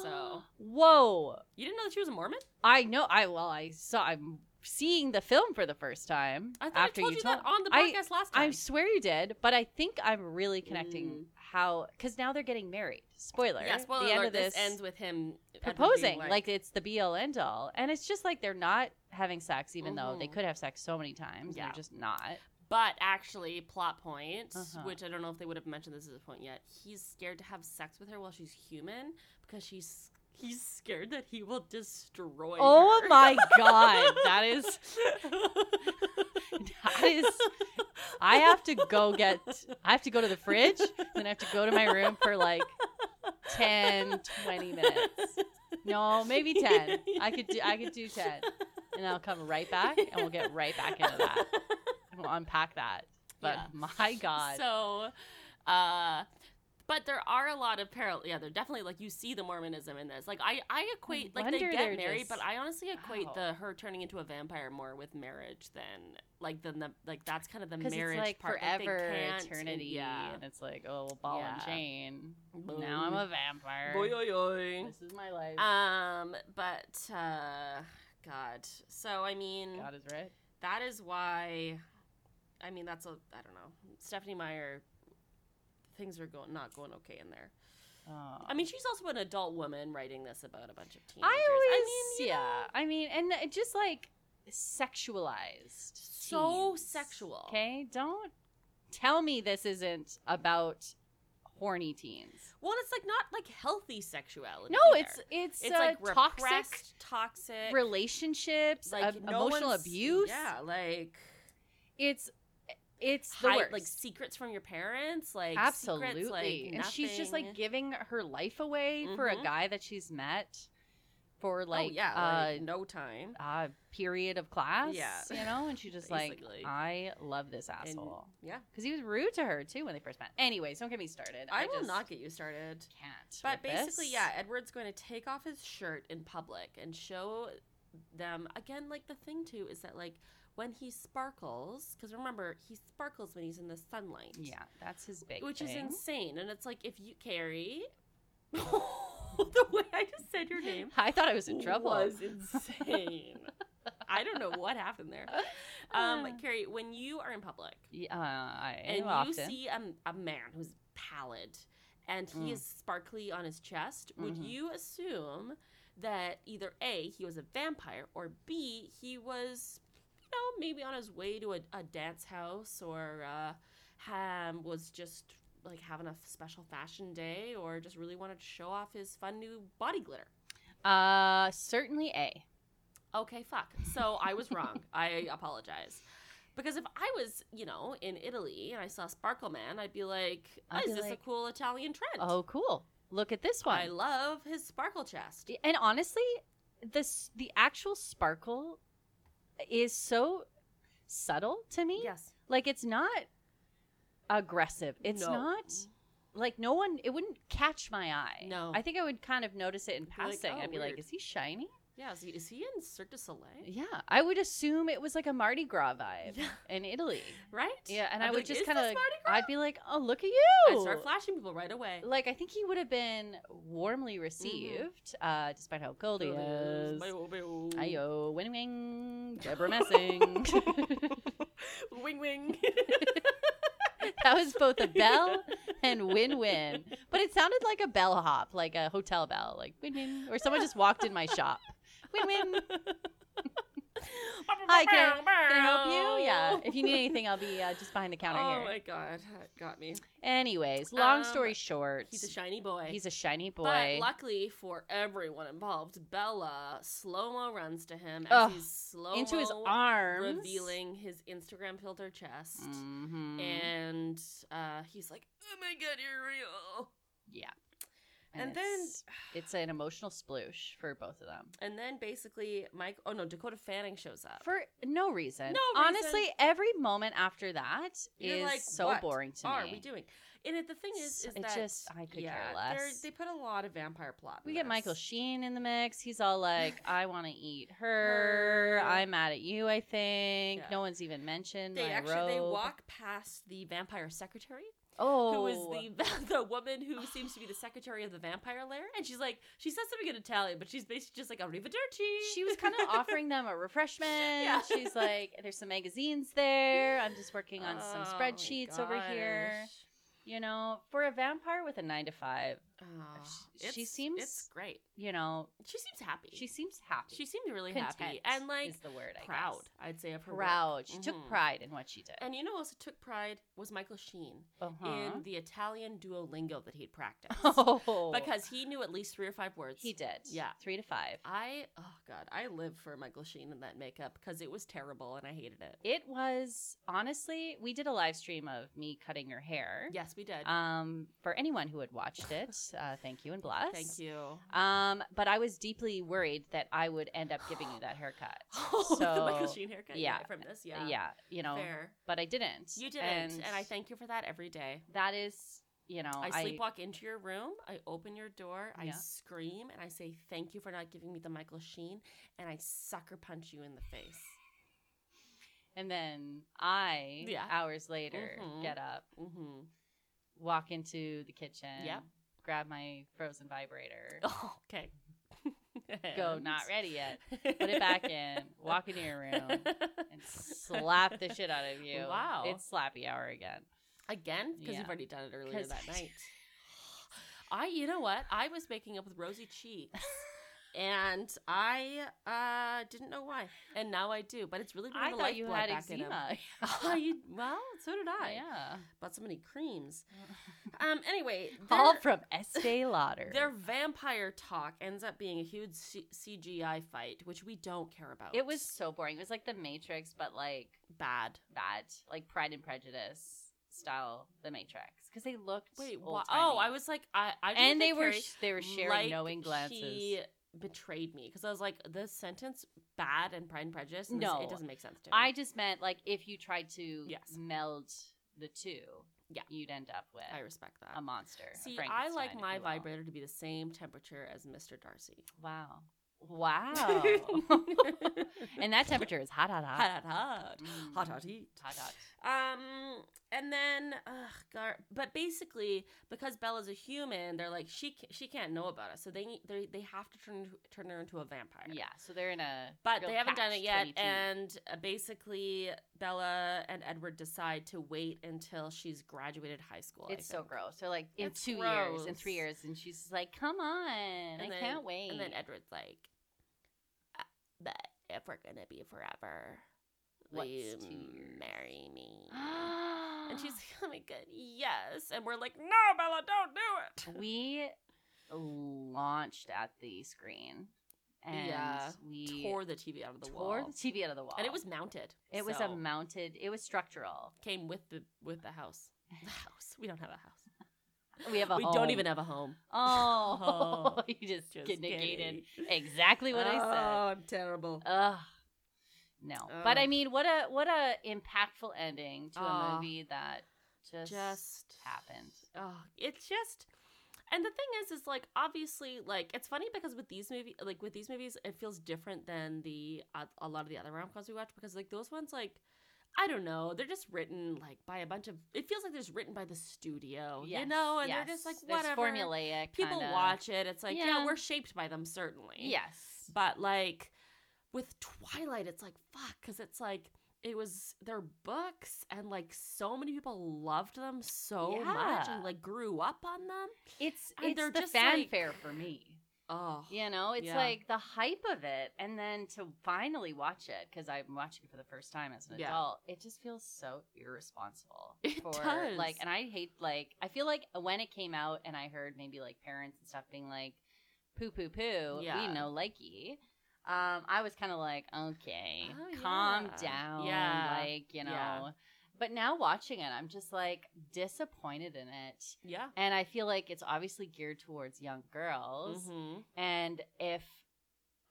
Speaker 1: so.
Speaker 2: whoa!
Speaker 1: You didn't know that she was a Mormon?
Speaker 2: I know. I well, I saw. I'm seeing the film for the first time
Speaker 1: I thought
Speaker 2: after
Speaker 1: I told you,
Speaker 2: you
Speaker 1: that on the
Speaker 2: I-
Speaker 1: podcast last time.
Speaker 2: I swear you did, but I think I'm really connecting how because now they're getting married. Spoiler.
Speaker 1: Mm. yeah, spoiler
Speaker 2: the end
Speaker 1: alert,
Speaker 2: of this,
Speaker 1: ends with him Edward being
Speaker 2: proposing like, it's the be all end all, and it's just like they're not having sex, even though they
Speaker 1: Mhm.
Speaker 2: could have sex so many times.
Speaker 1: Yeah.
Speaker 2: They're just not.
Speaker 1: But actually, plot point,
Speaker 2: Uh-huh.
Speaker 1: which I don't know if they would have mentioned this as a point yet. He's scared to have sex with her while she's human because she's he's scared that he will destroy.
Speaker 2: Oh
Speaker 1: her.
Speaker 2: my god, that is. That is. I have to go get. I have to go to the fridge, then I have to go to my room for like 10, 20 minutes. No, maybe ten. I could do. I could do ten, and I'll come right back, and we'll get right back into that. We'll unpack that. But
Speaker 1: Yeah.
Speaker 2: my god,
Speaker 1: So, uh, but there are a lot of parallel. Yeah, they're definitely like you see the Mormonism in this. Like I, I equate like they
Speaker 2: wonder
Speaker 1: get
Speaker 2: they're
Speaker 1: married,
Speaker 2: just- Oh.
Speaker 1: but I honestly equate
Speaker 2: Wow.
Speaker 1: the her turning into a vampire more with marriage than like than the like that's kind of the
Speaker 2: because
Speaker 1: marriage
Speaker 2: it's like
Speaker 1: part. Like, they
Speaker 2: forever,
Speaker 1: can't-
Speaker 2: eternity,
Speaker 1: Yeah.
Speaker 2: and it's like oh ball and
Speaker 1: Yeah.
Speaker 2: chain. Now I'm a vampire.
Speaker 1: Boy, oy, oy.
Speaker 2: This is my life.
Speaker 1: Um, but uh, God. So I mean,
Speaker 2: God is right.
Speaker 1: that is why. I mean, that's a I don't know. Stephanie Meyer, things are going not going okay in there.
Speaker 2: Oh.
Speaker 1: I mean, she's also an adult woman writing this about a bunch of teenagers.
Speaker 2: I always,
Speaker 1: mean, you
Speaker 2: yeah.
Speaker 1: know,
Speaker 2: I mean, and it just like sexualized,
Speaker 1: So sexual.
Speaker 2: Okay, don't tell me this isn't about horny teens.
Speaker 1: well, it's like not like healthy sexuality.
Speaker 2: No,
Speaker 1: either.
Speaker 2: it's it's,
Speaker 1: it's
Speaker 2: uh,
Speaker 1: like
Speaker 2: toxic
Speaker 1: repressed, toxic
Speaker 2: relationships,
Speaker 1: like
Speaker 2: em-
Speaker 1: no
Speaker 2: emotional
Speaker 1: one's-
Speaker 2: abuse.
Speaker 1: Yeah, like
Speaker 2: It's it's the
Speaker 1: hide-
Speaker 2: worst.
Speaker 1: like secrets from your parents, like
Speaker 2: Absolutely,
Speaker 1: secrets, like,
Speaker 2: and she's just
Speaker 1: nothing.
Speaker 2: like giving her life away for a
Speaker 1: Mhm.
Speaker 2: guy that she's met for like
Speaker 1: oh, yeah,
Speaker 2: uh,
Speaker 1: like, no time.
Speaker 2: uh, period of class.
Speaker 1: Yeah.
Speaker 2: You know, and she just like,
Speaker 1: Basically.
Speaker 2: I love this
Speaker 1: And-
Speaker 2: asshole.
Speaker 1: yeah,
Speaker 2: Because he was rude to her too when they first met. Anyways, don't get me started.
Speaker 1: I,
Speaker 2: I,
Speaker 1: will
Speaker 2: just
Speaker 1: not get you started.
Speaker 2: can't.
Speaker 1: But
Speaker 2: with
Speaker 1: basically,
Speaker 2: this.
Speaker 1: yeah, Edward's going to take off his shirt in public and show them again. Like the thing too is that like when he sparkles, because remember he sparkles when he's in the sunlight.
Speaker 2: Yeah, that's his big
Speaker 1: which is
Speaker 2: thing.
Speaker 1: insane. And it's like if you Carrie, the way I just said your name
Speaker 2: I thought I was in trouble.
Speaker 1: was insane. I don't know what happened there. Um, Carrie, when you are in public
Speaker 2: Yeah, I
Speaker 1: and you
Speaker 2: often.
Speaker 1: see a, a man who's pallid and he
Speaker 2: Mm.
Speaker 1: is sparkly on his chest, would
Speaker 2: Mhm.
Speaker 1: you assume that either A, he was a vampire, or B, he was, you know, maybe on his way to a, a dance house or uh, um, was just like having a special fashion day or just really wanted to show off his fun new body glitter?
Speaker 2: uh, certainly A.
Speaker 1: Okay, fuck. So I was wrong. I apologize. Because if I was, you know, in Italy and I saw Sparkle Man, I'd be like,
Speaker 2: I'd
Speaker 1: is
Speaker 2: be
Speaker 1: this a
Speaker 2: like,
Speaker 1: cool Italian trend?
Speaker 2: Oh, cool. Look at this one.
Speaker 1: I love his sparkle chest.
Speaker 2: and honestly, this the actual sparkle is so subtle to me.
Speaker 1: Yes.
Speaker 2: Like it's not aggressive. It's
Speaker 1: No.
Speaker 2: not like no one it wouldn't catch my eye.
Speaker 1: No.
Speaker 2: I think I would kind of notice it in
Speaker 1: like,
Speaker 2: passing.
Speaker 1: "Oh,
Speaker 2: I'd be like,
Speaker 1: weird."
Speaker 2: is he shiny?
Speaker 1: Yeah, is he, is he in Cirque du Soleil?
Speaker 2: Yeah. I would assume it was like a Mardi Gras vibe
Speaker 1: Yeah.
Speaker 2: in Italy.
Speaker 1: Right?
Speaker 2: Yeah, and
Speaker 1: I'd
Speaker 2: i
Speaker 1: be
Speaker 2: would
Speaker 1: like,
Speaker 2: just
Speaker 1: "Is
Speaker 2: kind of
Speaker 1: this
Speaker 2: like,
Speaker 1: Mardi Gras?"
Speaker 2: I'd be like, "Oh, look at you."
Speaker 1: I'd start flashing people right away.
Speaker 2: like I think he would have been warmly
Speaker 1: Mm-hmm.
Speaker 2: received, uh, despite how cold he is.
Speaker 1: Ayo.
Speaker 2: Ayo, wing wing, Deborah Messing.
Speaker 1: Wing wing.
Speaker 2: that was both a bell and win win. But it sounded like a bellhop, like a hotel bell, like win win, or someone just walked in my shop. Win win. Hi, can I, can I help you? Yeah. If you need anything, I'll be uh, just behind the counter
Speaker 1: Oh
Speaker 2: here.
Speaker 1: my god, that got me.
Speaker 2: Anyways, long
Speaker 1: Um,
Speaker 2: story short,
Speaker 1: He's a shiny boy.
Speaker 2: he's a shiny boy.
Speaker 1: But luckily for everyone involved, Bella slow mo runs to him as
Speaker 2: Ugh,
Speaker 1: he's slow
Speaker 2: into his arms,
Speaker 1: revealing his Instagram filter chest.
Speaker 2: Mhm.
Speaker 1: And uh, he's like, "Oh my god, you're real!"
Speaker 2: yeah.
Speaker 1: And, then,
Speaker 2: it's- it's an emotional sploosh for both of them.
Speaker 1: and then basically, Mike. Oh no, Dakota Fanning shows up.
Speaker 2: for no reason.
Speaker 1: No
Speaker 2: honestly,
Speaker 1: reason.
Speaker 2: every moment after that is
Speaker 1: You're like,
Speaker 2: so
Speaker 1: "What
Speaker 2: boring to
Speaker 1: are
Speaker 2: me.
Speaker 1: we doing? And it, the thing is,
Speaker 2: So-
Speaker 1: is
Speaker 2: it
Speaker 1: that
Speaker 2: just- I could care
Speaker 1: yeah, they're-
Speaker 2: less.
Speaker 1: they put a lot of vampire plot.
Speaker 2: We
Speaker 1: in
Speaker 2: get
Speaker 1: this.
Speaker 2: Michael Sheen in the mix. He's all like, "I want to eat her. I'm mad at you. I think
Speaker 1: Yeah.
Speaker 2: no one's even mentioned
Speaker 1: They
Speaker 2: my
Speaker 1: actually they
Speaker 2: robe."
Speaker 1: walk past the vampire secretary
Speaker 2: Oh,
Speaker 1: who is the the woman who seems to be the secretary of the vampire lair, and she's like she says something in Italian, but she's basically just like arrivederci.
Speaker 2: she was kind of offering them a refreshment.
Speaker 1: Yeah.
Speaker 2: She's like, "There's some magazines there. I'm just working on some
Speaker 1: Oh my
Speaker 2: spreadsheets over here."
Speaker 1: gosh.
Speaker 2: You know, for a vampire with a nine to five,
Speaker 1: Ah,
Speaker 2: She-
Speaker 1: it's-
Speaker 2: she seems-
Speaker 1: it's great.
Speaker 2: you know,
Speaker 1: She seems happy.
Speaker 2: she seems happy.
Speaker 1: she seemed really happy
Speaker 2: Content
Speaker 1: and
Speaker 2: is
Speaker 1: like
Speaker 2: the word I
Speaker 1: proud.
Speaker 2: guess.
Speaker 1: I'd say of her work.
Speaker 2: Proud. She took
Speaker 1: Mhm.
Speaker 2: pride in what she did.
Speaker 1: And you know, who also took pride was Michael Sheen
Speaker 2: uh-huh.
Speaker 1: in the Italian Duolingo that he'd practiced
Speaker 2: oh,
Speaker 1: because he knew at least three or five words.
Speaker 2: he did.
Speaker 1: Yeah.
Speaker 2: three to five.
Speaker 1: I oh god, I live for Michael Sheen in that makeup because it was terrible and I hated it.
Speaker 2: It was honestly, we did a live stream of me cutting your hair.
Speaker 1: Yes, we did.
Speaker 2: Um, for anyone who had watched it, uh, thank you and bless.
Speaker 1: Thank you.
Speaker 2: Um, but I was deeply worried that I would end up giving you that haircut.
Speaker 1: Oh, the Michael
Speaker 2: So,
Speaker 1: Sheen haircut.
Speaker 2: yeah,
Speaker 1: Yeah, from this.
Speaker 2: Yeah.
Speaker 1: Yeah,
Speaker 2: you know,
Speaker 1: fair.
Speaker 2: but I didn't.
Speaker 1: You didn't, and, I thank you for that every day.
Speaker 2: that is, you know,
Speaker 1: I sleepwalk into your room. I open your door. I
Speaker 2: Yeah.
Speaker 1: scream and I say thank you for not giving me the Michael Sheen, and I sucker punch you in the face.
Speaker 2: and then I
Speaker 1: Yeah.
Speaker 2: hours later
Speaker 1: Mhm.
Speaker 2: get up,
Speaker 1: Mm-hmm.
Speaker 2: walk into the kitchen,
Speaker 1: Yep.
Speaker 2: grab my frozen vibrator,
Speaker 1: Oh, okay.
Speaker 2: go not ready yet, put it back in, walk into your room, and slap the shit out of you.
Speaker 1: Wow.
Speaker 2: It's slappy hour again.
Speaker 1: again because
Speaker 2: Yeah.
Speaker 1: you've already done it earlier
Speaker 2: 'Cause
Speaker 1: that
Speaker 2: I-
Speaker 1: night. I, you know what? I was making up with rosy cheeks, and I uh didn't know why, and now I do. But it's really bringing
Speaker 2: I
Speaker 1: the
Speaker 2: thought
Speaker 1: life
Speaker 2: you
Speaker 1: blood
Speaker 2: had
Speaker 1: back in 'em.
Speaker 2: eczema.
Speaker 1: Oh, you- well, so did I.
Speaker 2: yeah.
Speaker 1: Bought so many creams. Um. Anyway,
Speaker 2: All
Speaker 1: their-
Speaker 2: from Estee Lauder.
Speaker 1: Their vampire talk ends up being a huge C- CGI fight, which we don't care about.
Speaker 2: It was so boring. It was like The Matrix, but like
Speaker 1: bad.
Speaker 2: that, like Pride and Prejudice style The Matrix, because they looked
Speaker 1: Wait, wha-
Speaker 2: old
Speaker 1: oh, I
Speaker 2: was
Speaker 1: was like, I, I didn't
Speaker 2: and they
Speaker 1: think
Speaker 2: were
Speaker 1: Carrie-
Speaker 2: sh- they were sharing
Speaker 1: like
Speaker 2: knowing glances.
Speaker 1: She betrayed me because I was like, the sentence "bad" and "Pride and Prejudice" and
Speaker 2: No.
Speaker 1: this, it doesn't make sense to me.
Speaker 2: I just meant like if you tried to
Speaker 1: Yes.
Speaker 2: meld the two,
Speaker 1: Yeah.
Speaker 2: you'd end up with
Speaker 1: I respect that.
Speaker 2: a monster. a
Speaker 1: See, I
Speaker 2: Frankenstein, if
Speaker 1: like
Speaker 2: you
Speaker 1: my
Speaker 2: will.
Speaker 1: vibrator to be the same temperature as Mr. Darcy.
Speaker 2: Wow, wow, and that temperature is hot, hot, hot,
Speaker 1: hot, hot,
Speaker 2: Mm.
Speaker 1: hot, hot, heat.
Speaker 2: hot, hot.
Speaker 1: Um, and then, ugh, gar- but basically, because Bella's a human, they're like she ca- she can't know about us, so they need- they they have to turn turn her into a vampire.
Speaker 2: Yeah, so they're in a
Speaker 1: But
Speaker 2: real
Speaker 1: they haven't done it yet,
Speaker 2: catch-22.
Speaker 1: and uh, basically Bella and Edward decide to wait until she's graduated high school. I
Speaker 2: It's so
Speaker 1: think.
Speaker 2: gross. They're like in
Speaker 1: It's
Speaker 2: two years, in
Speaker 1: gross.
Speaker 2: three years, and she's like, "Come on, I
Speaker 1: then-
Speaker 2: can't wait."
Speaker 1: And then Edward's like, "Uh, "But if we're gonna be forever, will
Speaker 2: What's
Speaker 1: you
Speaker 2: two years?
Speaker 1: marry me?"
Speaker 2: and
Speaker 1: and she's like, "Oh my god, yes!" And we're like, "No, Bella, don't do it."
Speaker 2: we launched at the screen, and
Speaker 1: Yeah,
Speaker 2: we
Speaker 1: Tore the TV out of the
Speaker 2: tore
Speaker 1: wall,
Speaker 2: the TV out of the wall,
Speaker 1: and it was mounted.
Speaker 2: it was
Speaker 1: so
Speaker 2: a mounted, it was structural.
Speaker 1: came with the with the house. The house. We don't have a house.
Speaker 2: We have a
Speaker 1: we
Speaker 2: home.
Speaker 1: don't even have a home.
Speaker 2: Oh,
Speaker 1: Oh,
Speaker 2: you just,
Speaker 1: just
Speaker 2: get negated
Speaker 1: kidding. Oh,
Speaker 2: exactly what I
Speaker 1: I'm terrible.
Speaker 2: said. Ugh. No, but I
Speaker 1: Ugh.
Speaker 2: mean, what a what a impactful ending to a
Speaker 1: Aw.
Speaker 2: movie that just,
Speaker 1: just
Speaker 2: happened.
Speaker 1: Oh, it's just and the thing is is like obviously like it's funny because with these movie like with these movies it feels different than the uh, a lot of the other rom-coms we watch because like those ones like I don't know. They're just written like by a bunch of. It feels like there's written by the studio, you
Speaker 2: Yes,
Speaker 1: know, and
Speaker 2: yes.
Speaker 1: they're just like
Speaker 2: There's
Speaker 1: whatever.
Speaker 2: formulaic.
Speaker 1: People
Speaker 2: kinda-
Speaker 1: watch it. It's like yeah.
Speaker 2: Yeah.
Speaker 1: we're shaped by them certainly.
Speaker 2: Yes.
Speaker 1: But like with Twilight, it's like fuck, because it's like it was their books, and like so many people loved them so much,
Speaker 2: Yeah.
Speaker 1: and like grew up on them.
Speaker 2: It's
Speaker 1: And
Speaker 2: it's
Speaker 1: they're
Speaker 2: the
Speaker 1: just, like-
Speaker 2: fanfare for me.
Speaker 1: Oh,
Speaker 2: You know, it's
Speaker 1: Yeah.
Speaker 2: like the hype of it, and then to finally watch it because I'm watching it for the first time as an
Speaker 1: Yeah.
Speaker 2: adult, it just feels so irresponsible.
Speaker 1: It
Speaker 2: for,
Speaker 1: does.
Speaker 2: Like, and I hate like I feel like when it came out, and I heard maybe like parents and stuff being like, "Poo, poo, poo,"
Speaker 1: Yeah.
Speaker 2: we know likey. Um, I was kind of like, okay,
Speaker 1: Oh,
Speaker 2: calm
Speaker 1: yeah.
Speaker 2: down,
Speaker 1: Yeah.
Speaker 2: like you know.
Speaker 1: Yeah.
Speaker 2: But now watching it, I'm just like disappointed in it.
Speaker 1: yeah.
Speaker 2: And I feel like it's obviously geared towards young girls.
Speaker 1: Mhm.
Speaker 2: And if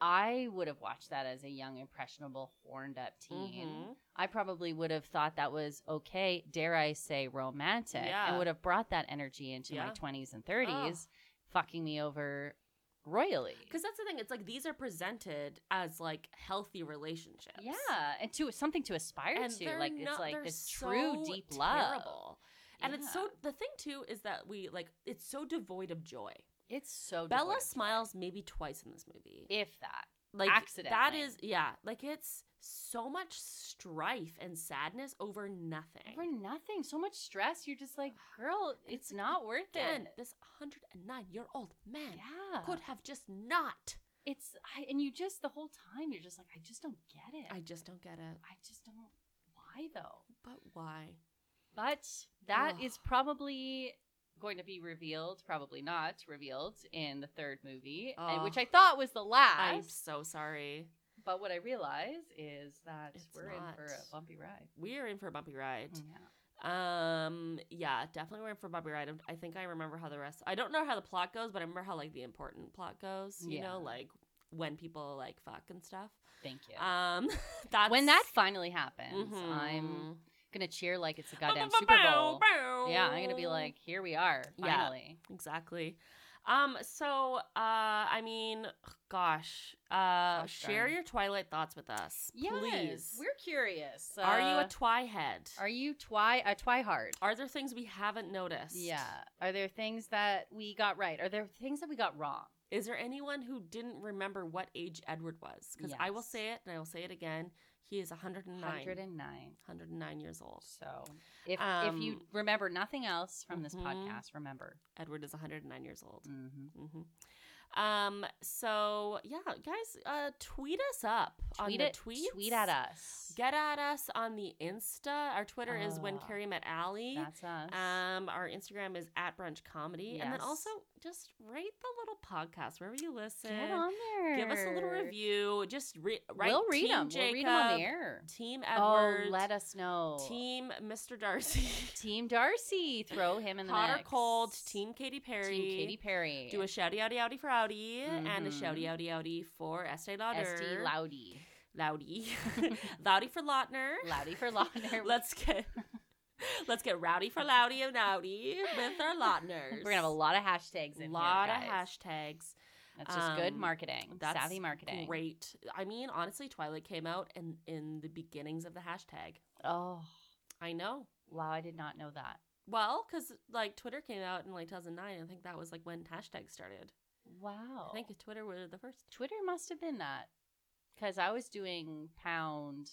Speaker 2: I would have watched that as a young, impressionable, horned up teen,
Speaker 1: Mhm.
Speaker 2: I probably would have thought that was okay, dare I say, romantic, and
Speaker 1: Yeah.
Speaker 2: would have brought that energy into my
Speaker 1: Yeah. Oh.
Speaker 2: 20s and 30s, fucking me over royally.
Speaker 1: Because that's the thing. It's like these are presented as like healthy relationships.
Speaker 2: Yeah, and to something to aspire
Speaker 1: and
Speaker 2: to,
Speaker 1: they're
Speaker 2: like
Speaker 1: not-
Speaker 2: it's like
Speaker 1: they're
Speaker 2: this
Speaker 1: so
Speaker 2: true deep love.
Speaker 1: terrible. And it's so the thing too is that we like it's so devoid of joy.
Speaker 2: It's so
Speaker 1: Bella
Speaker 2: devoid.
Speaker 1: smiles maybe twice in this movie.
Speaker 2: if that.
Speaker 1: like that
Speaker 2: accidentally.
Speaker 1: is yeah, like it's so much strife and sadness over nothing.
Speaker 2: For nothing, so much stress. You're just like, girl, it's not worth
Speaker 1: Again,
Speaker 2: it.
Speaker 1: this 109 year old man
Speaker 2: Yeah.
Speaker 1: could have just not.
Speaker 2: It's I, and you just the whole time you're just like, I just don't get it.
Speaker 1: I just don't get it.
Speaker 2: I just don't. Why though?
Speaker 1: But why?
Speaker 2: But that is
Speaker 1: Ugh.
Speaker 2: probably going to be revealed, probably not revealed in the third movie, and
Speaker 1: Ugh.
Speaker 2: which I thought was the
Speaker 1: I'm
Speaker 2: last.
Speaker 1: so sorry.
Speaker 2: But what I realize is that
Speaker 1: It's
Speaker 2: we're in for
Speaker 1: not.
Speaker 2: a bumpy ride. Mm,
Speaker 1: We are in for a bumpy ride.
Speaker 2: Yeah.
Speaker 1: Um, yeah, definitely we're in for a bumpy ride. I think I remember how the rest. I don't know how the plot goes, but I remember how like the important plot goes. You
Speaker 2: Yeah.
Speaker 1: know, like when people like fuck and stuff.
Speaker 2: Thank you.
Speaker 1: Um, that's
Speaker 2: when that finally happens,
Speaker 1: Mhm.
Speaker 2: I'm gonna cheer like it's a
Speaker 1: Bow,
Speaker 2: goddamn
Speaker 1: bow,
Speaker 2: Super
Speaker 1: bow,
Speaker 2: Bowl.
Speaker 1: bow.
Speaker 2: Yeah, I'm gonna be like, here we are,
Speaker 1: Yeah.
Speaker 2: finally.
Speaker 1: exactly. Um, so uh, I mean, gosh, uh,
Speaker 2: Gosh
Speaker 1: share
Speaker 2: darn.
Speaker 1: your Twilight thoughts with us, please.
Speaker 2: we're curious.
Speaker 1: are you a
Speaker 2: Uh,
Speaker 1: Twihead?
Speaker 2: are you twi a twihard?
Speaker 1: Are there things we haven't noticed?
Speaker 2: Yeah. Are there things that we got right? Are there things that we got wrong?
Speaker 1: Is there anyone who didn't remember what age Edward was? Because I will
Speaker 2: Yes.
Speaker 1: say it and I will say it again. He is 109. 109,
Speaker 2: 109.
Speaker 1: years old.
Speaker 2: So if if you
Speaker 1: Um,
Speaker 2: remember nothing else from this
Speaker 1: mhm.
Speaker 2: podcast, remember.
Speaker 1: Edward is 109 years old.
Speaker 2: Mm-hmm.
Speaker 1: hmm Um. So yeah, guys, uh, tweet us up on
Speaker 2: Tweet
Speaker 1: the
Speaker 2: it.
Speaker 1: tweets.
Speaker 2: Tweet at us.
Speaker 1: Get at us on the Insta. Our Twitter is when
Speaker 2: Ah,
Speaker 1: Carrie met Allie.
Speaker 2: That's us.
Speaker 1: Um, our Instagram is at brunch comedy, and then
Speaker 2: Yes.
Speaker 1: also just rate the little podcast wherever you listen.
Speaker 2: Get on there.
Speaker 1: Give us a little review. Just re- write.
Speaker 2: we'll read
Speaker 1: Team
Speaker 2: them.
Speaker 1: Jacob,
Speaker 2: We'll read them on the air.
Speaker 1: Team Edward.
Speaker 2: Oh, let us know.
Speaker 1: Team Mr. Darcy.
Speaker 2: Team Darcy. Throw him in the
Speaker 1: Hot or
Speaker 2: mix.
Speaker 1: cold. Team Katy
Speaker 2: Team
Speaker 1: Perry.
Speaker 2: Katy Perry.
Speaker 1: Do a shouty outy outy for Audi and a
Speaker 2: Mhm.
Speaker 1: shouty outy outy for Estee Lauder.
Speaker 2: SD Loudy.
Speaker 1: Loudy. Loudy for Lautner.
Speaker 2: Loudy for Lautner.
Speaker 1: Let's get let's get rowdy for Loudy and Outy with our Lautners.
Speaker 2: We're gonna have a lot of hashtags in here,
Speaker 1: lot of
Speaker 2: guys.
Speaker 1: hashtags.
Speaker 2: That's just good
Speaker 1: Um,
Speaker 2: marketing.
Speaker 1: that's
Speaker 2: savvy marketing.
Speaker 1: Great. I mean, honestly, Twilight came out and in the beginnings of the hashtag.
Speaker 2: Oh
Speaker 1: I know.
Speaker 2: wow, I did not know that.
Speaker 1: Well, because like Twitter came out in like 2009. I think that was like when hashtags started.
Speaker 2: Wow.
Speaker 1: I think Twitter were the first.
Speaker 2: Twitter must have been that because I was doing pound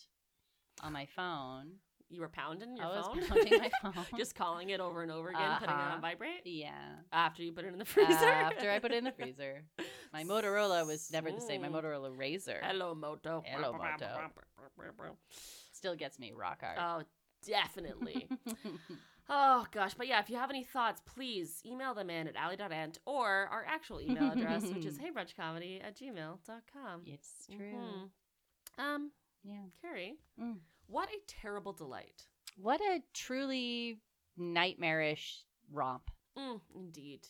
Speaker 2: on my phone.
Speaker 1: You were pounding your
Speaker 2: I was
Speaker 1: phone.
Speaker 2: pounding my phone.
Speaker 1: Just calling it over and over again, putting it
Speaker 2: Uh-huh.
Speaker 1: on vibrate
Speaker 2: yeah.
Speaker 1: after you put it in the
Speaker 2: Uh,
Speaker 1: freezer.
Speaker 2: after I put it in the freezer, my Motorola was never the same. My
Speaker 1: Mm.
Speaker 2: Motorola Razor
Speaker 1: Hello, Moto.
Speaker 2: Hello, Moto. still gets me rock hard.
Speaker 1: Oh, definitely. oh, gosh. But yeah, if you have any thoughts, please email them in at ally.ant or our actual email address, which is heybrunchcomedy at gmail.com.
Speaker 2: it's true.
Speaker 1: Mhm. Um,
Speaker 2: Yeah.
Speaker 1: Carrie,
Speaker 2: Mm.
Speaker 1: what a terrible delight.
Speaker 2: What a truly nightmarish romp.
Speaker 1: Mm, indeed.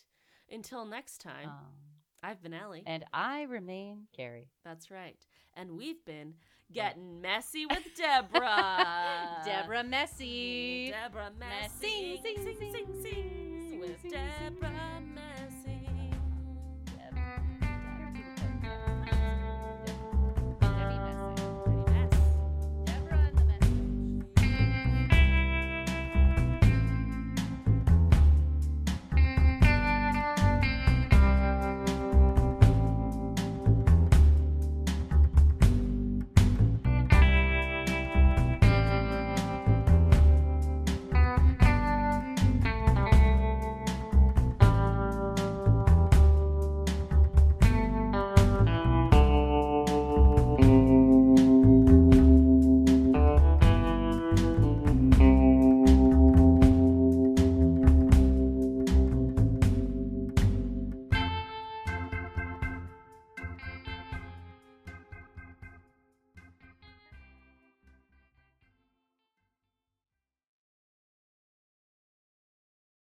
Speaker 1: Until next time,
Speaker 2: Um,
Speaker 1: I've been Allie.
Speaker 2: and I remain Carrie.
Speaker 1: That's right. And we've been getting messy with Deborah.
Speaker 2: Deborah Messi.
Speaker 1: Deborah Messing.
Speaker 2: Messing.
Speaker 1: sing, sing, sing, sing.